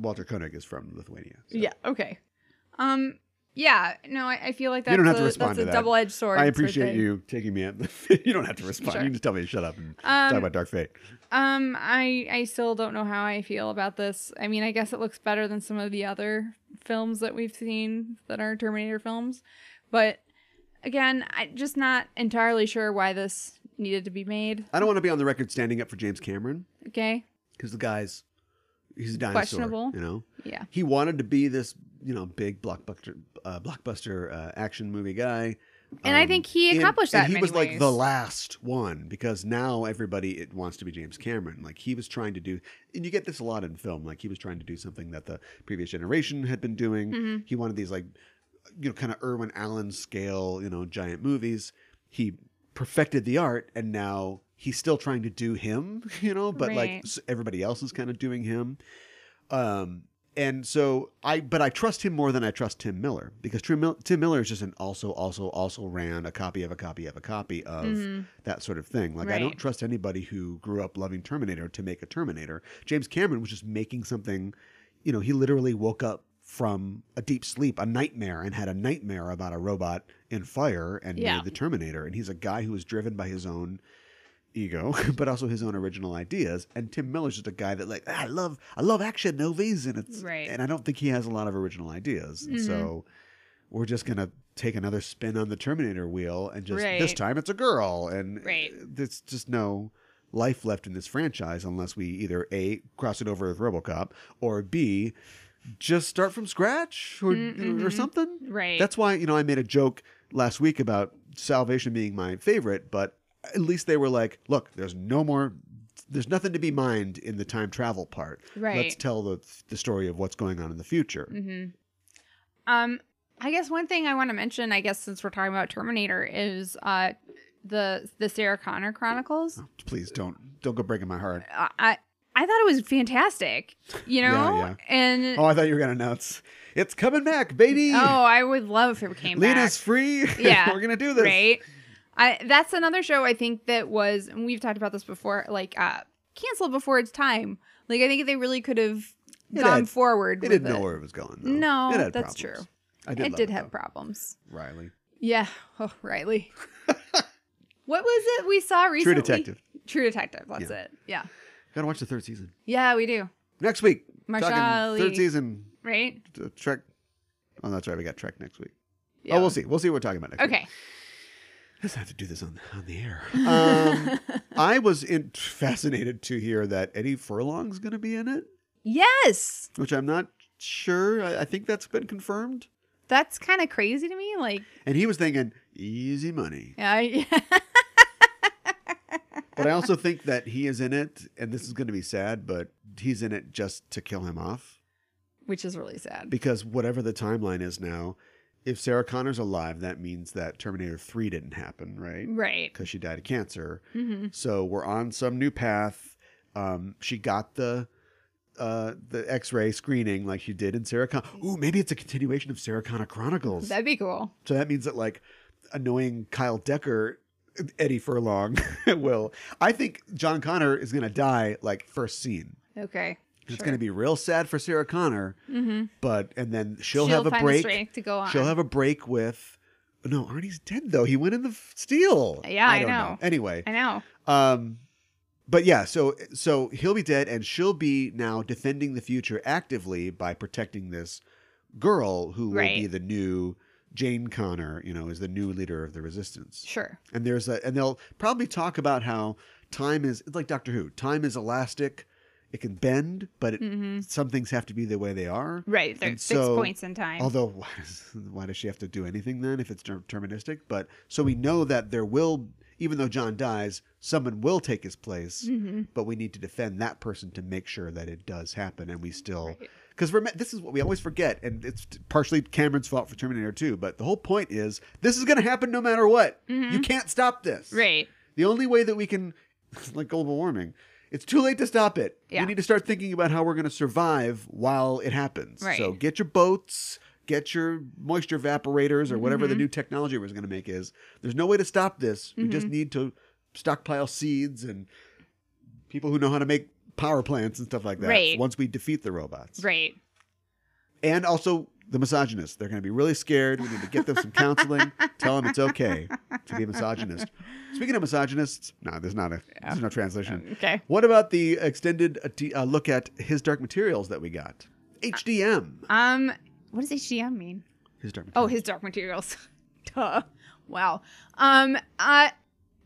Speaker 1: Walter Koenig is from Lithuania. so.
Speaker 2: Yeah. Okay. Um. Yeah. No, I, I feel like that's
Speaker 1: You don't have
Speaker 2: a,
Speaker 1: to respond
Speaker 2: that's
Speaker 1: to
Speaker 2: a
Speaker 1: that.
Speaker 2: double-edged sword.
Speaker 1: I
Speaker 2: sort of
Speaker 1: appreciate
Speaker 2: thing.
Speaker 1: you taking me up. you don't have to respond.
Speaker 2: Sure.
Speaker 1: You can just tell me to shut up and
Speaker 2: Um,
Speaker 1: talk about Dark Fate.
Speaker 2: Um. I I still don't know how I feel about this. I mean, I guess it looks better than some of the other films that we've seen that are Terminator films, but again, I just not entirely sure why this needed to be made.
Speaker 1: I don't want to be on the record standing up for James Cameron
Speaker 2: Okay.
Speaker 1: because the guy's he's a dinosaur.
Speaker 2: Questionable.
Speaker 1: You know.
Speaker 2: Yeah.
Speaker 1: he wanted to be this you know big blockbuster uh, blockbuster uh, action movie guy Um,
Speaker 2: And I think he accomplished
Speaker 1: and
Speaker 2: that in
Speaker 1: he
Speaker 2: many
Speaker 1: was like
Speaker 2: ways.
Speaker 1: the last one because now everybody it wants to be james cameron like he was trying to do and you get this a lot in film like he was trying to do something that the previous generation had been doing
Speaker 2: Mm-hmm.
Speaker 1: he wanted these like you know kind of irwin allen scale you know giant movies he perfected the art and now he's still trying to do him you know but like
Speaker 2: Right.
Speaker 1: s- everybody else is kind of doing him um, and so I, but I trust him more than I trust Tim Miller because Tim, Mil- Tim Miller is just an also, also, also ran a copy of a copy of a copy of that sort of thing. Like I don't
Speaker 2: Mm-hmm. Right.
Speaker 1: trust anybody who grew up loving Terminator to make a Terminator. James Cameron was just making something, you know, he literally woke up from a deep sleep, a nightmare, and had a nightmare about a robot in fire and
Speaker 2: Yeah.
Speaker 1: made the Terminator. And he's a guy who was driven by his own ego, but also his own original ideas. And Tim Miller's just a guy that like "Ah, I love I love action movies, and it's
Speaker 2: Right.
Speaker 1: And I don't think he has a lot of original ideas, and so
Speaker 2: Mm-hmm.
Speaker 1: we're just gonna take another spin on the Terminator wheel, and just this
Speaker 2: Right.
Speaker 1: time it's a girl, and
Speaker 2: Right.
Speaker 1: there's just no life left in this franchise unless we either a cross it over with RoboCop or b just start from scratch or
Speaker 2: Mm-hmm.
Speaker 1: or something.
Speaker 2: Right.
Speaker 1: That's why, you know, I made a joke last week about Salvation being my favorite, but at least they were like, look, there's no more there's nothing to be mined in the time travel part. Let's
Speaker 2: Right. Mm.
Speaker 1: tell the the story of what's going on in the future.
Speaker 2: Mm-hmm. Um, I guess one thing I want to mention, I guess since we're talking about Terminator, is uh the the Sarah Connor Chronicles.
Speaker 1: Please don't don't go breaking my heart.
Speaker 2: I I, I thought it was fantastic, you
Speaker 1: Oh. Yeah,
Speaker 2: know,
Speaker 1: yeah.
Speaker 2: and
Speaker 1: Oh,
Speaker 2: oh,
Speaker 1: I thought you were gonna announce it's coming back, baby.
Speaker 2: I would love if it came Oh, back.
Speaker 1: Lena's free.
Speaker 2: Yeah,
Speaker 1: we're gonna do this.
Speaker 2: Right. I that's another show I think that was, and we've talked about this before, like uh canceled before its time. Like I think they really could have
Speaker 1: It
Speaker 2: gone
Speaker 1: had-
Speaker 2: forward.
Speaker 1: It
Speaker 2: with
Speaker 1: didn't know
Speaker 2: it.
Speaker 1: where it was going. Though.
Speaker 2: No,
Speaker 1: it had
Speaker 2: that's
Speaker 1: problems.
Speaker 2: true.
Speaker 1: I did.
Speaker 2: it
Speaker 1: love
Speaker 2: did have
Speaker 1: though.
Speaker 2: problems.
Speaker 1: Riley.
Speaker 2: Yeah. Oh, Riley. what was it we saw recently?
Speaker 1: Detective.
Speaker 2: True Detective. That's
Speaker 1: Yeah.
Speaker 2: it. Yeah.
Speaker 1: Gotta watch the third season
Speaker 2: Yeah, we do.
Speaker 1: next week.
Speaker 2: Marsha
Speaker 1: talking
Speaker 2: Lee.
Speaker 1: third season
Speaker 2: Right?
Speaker 1: uh, Trek. Oh, that's right. We got Trek next week.
Speaker 2: Yeah.
Speaker 1: Oh, we'll see. We'll see what we're talking about next week.
Speaker 2: Okay.
Speaker 1: I just have to do this on, on the air. Um, I was in, fascinated to hear that Eddie Furlong's going to be in it,
Speaker 2: Yes.
Speaker 1: which I'm not sure. I, I think that's been confirmed.
Speaker 2: That's kind of crazy to me. Like,
Speaker 1: And he was thinking, easy money.
Speaker 2: yeah, yeah.
Speaker 1: But I also think that he is in it, and this is going to be sad, but he's in it just to kill him off.
Speaker 2: which is really sad.
Speaker 1: Because whatever the timeline is now, if Sarah Connor's alive, that means that Terminator 3 didn't happen, right?
Speaker 2: Right.
Speaker 1: because she died of cancer.
Speaker 2: Mhm.
Speaker 1: So we're on some new path. Um, she got the uh, the X-ray screening like she did in Sarah Con. Ooh, maybe it's a continuation of Sarah Connor Chronicles.
Speaker 2: That'd be cool.
Speaker 1: so that means that like annoying Kyle Decker, Eddie Furlong will. I think John Connor is gonna die like first scene.
Speaker 2: Okay. Mm-hmm.
Speaker 1: It's gonna be real sad for Sarah Connor, but and then she'll, have a
Speaker 2: find The
Speaker 1: break.
Speaker 2: strength to go on.
Speaker 1: She'll have a break with. No, Arnie's dead though. He went in the f- steel.
Speaker 2: Yeah, I
Speaker 1: don't
Speaker 2: know.
Speaker 1: Anyway,
Speaker 2: I know.
Speaker 1: um, but yeah, so so he'll be dead, and she'll be now defending the future actively by protecting this girl who will be
Speaker 2: Right.
Speaker 1: the new Jane Connor. You know, is the new leader of the resistance.
Speaker 2: Sure.
Speaker 1: And there's a, and they'll probably talk about how time is it's like Doctor Who. Time is elastic; it can bend, but it, some things have to be the way they are.
Speaker 2: Mm-hmm. Right. There's
Speaker 1: And
Speaker 2: six
Speaker 1: so-
Speaker 2: points in time.
Speaker 1: Although, why does, why does she have to do anything then if it's deterministic? But so we know that there will, even though John dies, someone will take his place.
Speaker 2: Mm-hmm.
Speaker 1: But we need to defend that person to make sure that it does happen, and we still.
Speaker 2: Right.
Speaker 1: Because this is what we always forget, and it's partially Cameron's fault for Terminator 2. But the whole point is this is going to happen no matter what. You can't stop this.
Speaker 2: Mm-hmm. right.
Speaker 1: The only way that we can, like global warming, it's too late to stop it.
Speaker 2: Yeah.
Speaker 1: We need to start thinking about how we're going to survive while it happens.
Speaker 2: Right.
Speaker 1: So get your boats, get your moisture evaporators, or whatever the
Speaker 2: Mm-hmm.
Speaker 1: new technology we're going to make is. There's no way to stop this. We
Speaker 2: Mm-hmm.
Speaker 1: just need to stockpile seeds and people who know how to make power plants and stuff like that.
Speaker 2: Right.
Speaker 1: Once we defeat the robots,
Speaker 2: Right.
Speaker 1: and also the misogynists, they're going to be really scared. We need to get them some counseling. Tell them it's okay to be a misogynist. Speaking of misogynists, no, there's not a there's no translation.
Speaker 2: Okay.
Speaker 1: What about the extended uh, t- uh, look at His Dark Materials that we got? HDM.
Speaker 2: Um, what does HDM mean?
Speaker 1: His Dark
Speaker 2: Oh,
Speaker 1: Materials.
Speaker 2: his dark materials. Duh. Wow. Um. I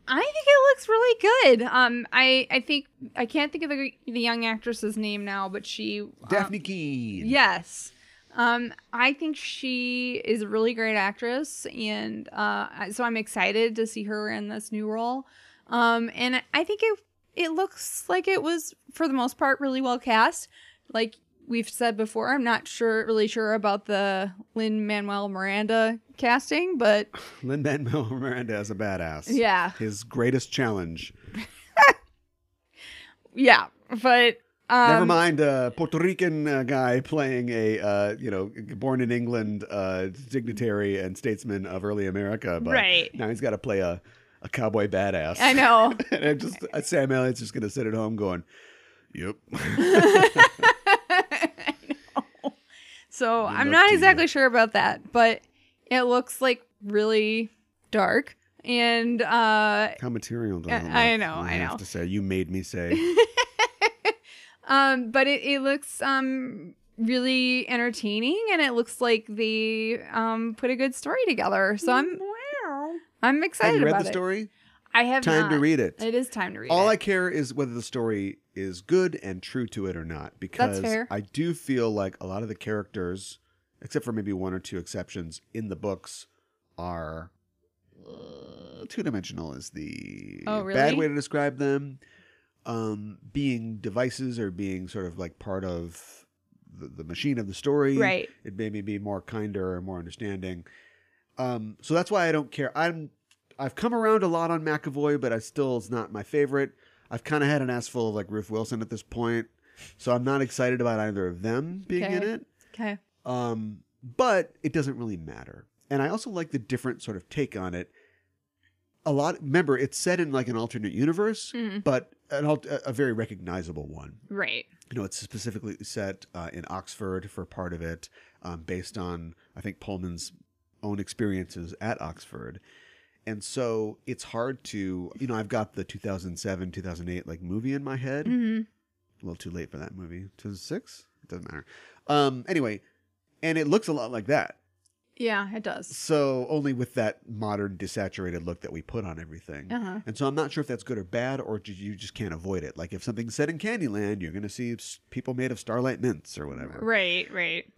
Speaker 2: I think it looks really good. Um. I I think I can't think of the the young actress's name now, but she um,
Speaker 1: Daphne Keene.
Speaker 2: Yes. Um, I think she is a really great actress, and uh, I- so I'm excited to see her in this new role. Um, and I- I think it it looks like it was for the most part really well cast. Like we've said before, I'm not sure really sure about the Lynn Manuel Miranda casting, but
Speaker 1: Lin Manuel Miranda as a badass.
Speaker 2: yeah,
Speaker 1: His greatest challenge.
Speaker 2: yeah, but um,
Speaker 1: Never mind a Puerto Rican uh, guy playing a uh, you know born in England uh, dignitary and statesman of early America, but
Speaker 2: Right.
Speaker 1: now he's got to play a, a cowboy badass.
Speaker 2: I know.
Speaker 1: and I'm just uh, Sam Elliott's just gonna sit at home going, "Yep."
Speaker 2: I know. So I'm
Speaker 1: look
Speaker 2: not
Speaker 1: to
Speaker 2: exactly sure about that, but it looks like really dark. And uh
Speaker 1: How material do
Speaker 2: I-
Speaker 1: look?
Speaker 2: I know, I
Speaker 1: have
Speaker 2: know.
Speaker 1: to say, you made me say.
Speaker 2: um but it, it looks um really entertaining and it looks like they um put a good story together. So I'm I'm
Speaker 1: Have
Speaker 2: excited
Speaker 1: you read
Speaker 2: about
Speaker 1: the
Speaker 2: it.
Speaker 1: story?
Speaker 2: I have
Speaker 1: Time to
Speaker 2: not.
Speaker 1: read it.
Speaker 2: It is time to read
Speaker 1: All
Speaker 2: it.
Speaker 1: I care is whether the story is good and true to it or not, because
Speaker 2: fair.
Speaker 1: I do feel like a lot of the characters, except for maybe one or two exceptions in the books, are uh, two dimensional. Is the
Speaker 2: Oh, really?
Speaker 1: bad way to describe them? Um, being devices or being sort of like part of the, the machine of the story,
Speaker 2: Right.
Speaker 1: It made me be more kinder and more understanding. Um, so that's why I don't care. I'm I've come around a lot on McAvoy, but I still is not my favorite. I've kind of had an ass full of like Ruth Wilson at this point, so I'm not excited about either of them being in
Speaker 2: Okay.
Speaker 1: it.
Speaker 2: okay.
Speaker 1: Um, but it doesn't really matter. And I also like the different sort of take on it. A lot. Remember, it's set in like an alternate universe,
Speaker 2: Mhm.
Speaker 1: but an alt- a a very recognizable one
Speaker 2: Right.
Speaker 1: you know, it's specifically set uh, in Oxford for part of it, um, based on I think Pullman's own experiences at Oxford, and so it's hard to, you know, I've got the 2007, 2008 like movie in my head.
Speaker 2: Mhm.
Speaker 1: A little too late for that movie. 2006, it doesn't matter. Um, anyway, and it looks a lot like that.
Speaker 2: Yeah, it does.
Speaker 1: So only with that modern desaturated look that we put on everything.
Speaker 2: Uh-huh.
Speaker 1: And so I'm not sure if that's good or bad, or ju- you just can't avoid it. Like if something's set in Candyland, you're going to see s- people made of starlight mints or whatever.
Speaker 2: Right, right.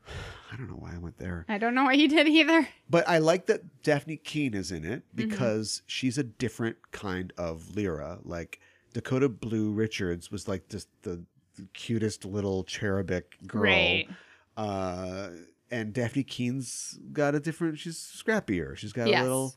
Speaker 1: I don't know why I went there,
Speaker 2: I don't know what you did either.
Speaker 1: but I like that Daphne Keene is in it
Speaker 2: Mm-hmm.
Speaker 1: because she's a different kind of Lyra. Like Dakota Blue Richards was like just the the cutest little cherubic girl,
Speaker 2: Right.
Speaker 1: uh, and Daphne Keene's got a different. She's scrappier. She's got
Speaker 2: Yes.
Speaker 1: a little.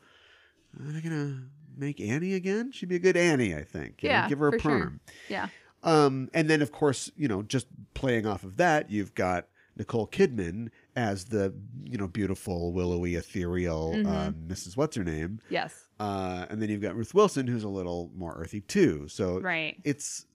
Speaker 1: Are they gonna make Annie again? She'd be a good Annie, I think. you know,
Speaker 2: Yeah,
Speaker 1: give her a
Speaker 2: for sure.
Speaker 1: perm.
Speaker 2: Yeah.
Speaker 1: Um, and then, of course, you know, just playing off of that, you've got Nicole Kidman as the you know beautiful, willowy, ethereal
Speaker 2: Mm-hmm.
Speaker 1: uh, Mrs. What's her name,
Speaker 2: Yes.
Speaker 1: uh, and then you've got Ruth Wilson, who's a little more earthy too. So
Speaker 2: Right.
Speaker 1: it's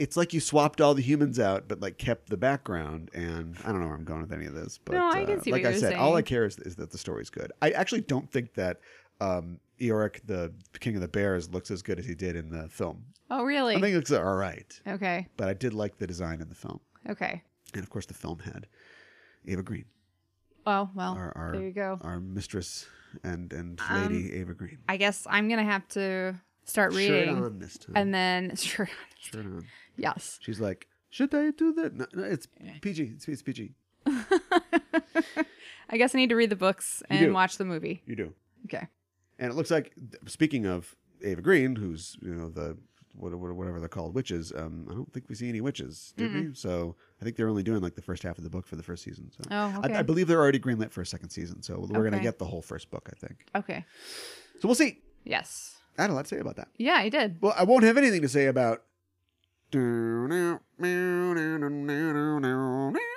Speaker 1: it's like you swapped all the humans out, but like kept the background. And I don't know where I'm going with any of this, but
Speaker 2: No, I can
Speaker 1: uh,
Speaker 2: see what
Speaker 1: like I
Speaker 2: you're
Speaker 1: said, all I
Speaker 2: saying.
Speaker 1: care is, is that the story's good. I actually don't think that um, Eoric, the King of the Bears, looks as good as he did in the film.
Speaker 2: Oh, really?
Speaker 1: I think it looks all right,
Speaker 2: okay.
Speaker 1: but I did like the design in the film,
Speaker 2: Okay.
Speaker 1: and of course the film had Ava Green,
Speaker 2: Oh, well,
Speaker 1: our our,
Speaker 2: there you go.
Speaker 1: our mistress and and lady Ava Green.
Speaker 2: I guess I'm going to have to start
Speaker 1: Shirt
Speaker 2: reading.
Speaker 1: on this time.
Speaker 2: And then, sure.
Speaker 1: Shirt on.
Speaker 2: Yes.
Speaker 1: She's like, should I do that? No, no it's PG. It's, it's PG.
Speaker 2: I guess I need to read the books
Speaker 1: You do.
Speaker 2: and watch the movie.
Speaker 1: You do.
Speaker 2: Okay.
Speaker 1: And it looks like, speaking of Ava Green, who's you know the what, what, whatever they're called witches. Um, I don't think we see any witches, do we? So I think they're only doing like the first half of the book for the first season. So
Speaker 2: Oh, okay.
Speaker 1: I, I believe they're already greenlit for a second season. So we're gonna
Speaker 2: Okay.
Speaker 1: get the whole first book, I think.
Speaker 2: Okay.
Speaker 1: So we'll see.
Speaker 2: Yes.
Speaker 1: I had a lot to say about that.
Speaker 2: Yeah, I did.
Speaker 1: Well, I won't have anything to say about.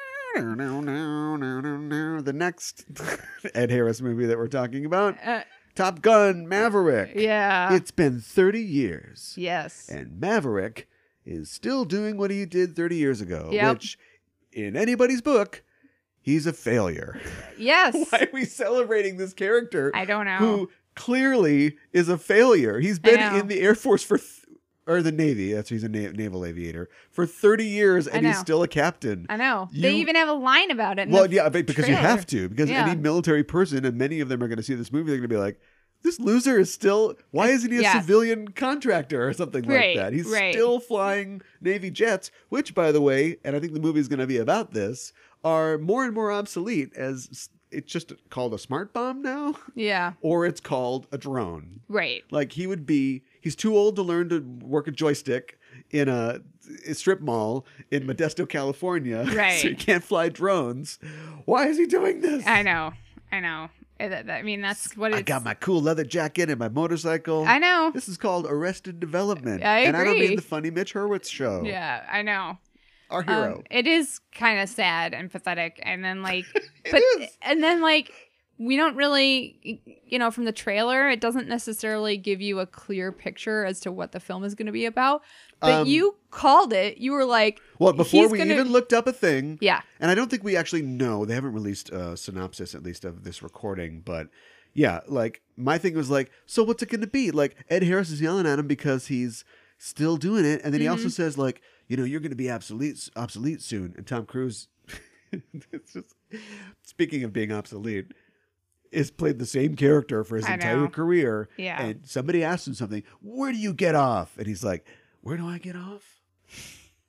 Speaker 1: The next Ed Harris movie that we're talking about,
Speaker 2: Uh,
Speaker 1: Top Gun Maverick.
Speaker 2: yeah.
Speaker 1: It's been 30 years,
Speaker 2: Ah. yes.
Speaker 1: and Maverick is still doing what he did 30 years ago,
Speaker 2: Yep.
Speaker 1: which, in anybody's book, he's a failure.
Speaker 2: yes.
Speaker 1: Why are we celebrating this character
Speaker 2: I don't know.
Speaker 1: who clearly is a failure? He's
Speaker 2: I
Speaker 1: been
Speaker 2: know.
Speaker 1: in the Air Force for. Th- or the Navy, that's he's a na- naval aviator, for 30 years, and he's
Speaker 2: know.
Speaker 1: still a captain.
Speaker 2: I know. they
Speaker 1: You-
Speaker 2: even have a line about it. in
Speaker 1: Well,
Speaker 2: the
Speaker 1: yeah, but because you
Speaker 2: trailer.
Speaker 1: have to, because
Speaker 2: Yeah.
Speaker 1: any military person, and many of them are going to see this movie, they're going to be like, this loser is still, why isn't he a
Speaker 2: Yeah.
Speaker 1: civilian contractor or something
Speaker 2: Right,
Speaker 1: like that? He's
Speaker 2: right.
Speaker 1: still flying Navy jets, which, by the way, and I think the movie's going to be about this, are more and more obsolete as s- it's just called a smart bomb now,
Speaker 2: Yeah.
Speaker 1: or it's called a drone.
Speaker 2: Right.
Speaker 1: Like he would be, he's too old to learn to work a joystick in a, a strip mall in Modesto, California. so he
Speaker 2: Right.
Speaker 1: can't fly drones. Why is he doing this?
Speaker 2: I know. I know. I, that- that- I mean, that's what it's.
Speaker 1: I got my cool leather jacket and my motorcycle.
Speaker 2: I know.
Speaker 1: This is called Arrested Development.
Speaker 2: I
Speaker 1: And I don't
Speaker 2: agree.
Speaker 1: mean the funny Mitch Hurwitz show.
Speaker 2: Yeah, I know.
Speaker 1: Our
Speaker 2: Um,
Speaker 1: hero.
Speaker 2: it is kind of sad and pathetic, and then like,
Speaker 1: It
Speaker 2: but uh,
Speaker 1: is.
Speaker 2: and then like, we don't really, you know, from the trailer, it doesn't necessarily give you a clear picture as to what the film is going to be about. But
Speaker 1: Um,
Speaker 2: you called it. You were like,
Speaker 1: well, before
Speaker 2: he's
Speaker 1: we
Speaker 2: gonna-
Speaker 1: even looked up a thing,
Speaker 2: yeah,
Speaker 1: And I don't think we actually know. They haven't released a synopsis, at least, of this recording. But yeah, like my thing was like, so what's it going to be? Like Ed Harris is yelling at him because he's still doing it, and then he
Speaker 2: Mm-hmm.
Speaker 1: also says like, you know, you're going to be obsolete, obsolete soon. And Tom Cruise, it's just speaking of being obsolete. Is played the same character for his
Speaker 2: I
Speaker 1: entire
Speaker 2: know.
Speaker 1: career.
Speaker 2: Yeah.
Speaker 1: And somebody asked him something, Where do you get off? And he's like, Where do I get off?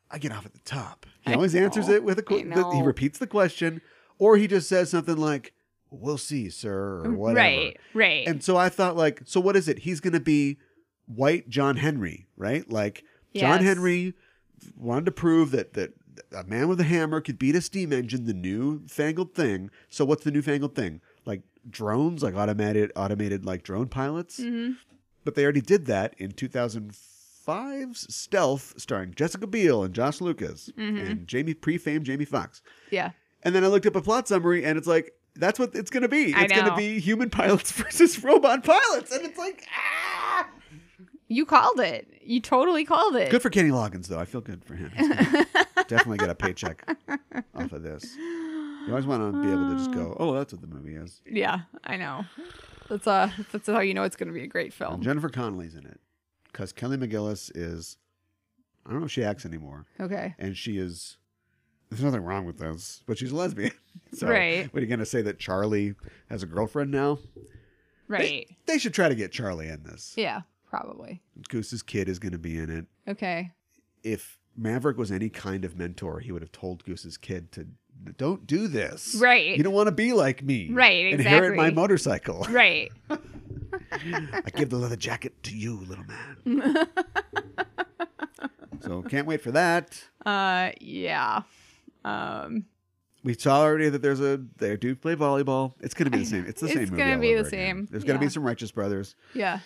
Speaker 1: I get off at the top. He
Speaker 2: I
Speaker 1: always answers
Speaker 2: know.
Speaker 1: it with a
Speaker 2: I
Speaker 1: qu- th- he
Speaker 2: know.
Speaker 1: repeats the question, or he just says something like, "We'll see, sir," or whatever.
Speaker 2: Mm, right, right,
Speaker 1: And so I thought, like, so what is it? He's going to be white John Henry, right? Like John
Speaker 2: Yes.
Speaker 1: Henry wanted to prove that that a man with a hammer could beat a steam engine, the new fangled thing. So what's the new fangled thing? Like drones, like automated automated like drone pilots.
Speaker 2: Mm-hmm.
Speaker 1: But they already did that in 2005's Stealth, starring Jessica Biel and Josh Lucas
Speaker 2: Mm-hmm.
Speaker 1: and Jamie pre-fame Jamie Foxx.
Speaker 2: yeah,
Speaker 1: And then I looked up a plot summary, and it's like that's what it's going to be.
Speaker 2: I
Speaker 1: It's going to
Speaker 2: know.
Speaker 1: be human pilots versus robot pilots, and it's like ah.
Speaker 2: you called it. You totally called it.
Speaker 1: Good for Kenny Loggins, though. I feel good for him. He's gonna Definitely get a paycheck off of this. You always want to be able to just go, oh, that's what the movie is.
Speaker 2: yeah, I know. That's uh, that's how you know it's going to be a great
Speaker 1: And
Speaker 2: film.
Speaker 1: Jennifer Connelly's in it because Kelly McGillis is, I don't know if she acts anymore,
Speaker 2: Okay.
Speaker 1: and she is. There's nothing wrong with this, but she's a lesbian. So,
Speaker 2: Right.
Speaker 1: What are you gonna say that Charlie has a girlfriend now?
Speaker 2: Right.
Speaker 1: They should try to get Charlie in this.
Speaker 2: Yeah, probably.
Speaker 1: Goose's kid is going to be in it.
Speaker 2: Okay.
Speaker 1: If Maverick was any kind of mentor, he would have told Goose's kid to don't do this.
Speaker 2: Right.
Speaker 1: You don't want to be like me.
Speaker 2: Right,
Speaker 1: Inherit my
Speaker 2: exactly.
Speaker 1: motorcycle.
Speaker 2: Right.
Speaker 1: I give the leather jacket to you, little man. so can't wait for that.
Speaker 2: Uh yeah. Um
Speaker 1: We saw already that there's a they do play volleyball. It's gonna be the same. It's the
Speaker 2: It's
Speaker 1: same movie.
Speaker 2: gonna
Speaker 1: all
Speaker 2: be the
Speaker 1: over again.
Speaker 2: same.
Speaker 1: There's gonna be
Speaker 2: Yeah.
Speaker 1: some righteous brothers.
Speaker 2: yeah.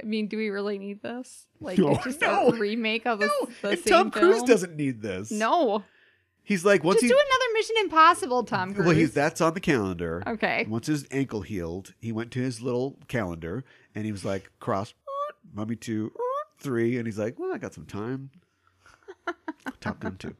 Speaker 2: I mean, do we really need this? Like,
Speaker 1: No,
Speaker 2: it's just
Speaker 1: no,
Speaker 2: a remake of the,
Speaker 1: No,
Speaker 2: the
Speaker 1: and
Speaker 2: same
Speaker 1: Tom Cruise
Speaker 2: film?
Speaker 1: doesn't need this.
Speaker 2: No,
Speaker 1: he's like once
Speaker 2: just
Speaker 1: he
Speaker 2: do another Mission Impossible, Tom Cruise.
Speaker 1: well, he's that's on the calendar.
Speaker 2: Okay.
Speaker 1: Once his ankle healed, he went to his little calendar and he was like, cross, mummy two, three, and he's like, well, I got some time. Top Gun two.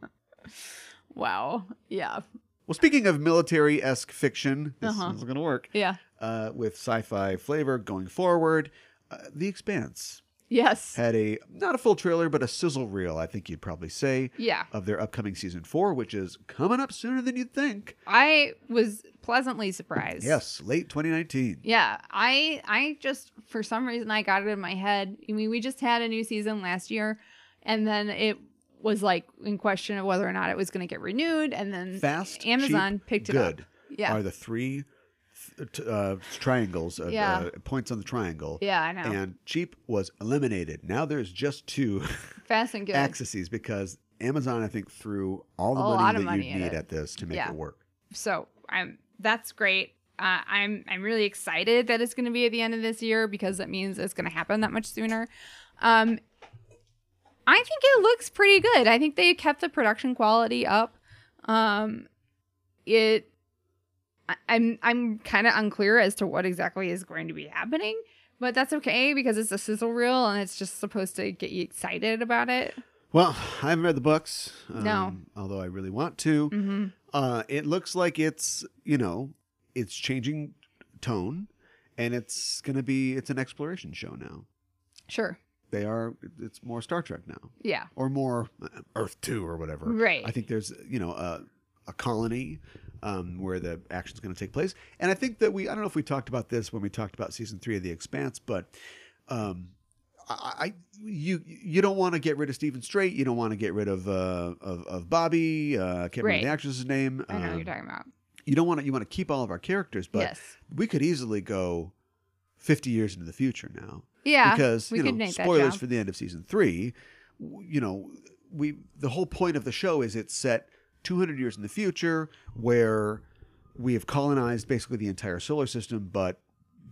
Speaker 2: Wow. Yeah.
Speaker 1: Well, speaking of military esque fiction, this
Speaker 2: Uh-huh.
Speaker 1: is going to work
Speaker 2: Yeah.
Speaker 1: uh, with sci fi flavor going forward. Uh, the Expanse
Speaker 2: Yes.
Speaker 1: had a not a full trailer, but a sizzle reel, I think you'd probably say,
Speaker 2: Yeah.
Speaker 1: of their upcoming season four, which is coming up sooner than you'd think.
Speaker 2: I was pleasantly surprised.
Speaker 1: Yes, late 2019.
Speaker 2: Yeah, I I just for some reason I got it in my head. I mean, we just had a new season last year, and then it was like in question of whether or not it was going to get renewed, and then
Speaker 1: Fast,
Speaker 2: Amazon
Speaker 1: cheap,
Speaker 2: picked it
Speaker 1: good
Speaker 2: up. Yeah,
Speaker 1: are the three th- t- uh, triangles, uh,
Speaker 2: Yeah.
Speaker 1: uh, points on the triangle.
Speaker 2: yeah, I know.
Speaker 1: And cheap was eliminated. Now there's just two
Speaker 2: Fast and good.
Speaker 1: axes because Amazon, I think, threw all the
Speaker 2: A
Speaker 1: money
Speaker 2: lot
Speaker 1: that
Speaker 2: of
Speaker 1: you
Speaker 2: money at
Speaker 1: need
Speaker 2: it.
Speaker 1: at this to make
Speaker 2: Yeah.
Speaker 1: it work.
Speaker 2: so I'm that's great. Uh, I'm I'm really excited that it's going to be at the end of this year because that means it's going to happen that much sooner. Um, I think it looks pretty good. I think they kept the production quality up. Um, it I- I'm I'm kind of unclear as to what exactly is going to be happening, but that's okay because it's a sizzle reel and it's just supposed to get you excited about it.
Speaker 1: Well, I haven't read the books. um,
Speaker 2: No.
Speaker 1: Although I really want to.
Speaker 2: Mm-hmm.
Speaker 1: Uh, it looks like it's, you know, it's changing tone and it's going to be, it's an exploration show now.
Speaker 2: Sure.
Speaker 1: They are, it's more Star Trek now
Speaker 2: Yeah.
Speaker 1: or more uh, Earth 2 or whatever.
Speaker 2: Right.
Speaker 1: I think there's, you know, a, a colony um, where the action's going to take place. And I think that we, I don't know if we talked about this when we talked about season three of The Expanse, but um, I, I, you, you don't want to get rid of Stephen Strait. You don't want to get rid of, uh, of, of Bobby. Uh, I can't remember
Speaker 2: Right.
Speaker 1: the actress's name.
Speaker 2: I know what
Speaker 1: Um,
Speaker 2: you're talking about.
Speaker 1: you don't want to, you want to keep all of our characters, but
Speaker 2: yes.
Speaker 1: we could easily go 50 years into the future now
Speaker 2: Yeah.
Speaker 1: because
Speaker 2: we
Speaker 1: you
Speaker 2: could
Speaker 1: know
Speaker 2: make that
Speaker 1: spoilers
Speaker 2: job.
Speaker 1: for the end of season three w- you know we the whole point of the show is it's set 200 years in the future where we have colonized basically the entire solar system but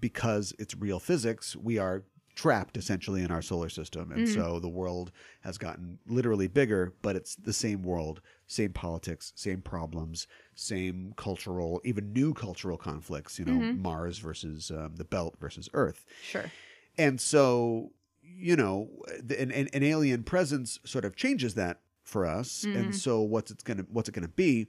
Speaker 1: because it's real physics we are trapped essentially in our solar system and
Speaker 2: Mm-hmm.
Speaker 1: so the world has gotten literally bigger but it's the same world same politics same problems same cultural even new cultural conflicts you know
Speaker 2: Mm-hmm.
Speaker 1: mars versus um, the belt versus earth
Speaker 2: Sure.
Speaker 1: and so, you know, the, an, an, an alien presence sort of changes that for us. And so what's it's gonna what's it gonna be?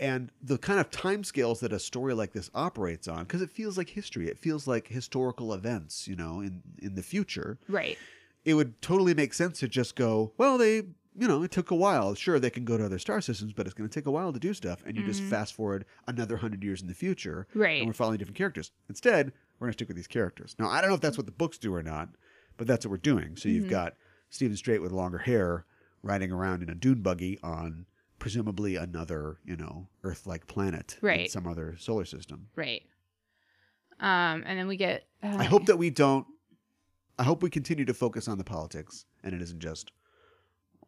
Speaker 1: And the kind of timescales that a story like this operates on, because it feels like history, it feels like historical events, you know, in in the future.
Speaker 2: Right.
Speaker 1: It would totally make sense to just go, well, they you know, it took a while. Sure, they can go to other star systems, but it's going to take a while to do stuff. And you just fast forward another hundred years in the future,
Speaker 2: Right.
Speaker 1: and we're following different characters. Instead, we're going to stick with these characters. Now, I don't know if that's what the books do or not, but that's what we're doing. So
Speaker 2: Mm-hmm.
Speaker 1: you've got Stephen Strait with longer hair riding around in a dune buggy on presumably another, you know, Earth-like planet in
Speaker 2: Right.
Speaker 1: some other solar system.
Speaker 2: Right. Um, and then we get. Uh,
Speaker 1: I hope that we don't. I hope we continue to focus on the politics, and it isn't just,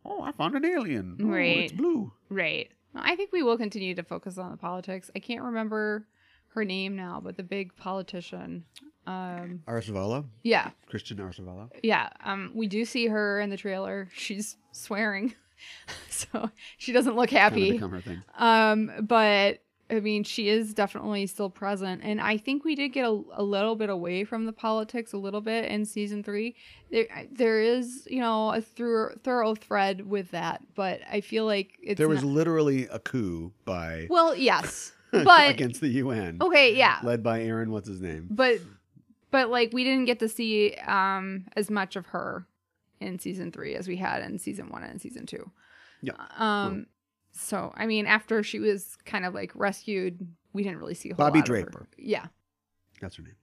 Speaker 1: oh, I found an alien. Oh, It's
Speaker 2: Right.
Speaker 1: blue.
Speaker 2: Right. I think we will continue to focus on the politics. I can't remember her name now, but the big politician. Um,
Speaker 1: Arsavala,
Speaker 2: yeah,
Speaker 1: Christian Arsavala.
Speaker 2: yeah. Um, we do see her in the trailer. She's swearing, so she doesn't look
Speaker 1: Kind of
Speaker 2: happy.
Speaker 1: become her thing.
Speaker 2: Um, but I mean, she is definitely still present, and I think we did get a, a little bit away from the politics a little bit in season three. There, there is you know a through, thorough thread with that, but I feel like it's
Speaker 1: There was
Speaker 2: not-
Speaker 1: literally a coup by
Speaker 2: well, yes, but
Speaker 1: against the UN,
Speaker 2: okay, yeah,
Speaker 1: led by Aaron. What's his name?
Speaker 2: but but like we didn't get to see um as much of her in season three as we had in season one and season two
Speaker 1: Yeah.
Speaker 2: um so i mean after she was kind of like rescued we didn't really see a whole
Speaker 1: Bobby
Speaker 2: lot of her.
Speaker 1: Draper.
Speaker 2: yeah
Speaker 1: That's her name.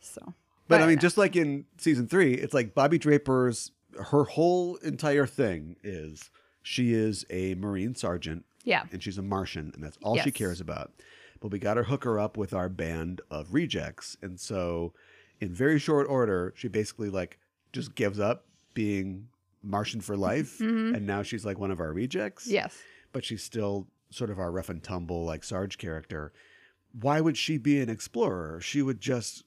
Speaker 2: so
Speaker 1: But,
Speaker 2: But-
Speaker 1: I mean, just like in season three, it's like Bobby Draper's her whole entire thing is she is a Marine sergeant
Speaker 2: yeah
Speaker 1: and she's a Martian, and that's all she
Speaker 2: Yes.
Speaker 1: cares about. But we got her hook her up with our band of rejects, and so in very short order, she basically like just gives up being Martian for life,
Speaker 2: Mhm.
Speaker 1: and now she's like one of our rejects.
Speaker 2: yes
Speaker 1: but she's still sort of our rough and tumble like Sarge character. Why would she be an explorer? She would just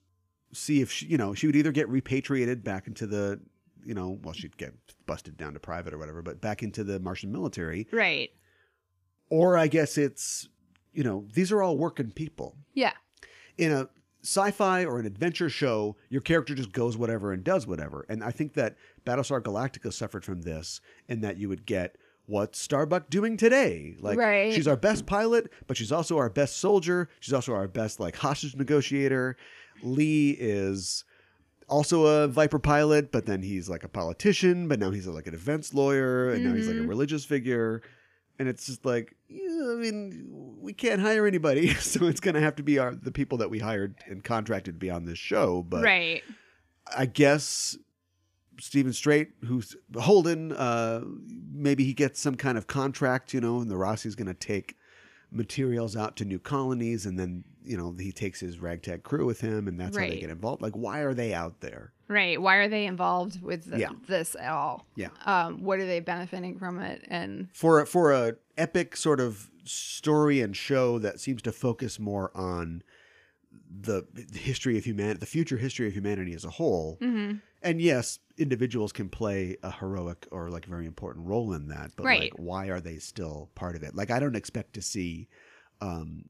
Speaker 1: see if she, you know she would either get repatriated back into the you know well she'd get busted down to private or whatever but back into the martian military
Speaker 3: Right.
Speaker 1: or i guess it's you know these are all working people
Speaker 2: Yeah.
Speaker 1: in a sci-fi or an adventure show, your character just goes whatever and does whatever. And I think that Battlestar Galactica suffered from this in that you would get what's Starbuck doing today? Like
Speaker 2: Right.
Speaker 1: she's our best pilot, but she's also our best soldier. She's also our best like hostage negotiator. Lee is also a Viper pilot, but then he's like a politician, but now he's like an events lawyer, and now he's like a religious figure. And it's just like, yeah, I mean, we can't hire anybody, so it's going to have to be our the people that we hired and contracted to be on this show. But
Speaker 3: right.
Speaker 1: I guess Stephen Strait, who's Holden, uh, maybe he gets some kind of contract, you know, and the Rossi's going to take materials out to new colonies, and then you know he takes his ragtag crew with him, and that's how they
Speaker 3: Right.
Speaker 1: get involved. Like, why are they out there?
Speaker 3: Right. Why are they involved with the,
Speaker 1: Yeah.
Speaker 3: this at all?
Speaker 1: Yeah.
Speaker 2: Um, what are they benefiting from it? And
Speaker 1: for a, for a epic sort of story and show that seems to focus more on the history of humanity, the future history of humanity as a whole.
Speaker 2: Mm-hmm.
Speaker 1: And yes, individuals can play a heroic or like very important role in that, but like
Speaker 3: Right.
Speaker 1: why are they still part of it? Like I don't expect to see um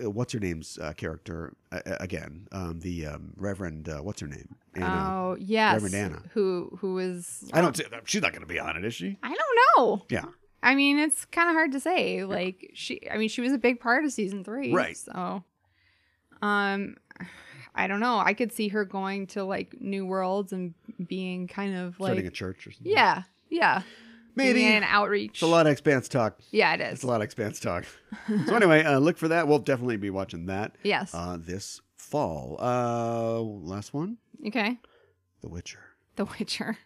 Speaker 1: uh, what's her name's uh, character uh, uh, again, um the um, Reverend uh, what's her name?
Speaker 2: oh yes,
Speaker 1: Reverend Anna.
Speaker 2: who who is
Speaker 1: I don't see she's not going to be on it, is she?
Speaker 3: I don't know.
Speaker 1: Yeah.
Speaker 2: I mean, it's kind of hard to say. Like she, I mean, she was a big part of season three,
Speaker 1: Right.
Speaker 2: So, um, I don't know. I could see her going to like new worlds and being kind of
Speaker 1: Starting a
Speaker 2: like,
Speaker 1: church or something.
Speaker 2: yeah, yeah,
Speaker 1: Maybe.
Speaker 2: being an outreach.
Speaker 1: It's a lot of expanse talk.
Speaker 2: Yeah, it is.
Speaker 1: It's a lot of expanse talk. so anyway, uh, look for that. We'll definitely be watching that
Speaker 2: Yes.
Speaker 1: uh, this fall. Uh, last one,
Speaker 2: okay.
Speaker 1: The Witcher.
Speaker 2: The Witcher.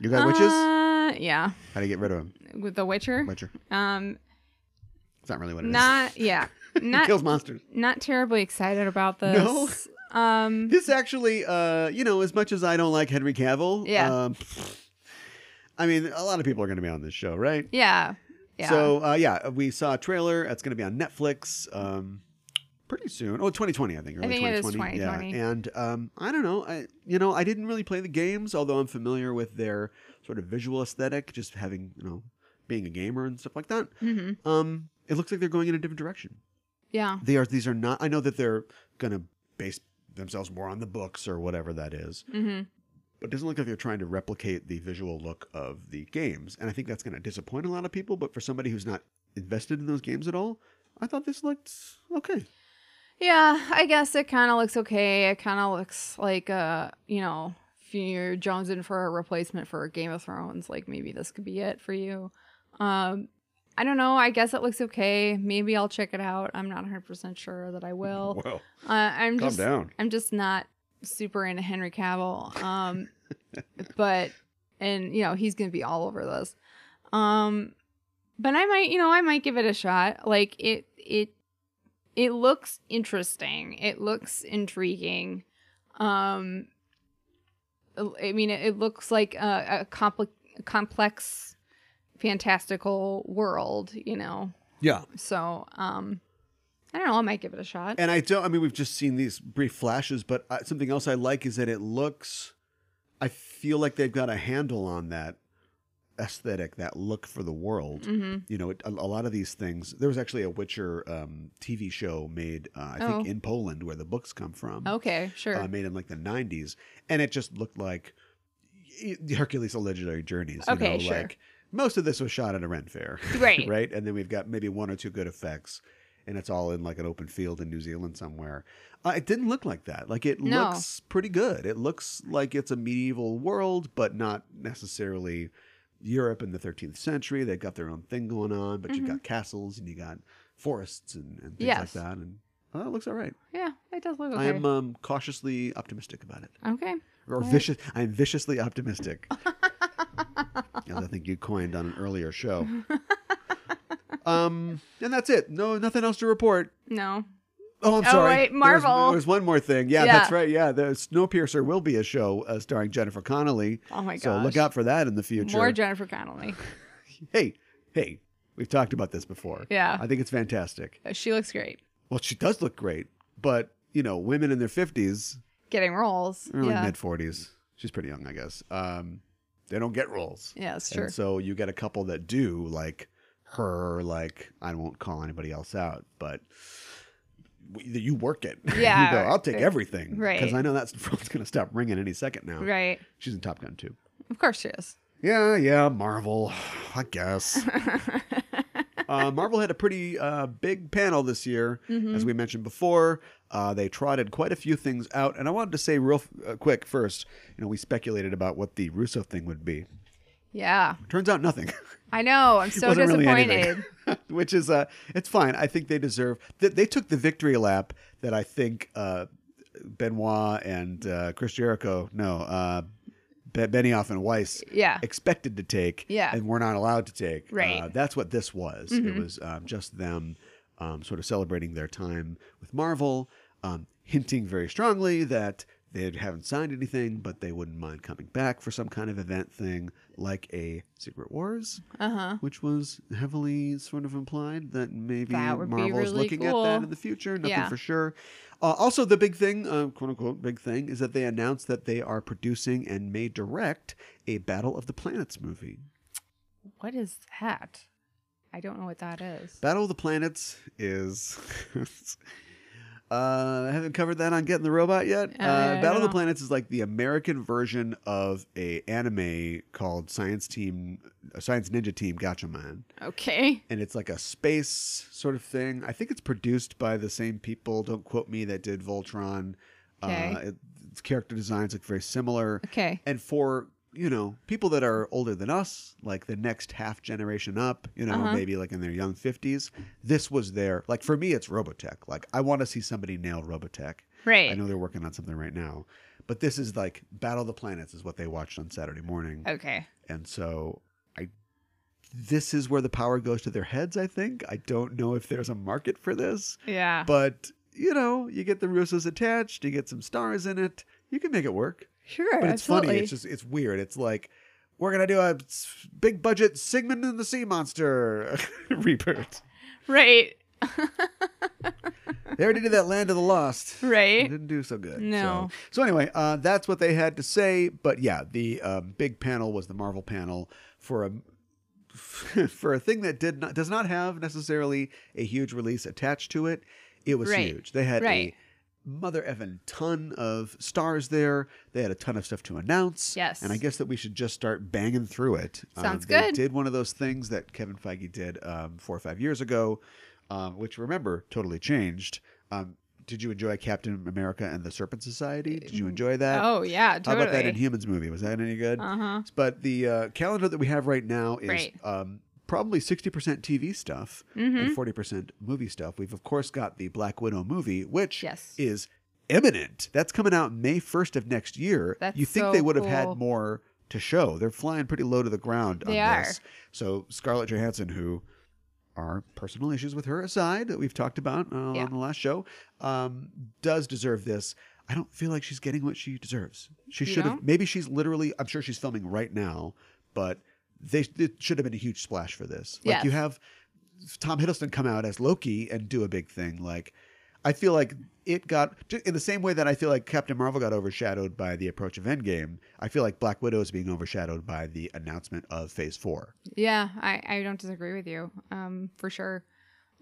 Speaker 1: You got witches?
Speaker 2: Uh, yeah,
Speaker 1: How do you get rid of them?
Speaker 2: with The Witcher.
Speaker 1: Witcher.
Speaker 2: Um,
Speaker 1: It's not really what it is.
Speaker 2: not yeah,
Speaker 1: it
Speaker 2: not
Speaker 1: kills monsters.
Speaker 2: not terribly excited about this.
Speaker 1: No?
Speaker 2: Um,
Speaker 1: This actually, uh, you know, as much as I don't like Henry Cavill,
Speaker 2: Yeah.
Speaker 1: Um, I mean, a lot of people are going to be on this show, right?
Speaker 2: yeah, yeah.
Speaker 1: So uh, yeah, we saw a trailer. It's going to be on Netflix um, pretty soon. Oh, 2020, I think. Early
Speaker 2: think it is
Speaker 1: 2020.
Speaker 2: 2020.
Speaker 1: Yeah, and um, I don't know. I you know I didn't really play the games, although I'm familiar with their sort of visual aesthetic, just having you know being a gamer and stuff like that.
Speaker 2: hmm
Speaker 1: Um, it looks like they're going in a different direction.
Speaker 2: yeah,
Speaker 1: They are these are not. I know that they're going to base themselves more on the books or whatever that is.
Speaker 2: hmm
Speaker 1: But it doesn't look like they're trying to replicate the visual look of the games. And I think that's going to disappoint a lot of people. But for somebody who's not invested in those games at all, I thought this looked okay.
Speaker 2: Yeah, I guess it kind of looks okay. It kind of looks like uh, you know, if you're jonesing for a replacement for Game of Thrones, like maybe this could be it for you. Um, I don't know. I guess it looks okay. Maybe I'll check it out. I'm not 100% sure that I will.
Speaker 1: Well,
Speaker 2: Uh, I'm just
Speaker 1: down.
Speaker 2: I'm just not super into Henry Cavill. Um, but and you know he's gonna be all over this. Um, but I might you know I might give it a shot. Like it it it looks interesting. It looks intriguing. Um, I mean it, it looks like a, a complex complex fantastical world. You know,
Speaker 1: Yeah.
Speaker 2: so um, I don't know. I might give it a shot.
Speaker 1: And I don't, I mean, we've just seen these brief flashes, but uh, something else I like is that it looks, I feel like they've got a handle on that aesthetic, that look for the world.
Speaker 2: Mm-hmm.
Speaker 1: you know, it, a, a lot of these things. There was actually a Witcher um, TV show made, uh, I think,
Speaker 2: Oh.
Speaker 1: in Poland, where the books come from.
Speaker 2: Okay, sure.
Speaker 1: Uh, made in like the '90s, and it just looked like y- Hercules: A Legendary Journeys. You
Speaker 2: Okay,
Speaker 1: know,
Speaker 2: sure.
Speaker 1: Like most of this was shot at a rent fair,
Speaker 3: Right.
Speaker 1: right? And then we've got maybe one or two good effects, and it's all in like an open field in New Zealand somewhere. Uh, it didn't look like that. Like it
Speaker 2: No.
Speaker 1: looks pretty good. It looks like it's a medieval world, but not necessarily Europe in the 13th century. They've got their own thing going on, but you've
Speaker 2: Mhm.
Speaker 1: got castles and you got forests and, and things
Speaker 2: Yes.
Speaker 1: like that. And well, it looks all right.
Speaker 2: Yeah, it does look okay.
Speaker 1: I am uh, um, cautiously optimistic about it.
Speaker 2: okay.
Speaker 1: Or
Speaker 2: Right.
Speaker 1: vicious. I am viciously optimistic. as I think you coined on an earlier show. Um, and that's it. No, nothing else to report.
Speaker 2: No.
Speaker 1: Oh, I'm
Speaker 2: Oh,
Speaker 1: sorry.
Speaker 2: wait,
Speaker 1: There was-
Speaker 2: Marvel.
Speaker 1: There was one more thing. Yeah,
Speaker 2: Yeah.
Speaker 1: that's right. Yeah, the Snowpiercer will be a show uh, starring Jennifer Connelly.
Speaker 2: Oh my gosh.
Speaker 1: So look out for that in the future.
Speaker 2: More Jennifer Connelly.
Speaker 1: hey, hey, we've talked about this before.
Speaker 2: Yeah.
Speaker 1: I think it's fantastic.
Speaker 2: She Uh, looks great.
Speaker 1: Well, she does look great, but you know, women in their 50s,
Speaker 2: Getting rolls.
Speaker 1: early
Speaker 2: yeah.
Speaker 1: mid 40s, she's pretty young, I guess, um, they don't get roles.
Speaker 2: yeah, that's true.
Speaker 1: And so you get a couple that do, like her, like, I won't call anybody else out, but w- you work it.
Speaker 3: Yeah.
Speaker 1: you go, I'll take everything.
Speaker 3: Right.
Speaker 1: Because I know that phone's going to stop ringing any second now.
Speaker 3: Right.
Speaker 1: She's in Top Gun, too.
Speaker 2: Of course she is.
Speaker 1: Yeah, yeah, Marvel, I guess. uh, Marvel had a pretty uh, big panel this year, as we mentioned before. Uh, they trotted quite a few things out, and I wanted to say real f- uh, quick first. You know, we speculated about what the Russo thing would be.
Speaker 3: Yeah.
Speaker 1: Turns out, nothing.
Speaker 3: I know. I'm so
Speaker 1: Wasn't really
Speaker 3: disappointed.
Speaker 1: anything. Which is uh, it's fine. I think they deserve. Th- they took the victory lap that I think uh, Benoit and uh, Chris Jericho, no, uh, Be- Benioff and Weiss,
Speaker 3: Yeah.
Speaker 1: expected to take,
Speaker 3: Yeah.
Speaker 1: and were not allowed to take.
Speaker 3: Right. Mm-hmm.
Speaker 1: Uh, that's what this was. It was um, just them um, sort of celebrating their time with Marvel, um, hinting very strongly that. They haven't signed anything, but they wouldn't mind coming back for some kind of event thing, like a Secret Wars
Speaker 2: Uh huh.
Speaker 1: which was heavily sort of implied that maybe
Speaker 3: That would be
Speaker 1: Marvel's
Speaker 3: really
Speaker 1: looking
Speaker 3: cool.
Speaker 1: at that in the future. Nothing
Speaker 3: Yeah.
Speaker 1: for sure. Uh, also, the big thing, uh, quote unquote, big thing, is that they announced that they are producing and may direct a Battle of the Planets movie.
Speaker 3: What is that? I don't know what that is.
Speaker 1: Battle of the Planets is. Uh, I haven't covered that on Getting the Robot yet.
Speaker 2: Uh,
Speaker 1: Uh,
Speaker 2: I don't
Speaker 1: Battle of the
Speaker 2: know.
Speaker 1: Planets is like the American version of a anime called Science Team, uh, Science Ninja Team Gatchaman.
Speaker 2: Okay.
Speaker 1: and it's like a space sort of thing. I think it's produced by the same people. Don't quote me that did Voltron. Uh,
Speaker 3: Okay.
Speaker 1: it, its character designs look very similar.
Speaker 3: Okay.
Speaker 1: And for you know people that are older than us, like the next half generation up, you know
Speaker 2: Uh-huh.
Speaker 1: maybe like in their young fifties, this was their like for me it's Robotech. Like I want to see somebody nail Robotech.
Speaker 3: Right.
Speaker 1: I know they're working on something right now, but this is like Battle of the Planets is what they watched on Saturday morning.
Speaker 3: Okay.
Speaker 1: And so I this is where the power goes to their heads, I think. I don't know if there's a market for this,
Speaker 3: Yeah.
Speaker 2: Uh-huh.
Speaker 1: but you know, you get the Russos attached, you get some stars in it, you can make it work.
Speaker 2: Sure.
Speaker 1: But it's
Speaker 2: absolutely.
Speaker 1: funny, it's just it's weird. It's like we're gonna do a s- big budget Sigmund and the Sea Monster rebirth.
Speaker 3: right.
Speaker 1: They already did that Land of the Lost. It
Speaker 3: Right.
Speaker 1: didn't do so good.
Speaker 2: No.
Speaker 1: So, so anyway, uh, that's what they had to say. But yeah, the um, big panel was the Marvel panel for a for a thing that did not does not have necessarily a huge release attached to it. It was
Speaker 3: Right.
Speaker 1: huge. They had
Speaker 3: Right.
Speaker 1: a mother effing ton of stars there. They had a ton of stuff to announce.
Speaker 3: Yes.
Speaker 1: And I guess that we should just start banging through it. Uh,
Speaker 3: Sounds
Speaker 1: they
Speaker 3: good.
Speaker 1: Did one of those things that Kevin Feige did um, four or five years ago, um, which remember totally changed. Um, did you enjoy Captain America and the Serpent Society? Did you enjoy that?
Speaker 3: Oh yeah.
Speaker 1: How
Speaker 3: Totally.
Speaker 1: about that Inhumans movie? Was that any good?
Speaker 3: Uh
Speaker 2: Uh-huh.
Speaker 3: huh.
Speaker 1: But the uh, calendar that we have right now is
Speaker 3: Right.
Speaker 1: um, probably 60% TV stuff
Speaker 3: Mm-hmm.
Speaker 1: and 40% movie stuff. We've, of course, got the Black Widow movie, which
Speaker 3: Yes.
Speaker 1: is imminent. That's coming out May 1st of next year.
Speaker 3: That's
Speaker 1: you think
Speaker 3: so
Speaker 1: they would have
Speaker 3: cool.
Speaker 1: had more to show. They're flying pretty low to the ground
Speaker 3: They
Speaker 1: on
Speaker 3: are.
Speaker 1: this. So Scarlett Johansson, who are personal issues with her aside that we've talked about uh,
Speaker 3: Yeah.
Speaker 1: on the last show, um, does deserve this. I don't feel like she's getting what she deserves. She
Speaker 3: You
Speaker 1: should have.
Speaker 3: don't?
Speaker 1: Maybe she's literally. I'm sure she's filming right now, but they it should have been a huge splash for this. Like
Speaker 3: Yes.
Speaker 1: you have Tom Hiddleston come out as Loki and do a big thing. Like I feel like it got ju- in the same way that I feel like Captain Marvel got overshadowed by the approach of Endgame. I feel like Black Widow is being overshadowed by the announcement of Phase Four.
Speaker 2: Yeah, I, I don't disagree with you. Um, for sure.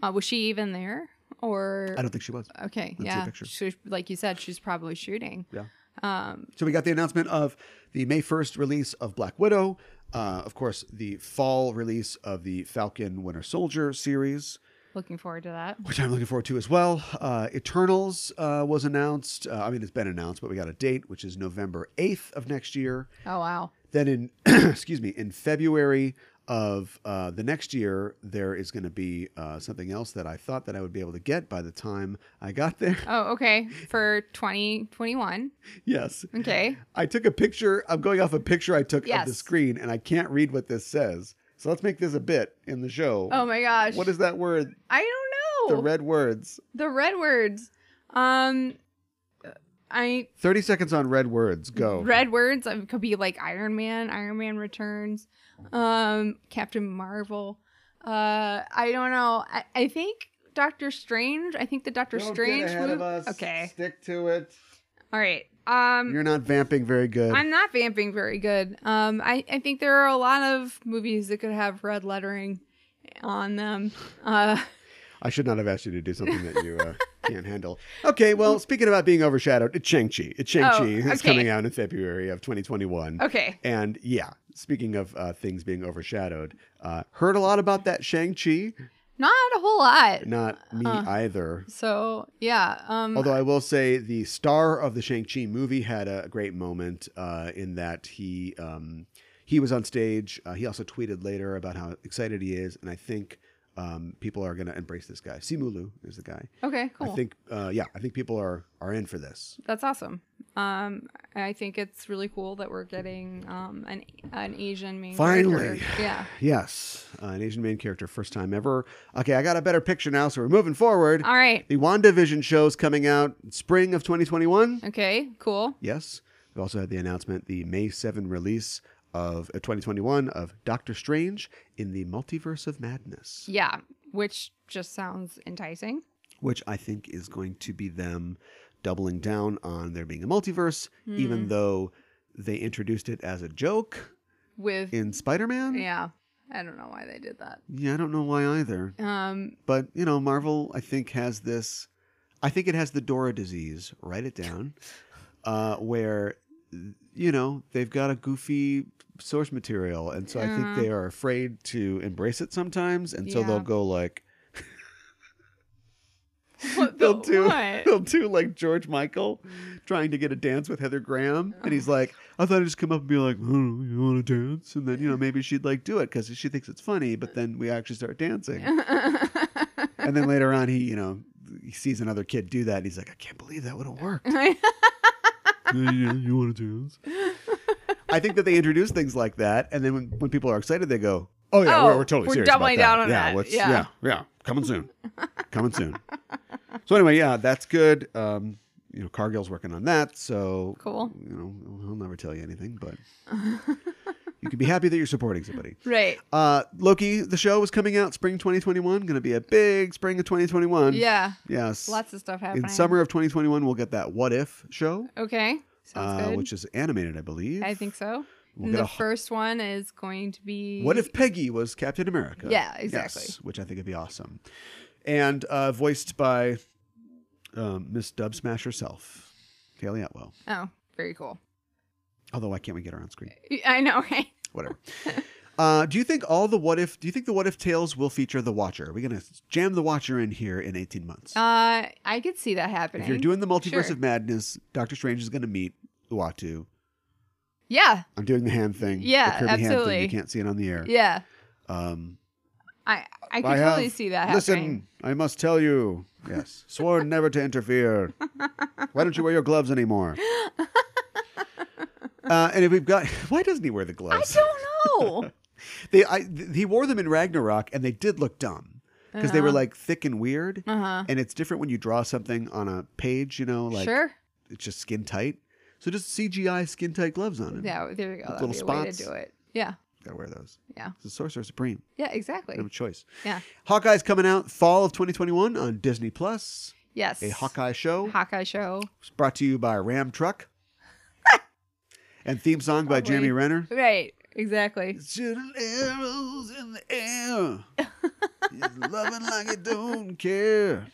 Speaker 2: Uh, was she even there? Or
Speaker 1: I don't think she was.
Speaker 2: okay,
Speaker 1: see a
Speaker 2: yeah.
Speaker 1: picture.
Speaker 2: She was, like you said, she's probably shooting.
Speaker 1: Yeah.
Speaker 2: Um,
Speaker 1: So we got the announcement of the May 1st release of Black Widow. Uh, of course, the fall release of the Falcon Winter Soldier series,
Speaker 2: looking forward to that.
Speaker 1: which I'm looking forward to as well. Uh, Eternals uh, was announced. Uh, I mean, it's been announced, but we got a date, which is November 8th of next year.
Speaker 3: Oh wow.
Speaker 1: Then in, excuse me, in February of uh, the next year, there is going to be uh, something else that I thought that I would be able to get by the time I got there.
Speaker 2: Oh, okay. For twenty twenty one.
Speaker 1: yes.
Speaker 2: Okay.
Speaker 1: I took a picture. I'm going off a picture I took of the
Speaker 3: Yes.
Speaker 1: screen, and I can't read what this says. So let's make this a bit in the show.
Speaker 2: Oh my gosh.
Speaker 1: What is that word?
Speaker 2: I don't know.
Speaker 1: The red words.
Speaker 2: The red words. Um, I
Speaker 1: 30 seconds on red words. Go.
Speaker 2: red words um, could be like Iron Man, Iron Man Returns, um, Captain Marvel. Uh, I don't know. I, I think Doctor Strange. I think the Doctor Strange move- Okay.
Speaker 1: Stick to it.
Speaker 2: All right. Um
Speaker 1: Mm. You're not vamping very good.
Speaker 2: I'm not vamping very good. Um I, I think there are a lot of movies that could have red lettering on them. Uh
Speaker 1: I should not have asked you to do something that you uh, can't handle. Okay, well, speaking about being overshadowed, it's Shang-Chi. It's Shang-Chi.
Speaker 2: Oh,
Speaker 1: It's
Speaker 2: okay.
Speaker 1: coming out in February of 2021.
Speaker 2: okay.
Speaker 1: And yeah, speaking of uh, things being overshadowed, uh, heard a lot about that Shang-Chi.
Speaker 2: Not a whole lot.
Speaker 1: Not me
Speaker 2: Uh-huh.
Speaker 1: either.
Speaker 2: So yeah. Um
Speaker 1: Although I will say the star of the Shang-Chi movie had a great moment uh, in that he um, he was on stage. Uh, he also tweeted later about how excited he is. And I think um, people are going to embrace this guy. Simu Liu is the guy.
Speaker 2: okay, cool.
Speaker 1: I think, uh, yeah, I think people are are in for this.
Speaker 2: That's awesome. Um, I think it's really cool that we're getting um, an an Asian main
Speaker 1: Finally.
Speaker 2: character. Yeah.
Speaker 1: Yes, uh, an Asian main character, first time ever. Okay, I got a better picture now, so we're moving forward.
Speaker 2: All right.
Speaker 1: The WandaVision show's coming out in spring of 2021.
Speaker 2: Okay. Cool.
Speaker 1: Yes, we also had the announcement, the May 7 release of uh, 2021 of Doctor Strange in the Multiverse of Madness,
Speaker 2: Yeah. Which just sounds enticing.
Speaker 1: which I think is going to be them doubling down on there being a multiverse, even though they introduced it as a joke
Speaker 2: With
Speaker 1: in Spider-Man.
Speaker 2: yeah, I don't know why they did that.
Speaker 1: Yeah, I don't know why either.
Speaker 2: Um,
Speaker 1: But, you know, Marvel, I think, has this. I think it has the Dora disease. Write it down. Uh, where, you know, they've got a goofy source material. And so I think
Speaker 2: Yeah.
Speaker 1: they are afraid to embrace it sometimes. And so
Speaker 2: Yeah.
Speaker 1: they'll go like.
Speaker 2: what
Speaker 1: They'll
Speaker 2: the-
Speaker 1: do,
Speaker 2: what?
Speaker 1: they'll do like George Michael trying to get a dance with Heather Graham. And he's like, I thought I'd just come up and be like, oh, you want to dance? And then, you know, maybe she'd like do it because she thinks it's funny. But then we actually start dancing. and then later on, he you know he sees another kid do that, and he's like, I can't believe that would have worked. you want to dance? I think that they introduce things like that, and then when, when people are excited, they go, Oh yeah,
Speaker 2: Oh,
Speaker 1: we're, we're totally
Speaker 2: we're
Speaker 1: serious about
Speaker 2: doubling
Speaker 1: that.
Speaker 2: down on
Speaker 1: yeah,
Speaker 2: that.
Speaker 1: what's-
Speaker 2: Yeah.
Speaker 1: yeah, yeah, coming soon, coming soon. So anyway, yeah, that's good. Um, you know, Cargill's working on that, so
Speaker 2: Cool.
Speaker 1: You know, he'll never tell you anything, but you can be happy that you're supporting somebody.
Speaker 2: right.
Speaker 1: Uh, Loki, the show was coming out spring 2021. Going to be a big spring of 2021.
Speaker 2: Yeah.
Speaker 1: Yes.
Speaker 2: Lots of stuff happening.
Speaker 1: In summer of 2021, we'll get that What If show,
Speaker 2: Okay. Sounds
Speaker 1: uh,
Speaker 2: good.
Speaker 1: which is animated, I believe.
Speaker 2: I think so.
Speaker 1: We'll
Speaker 2: and
Speaker 1: get
Speaker 2: the
Speaker 1: a wh-
Speaker 2: first one is going to be
Speaker 1: What if Peggy was Captain America?
Speaker 2: Yeah, exactly.
Speaker 1: Yes, which I think would be awesome. And uh, voiced by um, Miss Dub Smash herself, Kaylee Atwell.
Speaker 2: Oh, very cool.
Speaker 1: Although, why can't we get her on screen?
Speaker 2: I know, right?
Speaker 1: Whatever. Uh, do you think all the what if? Do you think the what if tales will feature the Watcher? Are we gonna jam the Watcher in here in eighteen months?
Speaker 2: Uh, I could see that happening.
Speaker 1: If you're doing the multiverse
Speaker 2: Sure.
Speaker 1: of madness, Doctor Strange is going to meet Uatu.
Speaker 2: yeah,
Speaker 1: I'm doing the hand thing. the
Speaker 2: Yeah,
Speaker 1: Kirby hand thing.
Speaker 2: absolutely.
Speaker 1: You can't see it on the air.
Speaker 2: yeah.
Speaker 1: Um,
Speaker 2: I I could
Speaker 1: I have-
Speaker 2: totally see that
Speaker 1: Listen,
Speaker 2: happening.
Speaker 1: I must tell you. Yes, sworn never to interfere. Why don't you wear your gloves anymore? Uh, and if we've got, why doesn't he wear the
Speaker 2: I
Speaker 1: gloves?
Speaker 2: don't know.
Speaker 1: They, I, th- he wore them in Ragnarok, and they did look dumb because they were like thick and weird.
Speaker 2: Uh-huh.
Speaker 1: And it's different when you draw something on a page, you know, like
Speaker 2: sure.
Speaker 1: it's just skin tight. So just CGI skin tight gloves on him.
Speaker 2: Yeah, there you go. That'd
Speaker 1: uh, little
Speaker 2: be a way to
Speaker 1: spots.
Speaker 2: do it. Yeah.
Speaker 1: gotta wear those.
Speaker 2: Yeah.
Speaker 1: It's a Sorcerer Supreme.
Speaker 2: Yeah, exactly.
Speaker 1: No choice.
Speaker 2: Yeah.
Speaker 1: Hawkeye's coming out fall of 2021 on Disney Plus.
Speaker 2: Yes.
Speaker 1: A Hawkeye show
Speaker 2: Hawkeye show.
Speaker 1: It's brought to you by Ram Truck and theme song by Jeremy Renner.
Speaker 2: Right. Exactly.
Speaker 1: Shooting arrows in the air. He's loving like he don't care.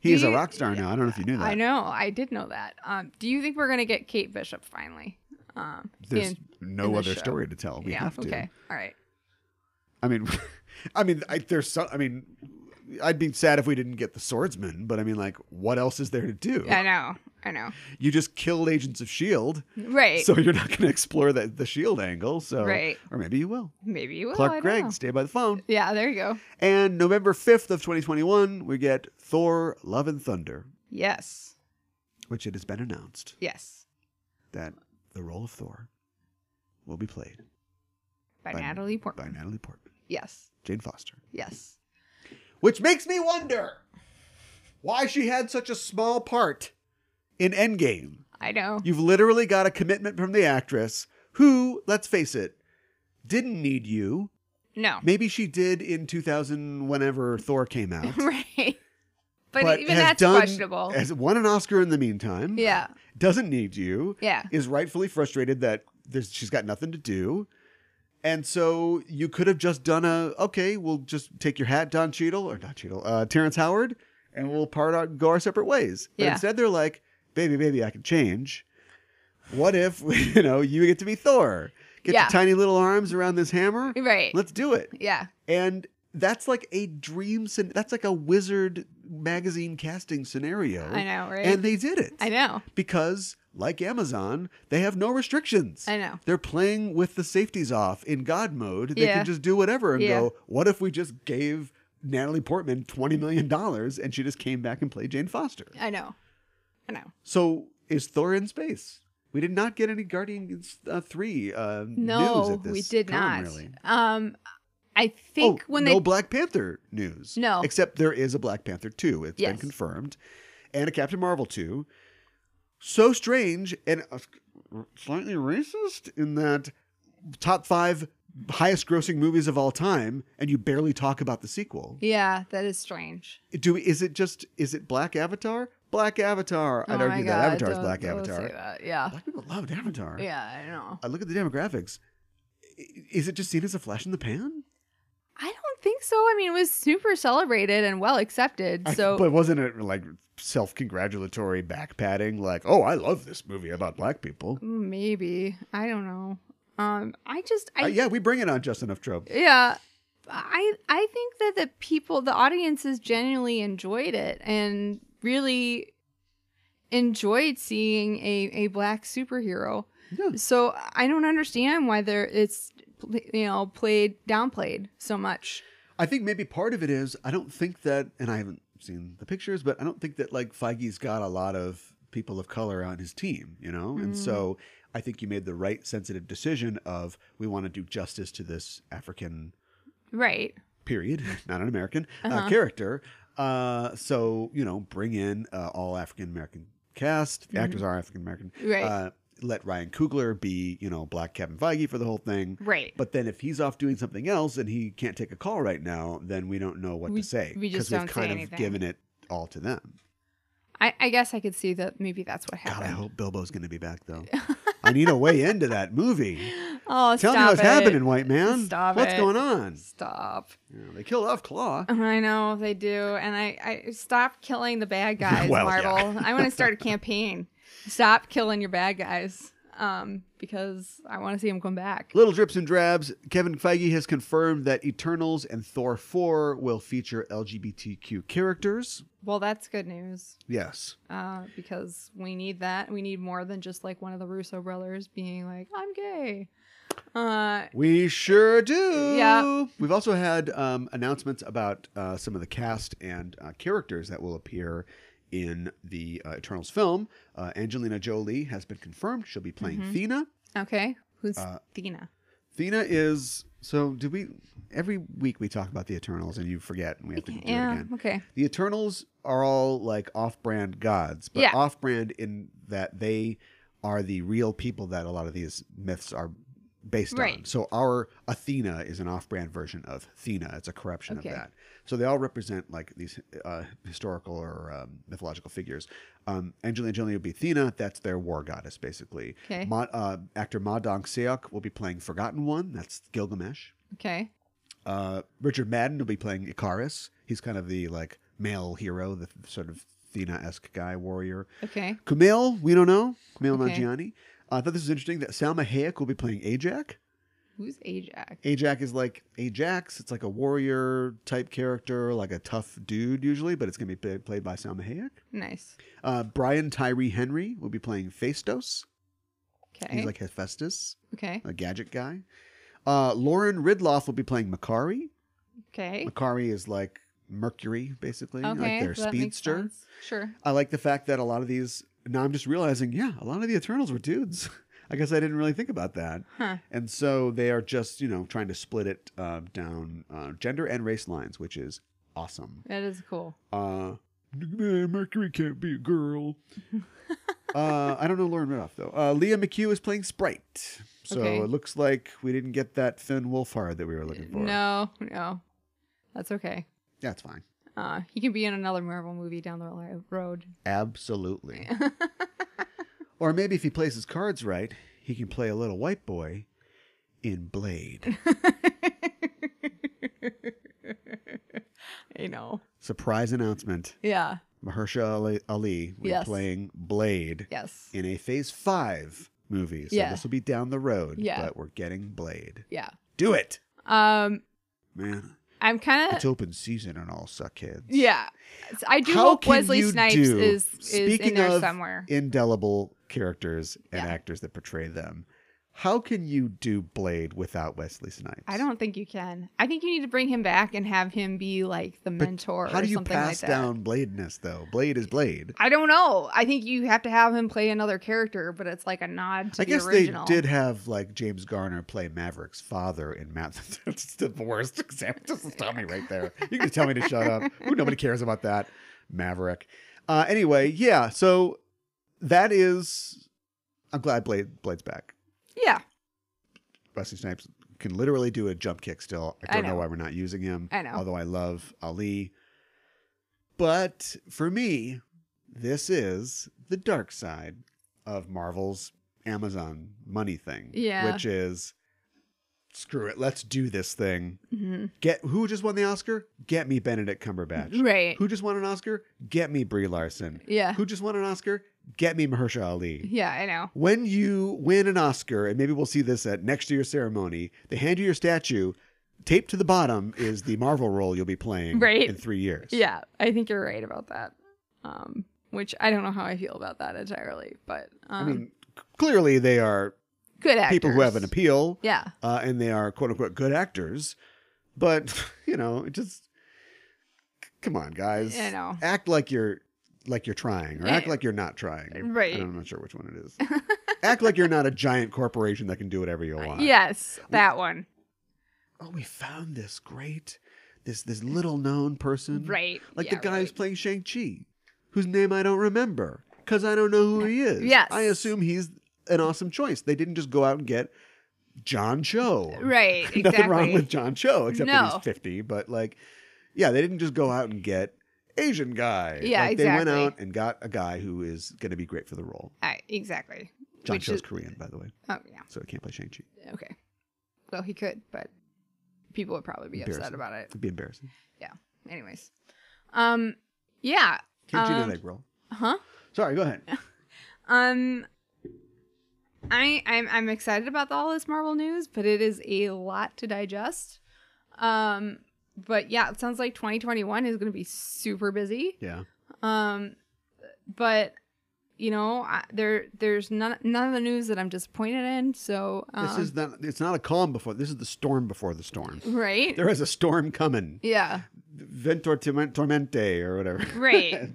Speaker 1: He
Speaker 2: Do
Speaker 1: is a
Speaker 2: you-
Speaker 1: rock star now. I don't know if you knew that.
Speaker 2: I know. I did know that. Um, do you think we're gonna get Kate Bishop finally? Um,
Speaker 1: There's
Speaker 2: in-
Speaker 1: no
Speaker 2: in the
Speaker 1: other
Speaker 2: show.
Speaker 1: story to tell. We
Speaker 2: yeah.
Speaker 1: have to.
Speaker 2: Okay. All right.
Speaker 1: I mean, I mean, I, there's so. I mean, I'd be sad if we didn't get the swordsman, but I mean, like, what else is there to do?
Speaker 2: I know. I know.
Speaker 1: You just killed Agents of Shield,
Speaker 2: Right.
Speaker 1: E so you're not going to explore the the Shield E angle. So,
Speaker 2: Eh. Right.
Speaker 1: or maybe you will.
Speaker 2: Maybe you will. I
Speaker 1: Clark
Speaker 2: don't
Speaker 1: Gregg,
Speaker 2: know.
Speaker 1: stay by the phone.
Speaker 2: Yeah. There you go.
Speaker 1: And November 5th of 2021, we get Thor: Love and Thunder,
Speaker 2: Yes.
Speaker 1: which it has been announced
Speaker 2: Yes.
Speaker 1: that the role of Thor will be played
Speaker 2: By,
Speaker 1: By-
Speaker 2: Natalie Portman.
Speaker 1: by Natalie Portman,
Speaker 2: Yes.
Speaker 1: Jane Foster.
Speaker 2: Yes.
Speaker 1: Which makes me wonder why she had such a small part in Endgame.
Speaker 2: I know.
Speaker 1: You've literally got a commitment from the actress who, let's face it, didn't need you.
Speaker 2: No.
Speaker 1: Maybe she did in 2000, whenever Thor came out.
Speaker 2: right.
Speaker 3: But,
Speaker 1: but
Speaker 3: even
Speaker 1: has
Speaker 3: that's
Speaker 1: done-
Speaker 3: questionable.
Speaker 1: Has won an Oscar in the meantime.
Speaker 2: Yeah.
Speaker 1: Doesn't need you.
Speaker 2: Yeah.
Speaker 1: Is rightfully frustrated that there's, she's got nothing to do. And so you could have just done a okay. We'll just take your hat, Don Cheadle or Don Cheadle, uh, Terrence Howard, and we'll part our go our separate ways. But
Speaker 2: Yeah.
Speaker 1: instead, they're like, "Baby, baby, I can change. What if you know you get to be Thor? Get
Speaker 2: Yeah.
Speaker 1: your tiny little arms around this hammer.
Speaker 2: Right.
Speaker 1: Let's do it."
Speaker 2: yeah.
Speaker 1: And that's like a dream. Scen- that's like a wizard magazine casting scenario.
Speaker 2: I know, right?
Speaker 1: And they did it.
Speaker 2: I know.
Speaker 1: Because, like Amazon, they have no restrictions.
Speaker 2: I know.
Speaker 1: They're playing with the safeties off in God mode. They
Speaker 2: Yeah.
Speaker 1: can just do whatever and
Speaker 2: Yeah.
Speaker 1: go, what if we just gave Natalie Portman $20 million and she just came back and played Jane Foster?
Speaker 2: I know. I know.
Speaker 1: So, is Thor in space? We did not get any Guardians uh, 3 uh, news
Speaker 2: No,
Speaker 1: at this
Speaker 2: we did
Speaker 1: time,
Speaker 2: not.
Speaker 1: Really.
Speaker 2: Um, I think
Speaker 1: oh,
Speaker 2: when
Speaker 1: no
Speaker 2: they
Speaker 1: Black Panther news.
Speaker 2: No.
Speaker 1: Except there is a Black Panther 2. It's been
Speaker 2: Yes.
Speaker 1: confirmed. And a Captain Marvel 2. So strange and uh, slightly racist in that top five highest grossing movies of all time, and you barely talk about the sequel.
Speaker 2: yeah, that is strange.
Speaker 1: Do is it just is it Black Avatar? Black Avatar. I'd
Speaker 2: Oh my
Speaker 1: argue
Speaker 2: God,
Speaker 1: that Avatar is
Speaker 2: don't-
Speaker 1: Black
Speaker 2: don't
Speaker 1: Avatar.
Speaker 2: say that. Yeah,
Speaker 1: Black people loved Avatar.
Speaker 2: yeah, I know.
Speaker 1: I look at the demographics. I- Is it just seen as a flash in the pan?
Speaker 2: I don't think so. I mean, it was super celebrated and well accepted.
Speaker 1: I-
Speaker 2: So
Speaker 1: but wasn't it like self-congratulatory backpatting? Like, oh, I love this movie about black people.
Speaker 2: maybe I don't know. Um, I just I
Speaker 1: Uh, yeah, we bring it on just enough trope.
Speaker 2: yeah i i think that the people the audiences genuinely enjoyed it and really enjoyed seeing a a black superhero
Speaker 1: Yeah.
Speaker 2: so i don't understand why they're it's you know played downplayed so much
Speaker 1: I think maybe part of it is I don't think that, and I haven't seen the pictures, but I don't think that like Feige's got a lot of people of color on his team, you know, and
Speaker 2: Mm-hmm.
Speaker 1: so I think you made the right sensitive decision of we want to do justice to this African
Speaker 2: right
Speaker 1: period, not an American uh,
Speaker 2: Uh-huh.
Speaker 1: character. Uh, so you know, bring in uh, all African American cast. The
Speaker 2: Mm-hmm.
Speaker 1: actors are African American.
Speaker 2: Right.
Speaker 1: Uh, let Ryan Coogler be you know Black Kevin Feige for the whole thing.
Speaker 2: right
Speaker 1: But then if he's off doing something else and he can't take a call right now, then we don't know what
Speaker 2: We-
Speaker 1: to say
Speaker 2: we just
Speaker 1: we've
Speaker 2: don't say
Speaker 1: kind of
Speaker 2: anything.
Speaker 1: given it all to them.
Speaker 2: i i guess i could see that maybe that's what
Speaker 1: God, I
Speaker 2: happened
Speaker 1: hope Bilbo's going to be back though. I need a way into that movie.
Speaker 2: oh
Speaker 1: Tell
Speaker 2: stop
Speaker 1: me what's
Speaker 2: it.
Speaker 1: happening, white man.
Speaker 2: Stop
Speaker 1: what's
Speaker 2: it.
Speaker 1: going on?
Speaker 2: stop
Speaker 1: You know, they killed off Claw.
Speaker 2: Uh-huh, I know they do, and I, I stop killing the bad guys,
Speaker 1: Well, yeah.
Speaker 2: Marvel. I want to start a campaign. Stop killing your bad guys, um, because I want to see them come back.
Speaker 1: Little drips and drabs. Kevin Feige has confirmed that Eternals and Thor 4 will feature LGBTQ characters.
Speaker 2: Well, that's good news,
Speaker 1: Yes.
Speaker 2: uh, because we need that. We need more than just like one of the Russo brothers being like, "I'm gay." Uh,
Speaker 1: We sure do.
Speaker 2: Yeah.
Speaker 1: We've also had um, announcements about uh, some of the cast and uh, characters that will appear in the uh, Eternals film. Uh, Angelina Jolie has been confirmed. She'll be playing
Speaker 2: Mm-hmm.
Speaker 1: Thena.
Speaker 2: okay, who's
Speaker 1: Uh,
Speaker 2: Thena?
Speaker 1: Thena is. So, do we. Every week we talk about the Eternals and you forget and we have to do it
Speaker 2: Yeah,
Speaker 1: again.
Speaker 2: okay,
Speaker 1: the Eternals are all like off-brand gods, but
Speaker 2: Yeah.
Speaker 1: off-brand in that they are the real people that a lot of these myths are based on.
Speaker 2: Right.
Speaker 1: So our Athena is an off-brand version of Thena. It's a corruption
Speaker 2: Okay.
Speaker 1: of that. So they all represent like these uh, historical or um, mythological figures. Um, Angelina Jolie will be Athena. That's their war goddess, basically.
Speaker 2: Okay.
Speaker 1: Ma, uh, actor Ma Dong Seok will be playing Forgotten One. That's Gilgamesh.
Speaker 2: okay,
Speaker 1: Uh, Richard Madden will be playing Icarus. He's kind of the like male hero, the sort of Thena esque guy warrior.
Speaker 2: okay,
Speaker 1: Kumail, we don't know. Kumail
Speaker 2: Okay.
Speaker 1: Nanjiani. Uh, I thought this was interesting that Salma Hayek will be playing Ajax.
Speaker 2: who's Ajax?
Speaker 1: Ajax is like Ajax. It's like a warrior type character, like a tough dude usually, but it's going to be pla- played by Salma Hayek.
Speaker 2: Nice.
Speaker 1: Uh, Brian Tyree Henry will be playing Phaistos.
Speaker 2: Okay,
Speaker 1: He's like Hephaestus,
Speaker 2: okay,
Speaker 1: a gadget guy. Uh, Lauren Ridloff will be playing Makari.
Speaker 2: okay.
Speaker 1: Macari is like Mercury, basically, like
Speaker 2: Okay,
Speaker 1: their
Speaker 2: so that makes
Speaker 1: speedster.
Speaker 2: sense. Sure.
Speaker 1: I like the fact that a lot of these. Now I'm just realizing, yeah, a lot of the Eternals were dudes. I guess I didn't really think about that.
Speaker 2: Huh.
Speaker 1: And so they are just, you know, trying to split it uh, down uh, gender and race lines, which is awesome.
Speaker 2: That is cool.
Speaker 1: Uh, "Man, Mercury can't be a girl. uh, I don't know Lauren Riddoff, though. Uh, Leah McHugh is playing Sprite. So
Speaker 2: Okay.
Speaker 1: it looks like we didn't get that Finn Wolfhard that we were looking for.
Speaker 2: No, no. That's okay.
Speaker 1: That's fine.
Speaker 2: Uh, he can be in another Marvel movie down the li- road.
Speaker 1: Absolutely. or maybe if he plays his cards right, he can play a little white boy in Blade.
Speaker 2: I know.
Speaker 1: Surprise announcement.
Speaker 2: Yeah.
Speaker 1: Mahershala Ali, Ali will
Speaker 2: Yes.
Speaker 1: be playing Blade
Speaker 2: Yes.
Speaker 1: in a Phase 5 movie. So
Speaker 2: Yeah.
Speaker 1: this will be down the road,
Speaker 2: Yeah.
Speaker 1: but we're getting Blade.
Speaker 2: Yeah.
Speaker 1: Do it!
Speaker 2: Um,
Speaker 1: Man,
Speaker 2: I'm kind of
Speaker 1: it's open season and all suck kids.
Speaker 2: Uh. yeah. I do
Speaker 1: How
Speaker 2: hope
Speaker 1: can
Speaker 2: Wesley
Speaker 1: you
Speaker 2: Snipes
Speaker 1: do-
Speaker 2: is is in there
Speaker 1: of
Speaker 2: somewhere.
Speaker 1: Indelible characters and
Speaker 2: Yeah.
Speaker 1: actors that portray them. How can you do Blade without Wesley Snipes?
Speaker 2: I don't think you can. I think you need to bring him back and have him be like the mentor
Speaker 1: How
Speaker 2: or
Speaker 1: do you
Speaker 2: something
Speaker 1: pass
Speaker 2: like that.
Speaker 1: down bladeness though? Blade is Blade.
Speaker 2: I don't know. I think you have to have him play another character, but it's like a nod to
Speaker 1: I
Speaker 2: the
Speaker 1: guess
Speaker 2: original.
Speaker 1: they did have like James Garner play Maverick's father in Maverick. That's the worst example. Just tell me right there. You can tell me to shut up. Ooh, nobody cares about that. Maverick. Uh, anyway, yeah. So that is. I'm glad Blade Blade's back.
Speaker 2: Yeah,
Speaker 1: Wesley Snipes can literally do a jump kick still. I
Speaker 2: I
Speaker 1: don't know.
Speaker 2: know.
Speaker 1: why we're not using him.
Speaker 2: I know.
Speaker 1: Although I love Ali. But for me, this is the dark side of Marvel's Amazon money thing.
Speaker 2: Yeah.
Speaker 1: Which is screw it, let's do this thing.
Speaker 2: Mhm.
Speaker 1: Get who just won the Oscar? Get me Benedict Cumberbatch.
Speaker 2: right.
Speaker 1: Who just won an Oscar? Get me Brie Larson.
Speaker 2: Yeah,
Speaker 1: Who just won an Oscar? Get me Mahershala Ali
Speaker 2: yeah, I know.
Speaker 1: when you win an Oscar, and maybe we'll see this at next year's ceremony, they hand you your statue. Taped to the bottom is the Marvel role you'll be playing
Speaker 2: Right.
Speaker 1: in three years.
Speaker 2: Yeah, I think you're right about that. Um, which I don't know how I feel about that entirely, but um,
Speaker 1: I mean, c- clearly they are
Speaker 2: good actors.
Speaker 1: people who have an appeal,
Speaker 2: Yeah,
Speaker 1: uh, and they are quote unquote good actors. But you know, it just c- come on, guys.
Speaker 2: I know.
Speaker 1: Act like you're like you're trying, or act like you're not trying.
Speaker 2: Right.
Speaker 1: I don't- I'm not sure which one it is. act like you're not a giant corporation that can do whatever you want.
Speaker 2: yes, that one.
Speaker 1: oh, we found this great, this this little known person,
Speaker 2: Right,
Speaker 1: Mm-hmm. Like
Speaker 2: yeah,
Speaker 1: the guy who's
Speaker 2: right.
Speaker 1: playing Shang Chi, whose name I don't remember because I don't know who he is.
Speaker 2: Yes.
Speaker 1: I assume he's an awesome choice. They didn't just go out and get John Cho.
Speaker 2: Right, exactly.
Speaker 1: Nothing wrong with John Cho except that
Speaker 2: No.
Speaker 1: he's fifty. But like, yeah, they didn't just go out and get Asian guy.
Speaker 2: Yeah,
Speaker 1: like, They went
Speaker 2: exactly.
Speaker 1: out and got a guy who is going to be great for the role.
Speaker 2: I, exactly.
Speaker 1: John
Speaker 2: Which
Speaker 1: Cho's
Speaker 2: is-
Speaker 1: Korean, by the way,
Speaker 2: Oh yeah.
Speaker 1: so he can't play Shang Chi.
Speaker 2: Okay. Well, he could, but people would probably be upset
Speaker 1: Embarrassing.
Speaker 2: about it.
Speaker 1: It'd be embarrassing.
Speaker 2: Anyways. Um. Yeah.
Speaker 1: Can't you
Speaker 2: Um,
Speaker 1: do that role?
Speaker 2: Huh.
Speaker 1: Sorry, go ahead.
Speaker 2: Um, I I'm I'm excited about all this Marvel news, but it is a lot to digest. Um, but yeah, it sounds like 2021 is going to be super busy.
Speaker 1: Yeah.
Speaker 2: Um, but you know, I, there there's none none of the news that I'm disappointed in. So um,
Speaker 1: This is not. It's not a calm before. This is the storm before the storm.
Speaker 2: right.
Speaker 1: There is a storm coming.
Speaker 2: yeah,
Speaker 1: Ventor timen- tormente or whatever.
Speaker 2: Right.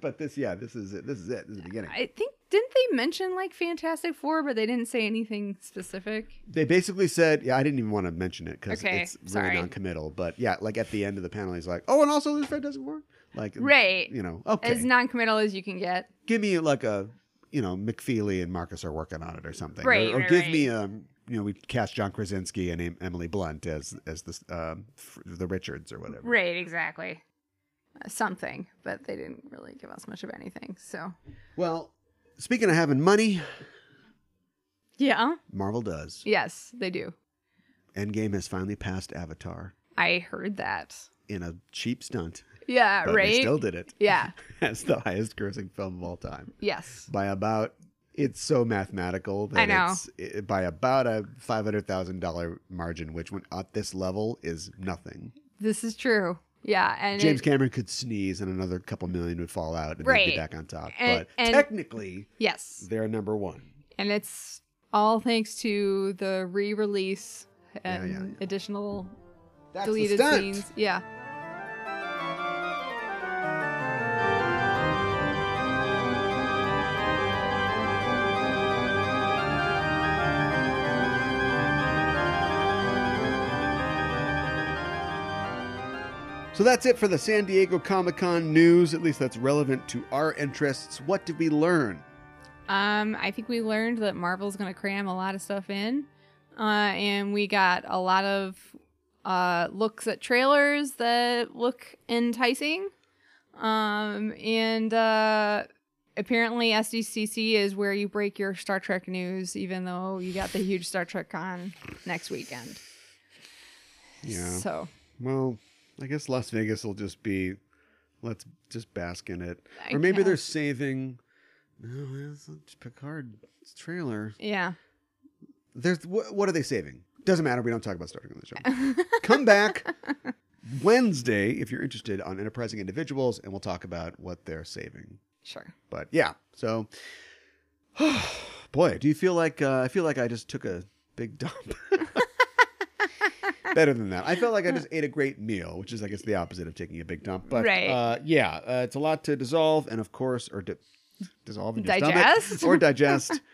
Speaker 1: but this, yeah, this is it. This is it. This is the beginning.
Speaker 2: I think didn't they mention like Fantastic Four, but they didn't say anything specific.
Speaker 1: They basically said, yeah, I didn't even want to mention it because
Speaker 2: Okay,
Speaker 1: it's really
Speaker 2: sorry.
Speaker 1: non-committal. But yeah, like at the end of the panel, he's like, oh, and also this Fred doesn't work. Like,
Speaker 2: Right.
Speaker 1: You know, okay.
Speaker 2: As non-committal as you can get.
Speaker 1: give me like a, you know, McFeely and Marcus are working on it or something. Or-
Speaker 2: Right,
Speaker 1: Or,
Speaker 2: right,
Speaker 1: give
Speaker 2: right.
Speaker 1: me um, you know, we cast John Krasinski and Em- Emily Blunt as as this um, f- the Richards or whatever.
Speaker 2: Right, exactly. Uh, something, but they didn't really give us much of anything. So,
Speaker 1: Well, speaking of having money,
Speaker 2: yeah.
Speaker 1: Marvel does.
Speaker 2: Yes, they do.
Speaker 1: Endgame has finally passed Avatar
Speaker 2: I heard that.
Speaker 1: in a cheap stunt,
Speaker 2: Yeah,
Speaker 1: but
Speaker 2: right?
Speaker 1: they still did it
Speaker 2: yeah,
Speaker 1: as the highest grossing film of all time
Speaker 2: yes.
Speaker 1: by about. It's so mathematical that
Speaker 2: I know.
Speaker 1: it's it, by about a five hundred thousand dollar margin, which when at this level is nothing.
Speaker 2: This is true. Yeah, and
Speaker 1: James
Speaker 2: it-
Speaker 1: Cameron could sneeze and another couple million would fall out and they'd
Speaker 2: Right.
Speaker 1: be back on top.
Speaker 2: And-
Speaker 1: but
Speaker 2: and-
Speaker 1: technically,
Speaker 2: yes.
Speaker 1: they're number one.
Speaker 2: And it's all thanks to the re-release
Speaker 1: Yeah,
Speaker 2: and
Speaker 1: yeah, yeah.
Speaker 2: additional
Speaker 1: That's
Speaker 2: deleted
Speaker 1: the stunt.
Speaker 2: scenes. Yeah.
Speaker 1: So that's it for the San Diego Comic Con news. At least that's relevant to our interests. What did we learn?
Speaker 2: Um, I think we learned that Marvel's going to cram a lot of stuff in, uh, and we got a lot of uh, looks at trailers that look enticing. Um, and uh, apparently SDCC is where you break your Star Trek news, even though you got the huge Star Trek con next weekend.
Speaker 1: Yeah.
Speaker 2: So
Speaker 1: Well, I guess Las Vegas will just be let's just bask in it.
Speaker 2: I
Speaker 1: or maybe they're
Speaker 2: guess.
Speaker 1: saving no, it's it's Picard's trailer.
Speaker 2: yeah,
Speaker 1: There's wh- what are they saving? Doesn't matter. We don't talk about Star Trek on the show. Come back Wednesday if you're interested on enterprising individuals, and we'll talk about what they're saving.
Speaker 2: sure.
Speaker 1: But yeah, so boy, do you feel like uh, I feel like I just took a big dump. Better than that, I felt like I just ate a great meal, which is I guess the opposite of taking a big dump. But
Speaker 2: Right.
Speaker 1: uh, yeah, uh, it's a lot to dissolve, and of course, or di- dissolve in your stomach.
Speaker 2: Digest?
Speaker 1: or digest.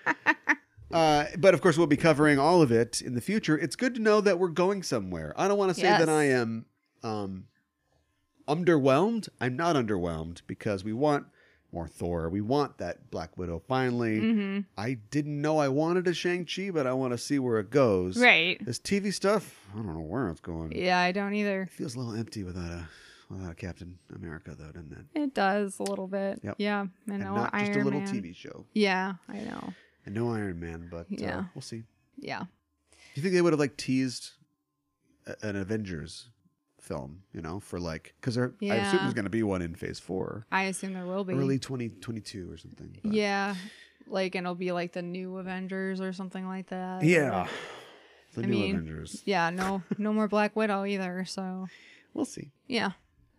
Speaker 1: Uh, but of course, we'll be covering all of it in the future. It's good to know that we're going somewhere. I don't want to say
Speaker 2: Yes.
Speaker 1: that I am um, underwhelmed. I'm not underwhelmed because we want more Thor. We want that Black Widow finally.
Speaker 2: Mm-hmm.
Speaker 1: I didn't know I wanted a Shang-Chi, but I want to see where it goes.
Speaker 2: Right.
Speaker 1: This TV stuff, I don't know where it's going.
Speaker 2: Yeah, I don't either.
Speaker 1: It feels a little empty without a without Captain America, though, doesn't it?
Speaker 2: It does a little bit.
Speaker 1: Yep.
Speaker 2: Yeah, I
Speaker 1: And
Speaker 2: know.
Speaker 1: not
Speaker 2: Iron
Speaker 1: just a little
Speaker 2: Man.
Speaker 1: TV show.
Speaker 2: Yeah, I know.
Speaker 1: And no Iron Man, but uh,
Speaker 2: Yeah.
Speaker 1: we'll see.
Speaker 2: Yeah.
Speaker 1: Do you think they would have like teased a- an Avengers film, you know, for like because I
Speaker 2: Yeah.
Speaker 1: assume there's going to be one in Phase Four,
Speaker 2: I assume there will be.
Speaker 1: early 2022 or something. but-
Speaker 2: yeah. Like, and it'll be like the new Avengers or something like that.
Speaker 1: yeah, the
Speaker 2: I
Speaker 1: new
Speaker 2: mean-
Speaker 1: Avengers.
Speaker 2: Yeah, no, no more Black Widow either. So,
Speaker 1: We'll see.
Speaker 2: yeah.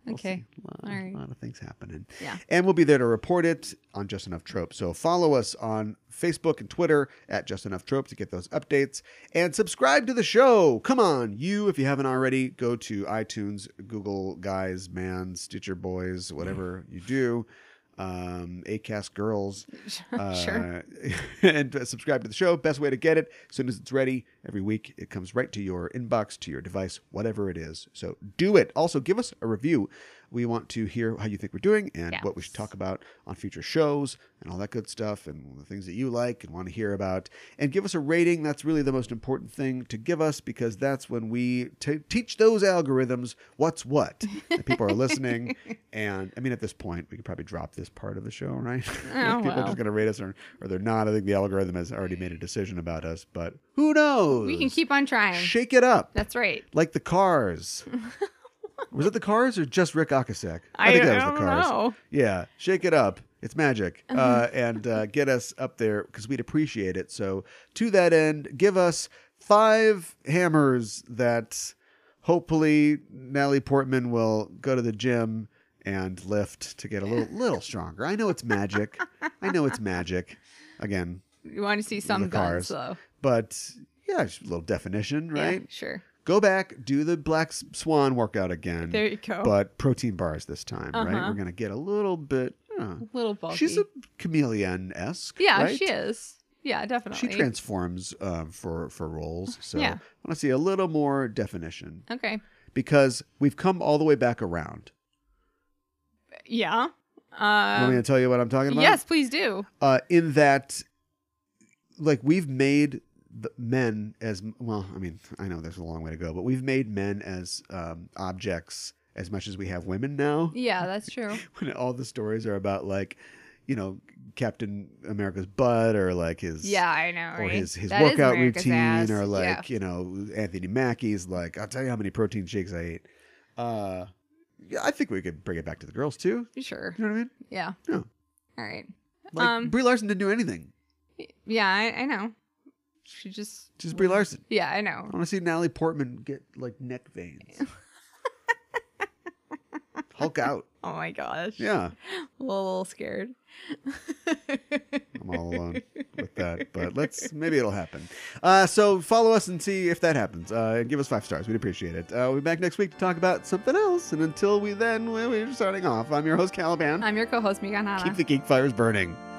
Speaker 1: We'll
Speaker 2: Okay.
Speaker 1: see. A lot,
Speaker 2: All right.
Speaker 1: lot of things happening.
Speaker 2: Yeah.
Speaker 1: And we'll be there to report it on Just Enough Trope. So follow us on Facebook and Twitter at Just Enough Trope to get those updates and subscribe to the show. Come on, you, if you haven't already, go to iTunes, Google Guys, Man, Stitcher Boys, whatever you do, um, ACAST Girls.
Speaker 2: Sure.
Speaker 1: Uh, and uh, subscribe to the show. Best way to get it. As soon as it's ready, every week it comes right to your inbox, to your device, whatever it is. So do it. Also, give us a review. We want to hear how you think we're doing and what we should talk about on future shows and all that good stuff and the things that you like and want to hear about. And give us a rating. That's really the most important thing to give us because that's when we t- teach those algorithms what's what. And people are listening. And I mean, at this point, we could probably drop this part of the show, right?
Speaker 2: Oh,
Speaker 1: people are
Speaker 2: well.
Speaker 1: just going to rate us or, or they're not. I think the algorithm has already made a decision about us, but who knows?
Speaker 2: We can keep on trying.
Speaker 1: shake it up
Speaker 2: That's right.
Speaker 1: like the Cars. was it the Cars or just Rick Ocasek?
Speaker 2: I- I don't know.
Speaker 1: Yeah, shake it up. It's magic,
Speaker 2: Uh-huh.
Speaker 1: uh, and uh, get us up there because we'd appreciate it. So to that end, give us five hammers that hopefully Natalie Portman will go to the gym and lift to get a little little stronger. I know it's magic. I know it's magic. Again,
Speaker 2: You want to see some
Speaker 1: the
Speaker 2: guns,
Speaker 1: cars.
Speaker 2: though.
Speaker 1: but yeah, just a little definition,
Speaker 2: Yeah,
Speaker 1: right?
Speaker 2: sure.
Speaker 1: go back, do the black s- swan workout again.
Speaker 2: There you go.
Speaker 1: But protein bars this time, right?
Speaker 2: Uh-huh.
Speaker 1: We're gonna get a little bit. uh,
Speaker 2: little bulky.
Speaker 1: she's a chameleon esque.
Speaker 2: yeah,
Speaker 1: right?
Speaker 2: she is. Yeah,
Speaker 1: She
Speaker 2: definitely.
Speaker 1: transforms um, for for roles, so
Speaker 2: Yeah.
Speaker 1: I want to see a little more definition
Speaker 2: okay.
Speaker 1: because we've come all the way back around.
Speaker 2: Yeah.
Speaker 1: Let me
Speaker 2: Uh,
Speaker 1: to tell you what I'm talking about.
Speaker 2: yes, please do.
Speaker 1: uh, in that, like we've made the men as well. I mean, I know there's a long way to go, but we've made men as um, objects as much as we have women now.
Speaker 2: Yeah, that's true.
Speaker 1: when all the stories are about like you know captain america's butt or like his
Speaker 2: Yeah, I know.
Speaker 1: or
Speaker 2: right?
Speaker 1: his his
Speaker 2: That is
Speaker 1: workout
Speaker 2: America's
Speaker 1: routine
Speaker 2: ass.
Speaker 1: or like
Speaker 2: Yeah.
Speaker 1: you know anthony mackie's like i'll tell you how many protein shakes i ate uh yeah, i think we could bring it back to the girls too
Speaker 2: sure.
Speaker 1: you know what i mean
Speaker 2: Yeah.
Speaker 1: Yeah.
Speaker 2: All right.
Speaker 1: like
Speaker 2: Um,
Speaker 1: brie larson didn't do anything
Speaker 2: Yeah, I, I know. She just.
Speaker 1: just brie larson
Speaker 2: Yeah, I know.
Speaker 1: i want to see natalie portman get like neck veins hulk out
Speaker 2: Oh my gosh.
Speaker 1: yeah
Speaker 2: A little, little scared.
Speaker 1: I'm all alone with that, but let's maybe it'll happen. Uh, so follow us and see if that happens. Uh, give us five stars; we'd appreciate it. Uh, we'll be back next week to talk about something else. And until we then, well, we're starting off. I'm your host Caliban.
Speaker 2: I'm your co-host Megan Hanna.
Speaker 1: Keep the geek fires burning.